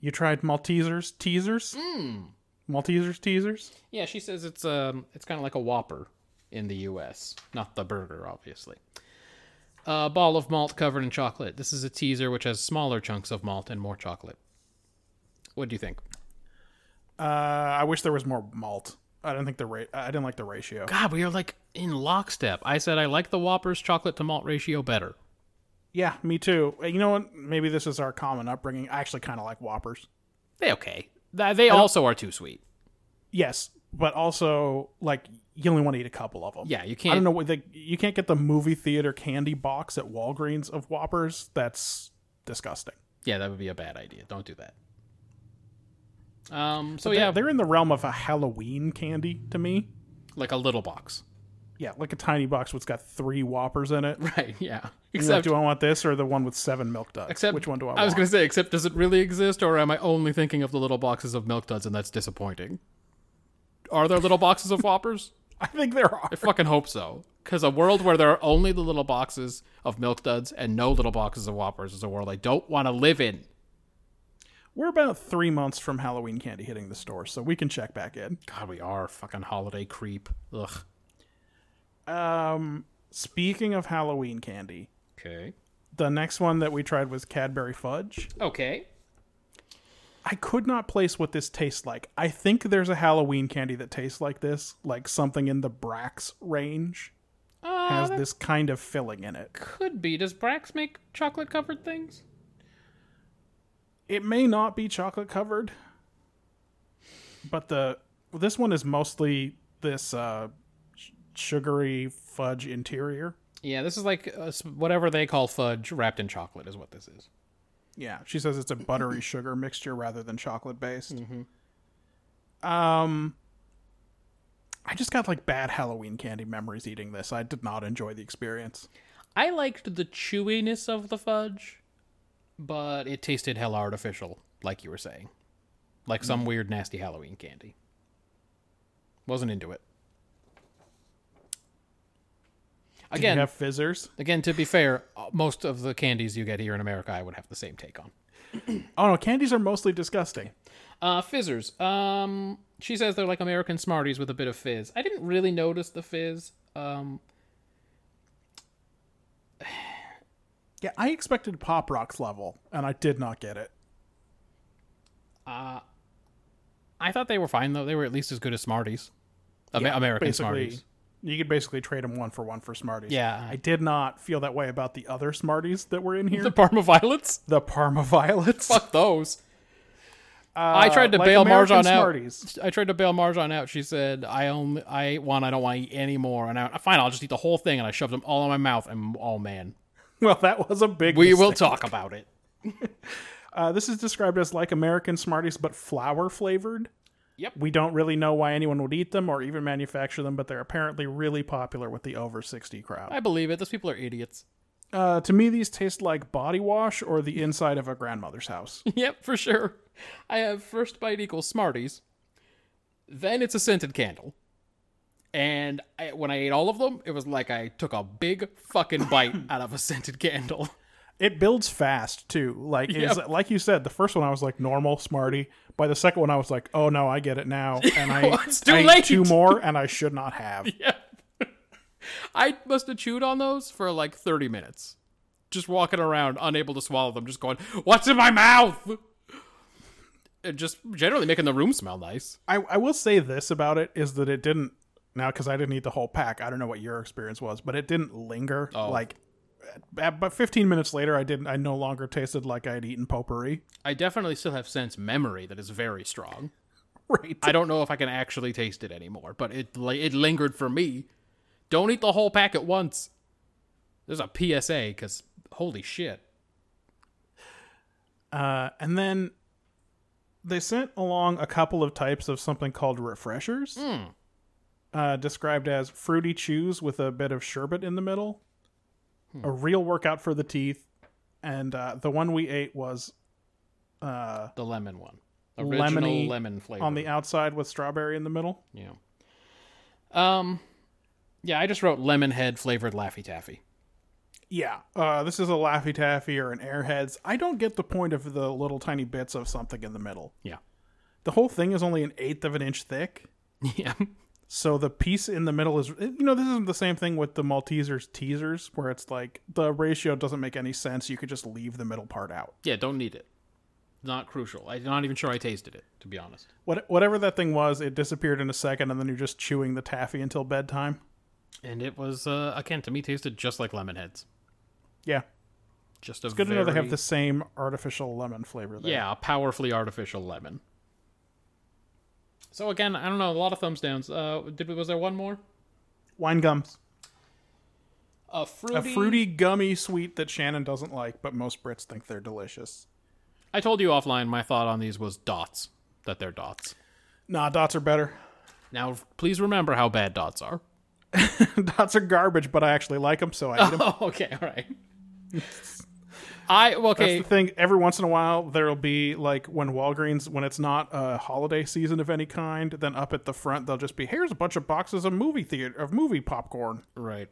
[SPEAKER 3] You tried Maltesers teasers?
[SPEAKER 2] Hmm.
[SPEAKER 3] Maltesers teasers?
[SPEAKER 2] Yeah, she says it's um it's kind of like a Whopper in the U.S., not the burger, obviously. A ball of malt covered in chocolate. This is a teaser which has smaller chunks of malt and more chocolate. What do you think?
[SPEAKER 3] Uh, I wish there was more malt. I don't think the rate. I didn't like the ratio.
[SPEAKER 2] God, we are like in lockstep. I said I like the Whopper's chocolate to malt ratio better.
[SPEAKER 3] Yeah, me too. Uh, You know what? Maybe this is our common upbringing. I actually kind of like Whoppers.
[SPEAKER 2] They okay. Th- They also are too sweet.
[SPEAKER 3] Yes, but also like you only want to eat a couple of them.
[SPEAKER 2] Yeah, you
[SPEAKER 3] I
[SPEAKER 2] can't.
[SPEAKER 3] don't know what the you can't get the movie theater candy box at Walgreens of Whoppers. That's disgusting.
[SPEAKER 2] Yeah, that would be a bad idea. Don't do that. Um. So
[SPEAKER 3] They-
[SPEAKER 2] yeah,
[SPEAKER 3] they're in the realm of a Halloween candy to me.
[SPEAKER 2] like a little box.
[SPEAKER 3] Yeah, like a tiny box what's got three Whoppers in it.
[SPEAKER 2] Right. Yeah.
[SPEAKER 3] You're like,
[SPEAKER 2] Except.
[SPEAKER 3] do I want this or the one with seven milk duds?
[SPEAKER 2] except
[SPEAKER 3] which one do I?
[SPEAKER 2] I was
[SPEAKER 3] want?
[SPEAKER 2] gonna say. Except, does it really exist, or am I only thinking of the little boxes of milk duds, and that's disappointing? Are there little boxes of Whoppers?
[SPEAKER 3] I think there are.
[SPEAKER 2] I fucking hope so. Because a world where there are only the little boxes of milk duds and no little boxes of Whoppers is a world I don't want to live in.
[SPEAKER 3] We're about three months from Halloween candy hitting the store, so we can check back in.
[SPEAKER 2] God, we are fucking holiday creep. Ugh.
[SPEAKER 3] Um, speaking of Halloween candy,
[SPEAKER 2] Okay.
[SPEAKER 3] the next one that we tried was Cadbury Fudge.
[SPEAKER 2] Okay.
[SPEAKER 3] I could not place what this tastes like. I think there's a Halloween candy that tastes like this, like something in the Brax range. has this kind of filling in it.
[SPEAKER 2] Could be. Does Brax make chocolate covered things?
[SPEAKER 3] It may not be chocolate covered, but the this one is mostly this uh, sh- sugary fudge interior.
[SPEAKER 2] Yeah, this is like uh, s- whatever they call fudge wrapped in chocolate is what this is.
[SPEAKER 3] Yeah, she says it's a buttery sugar mixture rather than chocolate based. Um, I just got like bad Halloween candy memories eating this. I did not enjoy the experience.
[SPEAKER 2] I liked the chewiness of the fudge, but it tasted hell artificial, like you were saying. Like some
[SPEAKER 3] Mm.
[SPEAKER 2] weird, nasty Halloween candy. Wasn't into it.
[SPEAKER 3] Did you
[SPEAKER 2] Again,
[SPEAKER 3] have fizzers?
[SPEAKER 2] again, to be fair, uh, most of the candies you get here in America, I would have the same take on.
[SPEAKER 3] Oh no, candies are mostly disgusting.
[SPEAKER 2] Uh, fizzers. Um, she says they're like American Smarties with a bit of fizz. I didn't really notice the fizz. Um,
[SPEAKER 3] Yeah, I expected Pop Rocks level, and I did not get it.
[SPEAKER 2] I thought they were fine though. They were at least as good as Smarties, Ama- American
[SPEAKER 3] Basically,
[SPEAKER 2] Smarties.
[SPEAKER 3] you could basically trade them one for one for Smarties.
[SPEAKER 2] Yeah.
[SPEAKER 3] I did not feel that way about the other Smarties that were in here.
[SPEAKER 2] The
[SPEAKER 3] The,
[SPEAKER 2] Parma Violets.
[SPEAKER 3] Parma Violets.
[SPEAKER 2] Fuck those. I tried to
[SPEAKER 3] Uh, like
[SPEAKER 2] bail
[SPEAKER 3] American
[SPEAKER 2] Marjan
[SPEAKER 3] Smarties.
[SPEAKER 2] out. I tried to bail Marjan out. She said, "I only, I ate one. I don't want to eat any more." And I, fine, I'll just eat the whole thing. And I shoved them all in my mouth. And oh man,
[SPEAKER 3] Well, that was a big.
[SPEAKER 2] we will
[SPEAKER 3] mistake.
[SPEAKER 2] talk about it.
[SPEAKER 3] Uh, this is described as like American Smarties, but flour flavored.
[SPEAKER 2] Yep.
[SPEAKER 3] We don't really know why anyone would eat them or even manufacture them, but they're apparently really popular with the over 60 crowd.
[SPEAKER 2] I believe it. Those people are idiots.
[SPEAKER 3] Uh, to me, these taste like body wash or the inside of a grandmother's house.
[SPEAKER 2] yep, for sure. I have first bite equals Smarties. Then it's a scented candle. And I, when I ate all of them, it was like I took a big fucking bite out of a scented candle.
[SPEAKER 3] It builds fast, too. Like, it's-
[SPEAKER 2] Yep.
[SPEAKER 3] like you said, the first one I was like normal Smartie. By the second one, I was like, oh no, I get it now. And I,
[SPEAKER 2] It's too
[SPEAKER 3] I ate
[SPEAKER 2] late.
[SPEAKER 3] two more, and I should not have.
[SPEAKER 2] I must have chewed on those for like 30 minutes. Just walking around, unable to swallow them, just going, What's in my mouth? And just generally making the room smell nice.
[SPEAKER 3] I, I will say this about it is that it didn't now because I didn't eat the whole pack. I don't know what your experience was, but it didn't linger. Like, at- but 15 minutes later, I didn't. I no longer tasted like I had eaten potpourri.
[SPEAKER 2] I definitely still have sense memory that is very strong.
[SPEAKER 3] Right.
[SPEAKER 2] I don't know if I can actually taste it anymore, but it li- it lingered for me. Don't eat the whole pack at once. There's a PSA because holy shit.
[SPEAKER 3] Uh, and then they sent along a couple of types of something called refreshers, uh, described as fruity chews with a bit of sherbet in the middle, a real workout for the teeth, and uh, the one we ate was
[SPEAKER 2] The lemon one, original
[SPEAKER 3] Lemony
[SPEAKER 2] lemon flavor
[SPEAKER 3] on the outside with strawberry in the middle.
[SPEAKER 2] Yeah. Um, yeah, I just wrote lemon head flavored Laffy Taffy.
[SPEAKER 3] Yeah, uh, this is a Laffy Taffy or an Airheads. I don't get the point of the little tiny bits of something in the middle.
[SPEAKER 2] Yeah.
[SPEAKER 3] The whole thing is only an eighth of an inch thick.
[SPEAKER 2] Yeah.
[SPEAKER 3] So the piece in the middle is, eh, you know, this isn't the same thing with the Maltesers teasers, where it's like the ratio doesn't make any sense. You could just leave the middle part out.
[SPEAKER 2] Yeah, don't need it. Not crucial. I'm not even sure I tasted it, to be honest.
[SPEAKER 3] What, whatever that thing was, it disappeared in a second, and then you're just chewing the taffy until bedtime.
[SPEAKER 2] And it was, uh, again, to me, tasted just like lemon heads.
[SPEAKER 3] Yeah,
[SPEAKER 2] Just a
[SPEAKER 3] it's good to know they have
[SPEAKER 2] very-
[SPEAKER 3] the same artificial lemon flavor. There.
[SPEAKER 2] Yeah, a powerfully artificial lemon. So again, I don't know. A lot of thumbs downs. Uh, did we? Was there one more?
[SPEAKER 3] wine gums,
[SPEAKER 2] A fruity.
[SPEAKER 3] a fruity gummy sweet that Shannon doesn't like, but most Brits think they're delicious.
[SPEAKER 2] I told you offline. My thought on these was dots. That they're dots.
[SPEAKER 3] Nah, dots are better.
[SPEAKER 2] Now, please remember how bad dots are.
[SPEAKER 3] dots are garbage, but I actually like them, so I eat them.
[SPEAKER 2] Oh, okay, all right. I well, okay.
[SPEAKER 3] That's the thing. Every once in a while, there'll be like when Walgreens, when it's not a holiday season of any kind, then up at the front they'll just be here's a bunch of boxes of movie theater of movie popcorn,
[SPEAKER 2] right.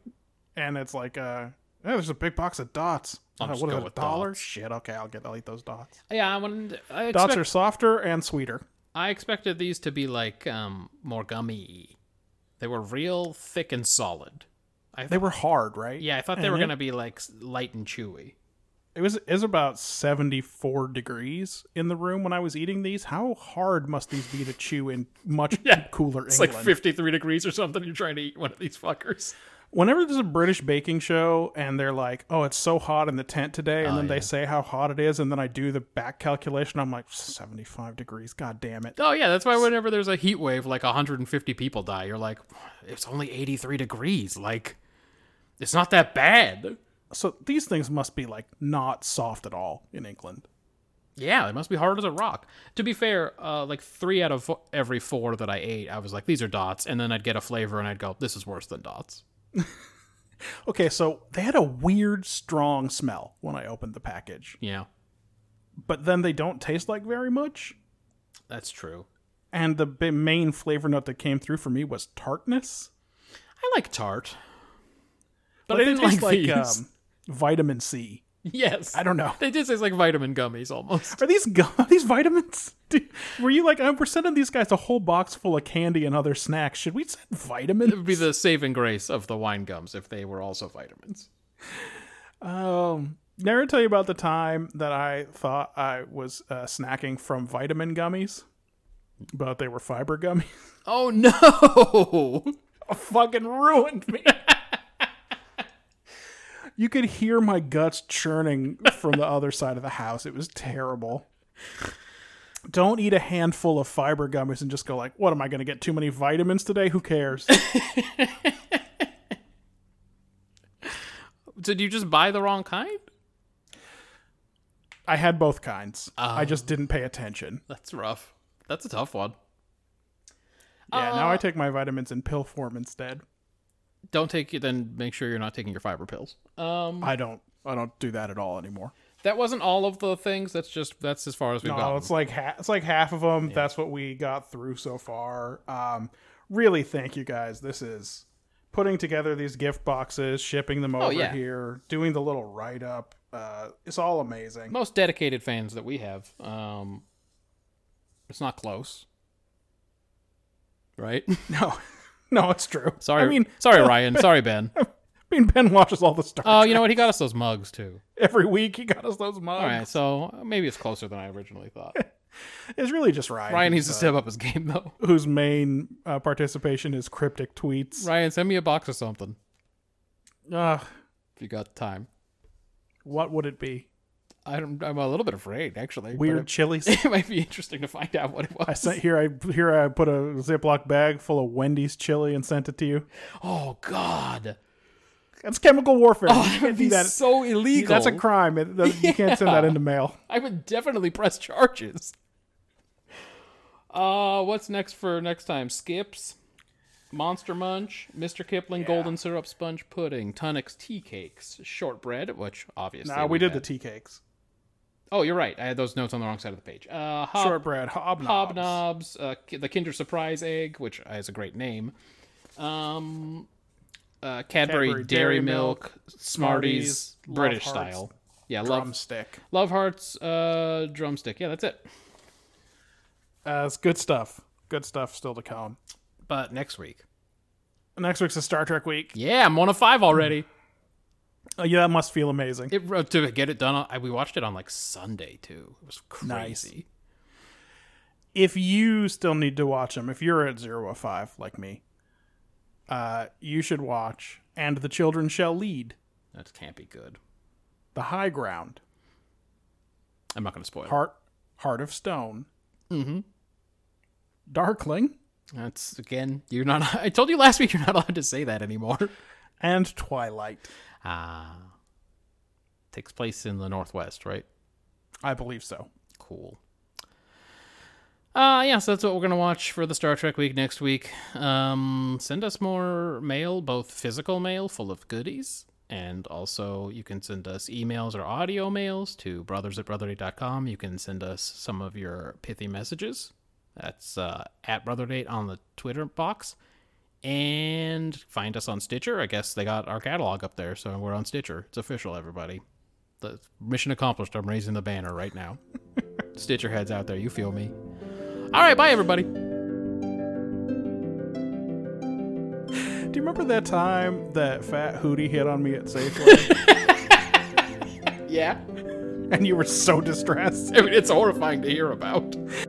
[SPEAKER 3] and it's like uh, "Yeah, there's a big box of dots.
[SPEAKER 2] I'll
[SPEAKER 3] Uh,
[SPEAKER 2] just
[SPEAKER 3] what is
[SPEAKER 2] go
[SPEAKER 3] it, a
[SPEAKER 2] with
[SPEAKER 3] dollar?
[SPEAKER 2] dots.
[SPEAKER 3] Shit. Okay, I'll get. I'll eat those dots.
[SPEAKER 2] Yeah, I wanted. I,
[SPEAKER 3] Dots
[SPEAKER 2] expect-
[SPEAKER 3] are softer and sweeter.
[SPEAKER 2] I expected these to be like um more gummy. They were real thick and solid.
[SPEAKER 3] They were hard, right?
[SPEAKER 2] Yeah, I thought they
[SPEAKER 3] And
[SPEAKER 2] were
[SPEAKER 3] it-
[SPEAKER 2] gonna be like s- light and chewy.
[SPEAKER 3] It was is about seventy four degrees in the room when I was eating these. How hard must these be to chew in much cooler
[SPEAKER 2] It's
[SPEAKER 3] England?
[SPEAKER 2] like 53 degrees or something. You're trying to eat one of these fuckers.
[SPEAKER 3] whenever there's a British baking show and they're like, "Oh, it's so hot in the tent today," and then they say how hot it is, and then I do the back calculation, I'm like, "75 degrees, god damn it!"
[SPEAKER 2] Oh yeah, that's why whenever there's a heat wave, like 150 people die, you're like, it's only 83 degrees. Like, it's not that bad.
[SPEAKER 3] So these things must be like not soft at all in England.
[SPEAKER 2] Yeah, it must be hard as a rock. To be fair, uh, like three out of fo- every four that I ate, I was like, these are dots, and then I'd get a flavor and I'd go, this is worse than dots.
[SPEAKER 3] Okay, so they had a weird strong smell when I opened the package,
[SPEAKER 2] Yeah,
[SPEAKER 3] but then they don't taste like very much.
[SPEAKER 2] that's true.
[SPEAKER 3] And the b- main flavor note that came through for me was tartness.
[SPEAKER 2] I like tart, but
[SPEAKER 3] Like,
[SPEAKER 2] I
[SPEAKER 3] they
[SPEAKER 2] didn't
[SPEAKER 3] taste
[SPEAKER 2] like, um, these.
[SPEAKER 3] vitamin C.
[SPEAKER 2] yes,
[SPEAKER 3] I don't know.
[SPEAKER 2] They did taste like vitamin gummies almost.
[SPEAKER 3] Are these gum? Are these vitamins? Dude, were you like, oh, we're sending these guys a whole box full of candy and other snacks? Should we send
[SPEAKER 2] It would
[SPEAKER 3] vitamins?
[SPEAKER 2] be the saving grace of the wine gums if they were also vitamins.
[SPEAKER 3] Um, never tell you about the time that I thought I was uh, snacking from vitamin gummies, but they were fiber gummies.
[SPEAKER 2] Oh no!
[SPEAKER 3] Fucking ruined me. you could hear my guts churning from the other side of the house. It was terrible. Don't eat a handful of fiber gummies and just go like, "What am I going to get too many vitamins today? Who cares?"
[SPEAKER 2] Did you just buy the wrong kind?
[SPEAKER 3] I had both kinds. I just didn't pay attention.
[SPEAKER 2] That's rough. That's a tough one.
[SPEAKER 3] Yeah, now I take my vitamins in pill form instead.
[SPEAKER 2] Don't take it. Then make sure you're not taking your fiber pills. Um,
[SPEAKER 3] I don't. I don't do that at all anymore.
[SPEAKER 2] that wasn't all of the things. That's just that's as far as we've
[SPEAKER 3] No,
[SPEAKER 2] gotten.
[SPEAKER 3] it's like ha- it's like half of them. That's what we got through so far. Um, really, thank you guys. This is putting together these gift boxes, shipping them over
[SPEAKER 2] Oh, yeah.
[SPEAKER 3] here, doing the little write up. Uh, it's all amazing.
[SPEAKER 2] Most dedicated fans that we have. Um, it's not close, right?
[SPEAKER 3] No, no, it's true.
[SPEAKER 2] Sorry.
[SPEAKER 3] I mean,
[SPEAKER 2] sorry, Ryan. Sorry, Ben.
[SPEAKER 3] I mean, Ben watches all the Star
[SPEAKER 2] Oh,
[SPEAKER 3] Trek
[SPEAKER 2] you know what? He got us those mugs too.
[SPEAKER 3] every week. He got us those mugs.
[SPEAKER 2] All right, so maybe it's closer than I originally thought.
[SPEAKER 3] It's really just Ryan.
[SPEAKER 2] Ryan needs to
[SPEAKER 3] who's, uh,
[SPEAKER 2] step up his game though.
[SPEAKER 3] whose main uh, participation is cryptic tweets.
[SPEAKER 2] Ryan, send me a box of something
[SPEAKER 3] Ugh,
[SPEAKER 2] if you got time.
[SPEAKER 3] what would it be?
[SPEAKER 2] I'm, I'm a little bit afraid actually. but
[SPEAKER 3] Weird
[SPEAKER 2] it-
[SPEAKER 3] chilies.
[SPEAKER 2] it might be interesting to find out what it was.
[SPEAKER 3] I sent here. I here I put a Ziploc bag full of Wendy's chili and sent it to you.
[SPEAKER 2] oh God,
[SPEAKER 3] That's chemical warfare.
[SPEAKER 2] oh,
[SPEAKER 3] You
[SPEAKER 2] that
[SPEAKER 3] can't
[SPEAKER 2] would
[SPEAKER 3] do
[SPEAKER 2] be
[SPEAKER 3] that.
[SPEAKER 2] so illegal.
[SPEAKER 3] That's a crime. It- that- You can't send that into mail.
[SPEAKER 2] I would definitely press charges. Uh, what's next for next time? Skips, Monster Munch, Mr. Kipling, Golden Syrup Sponge Pudding, Tunnix Tea Cakes, Shortbread, which obviously.
[SPEAKER 3] Nah, we did the
[SPEAKER 2] had.
[SPEAKER 3] tea cakes,
[SPEAKER 2] Oh, you're right. I had those notes on the wrong side of the page. Uh, hob-
[SPEAKER 3] shortbread, hobnobs.
[SPEAKER 2] Hobnobs, uh, ki- the Kinder Surprise Egg, which is a great name. Um, uh, Cadbury,
[SPEAKER 3] Cadbury
[SPEAKER 2] Dairy,
[SPEAKER 3] Dairy
[SPEAKER 2] Milk,
[SPEAKER 3] Milk,
[SPEAKER 2] Smarties,
[SPEAKER 3] Smarties, Love
[SPEAKER 2] British
[SPEAKER 3] Hearts,
[SPEAKER 2] style. Yeah, love
[SPEAKER 3] drumstick.
[SPEAKER 2] love hearts, uh, drumstick. Yeah, that's it.
[SPEAKER 3] Uh, it's good stuff. Good stuff still to come.
[SPEAKER 2] But next week,
[SPEAKER 3] Next week's a Star Trek week.
[SPEAKER 2] Yeah, I'm one of five already.
[SPEAKER 3] Oh, yeah, that must feel amazing.
[SPEAKER 2] It uh, to get it done. I, we watched it on like Sunday too. It was
[SPEAKER 3] Nice.
[SPEAKER 2] crazy.
[SPEAKER 3] if you still need to watch them, if you're at zero of five like me, uh, you should watch "And the Children Shall Lead,"
[SPEAKER 2] That can't be good.
[SPEAKER 3] "The High Ground,"
[SPEAKER 2] I'm not going to spoil. it.
[SPEAKER 3] "Heart Heart of Stone," mm-hmm. "Darkling,"
[SPEAKER 2] That's again. You're not. I told you last week. You're not allowed to say that anymore.
[SPEAKER 3] and "Twilight."
[SPEAKER 2] Ah, takes place in the northwest, right?
[SPEAKER 3] I believe so.
[SPEAKER 2] Cool. Uh, yeah, so that's what we're going to watch for the Star Trek week next week. Um, send us more mail, both physical mail full of goodies, and also you can send us emails or audio mails to brothers at brotherly.com. You can send us some of your pithy messages. That's uh, at brotherdate on the Twitter box. And find us on Stitcher. I guess they got our catalog up there, so we're on Stitcher. It's official, everybody. The mission accomplished. I'm raising the banner right now. Stitcher heads out there. You feel me? All right, bye everybody.
[SPEAKER 3] Do you remember that time that Fat Hootie hit on me at Safeway,
[SPEAKER 2] Yeah,
[SPEAKER 3] and you were so distressed?
[SPEAKER 2] I mean, it's horrifying to hear about.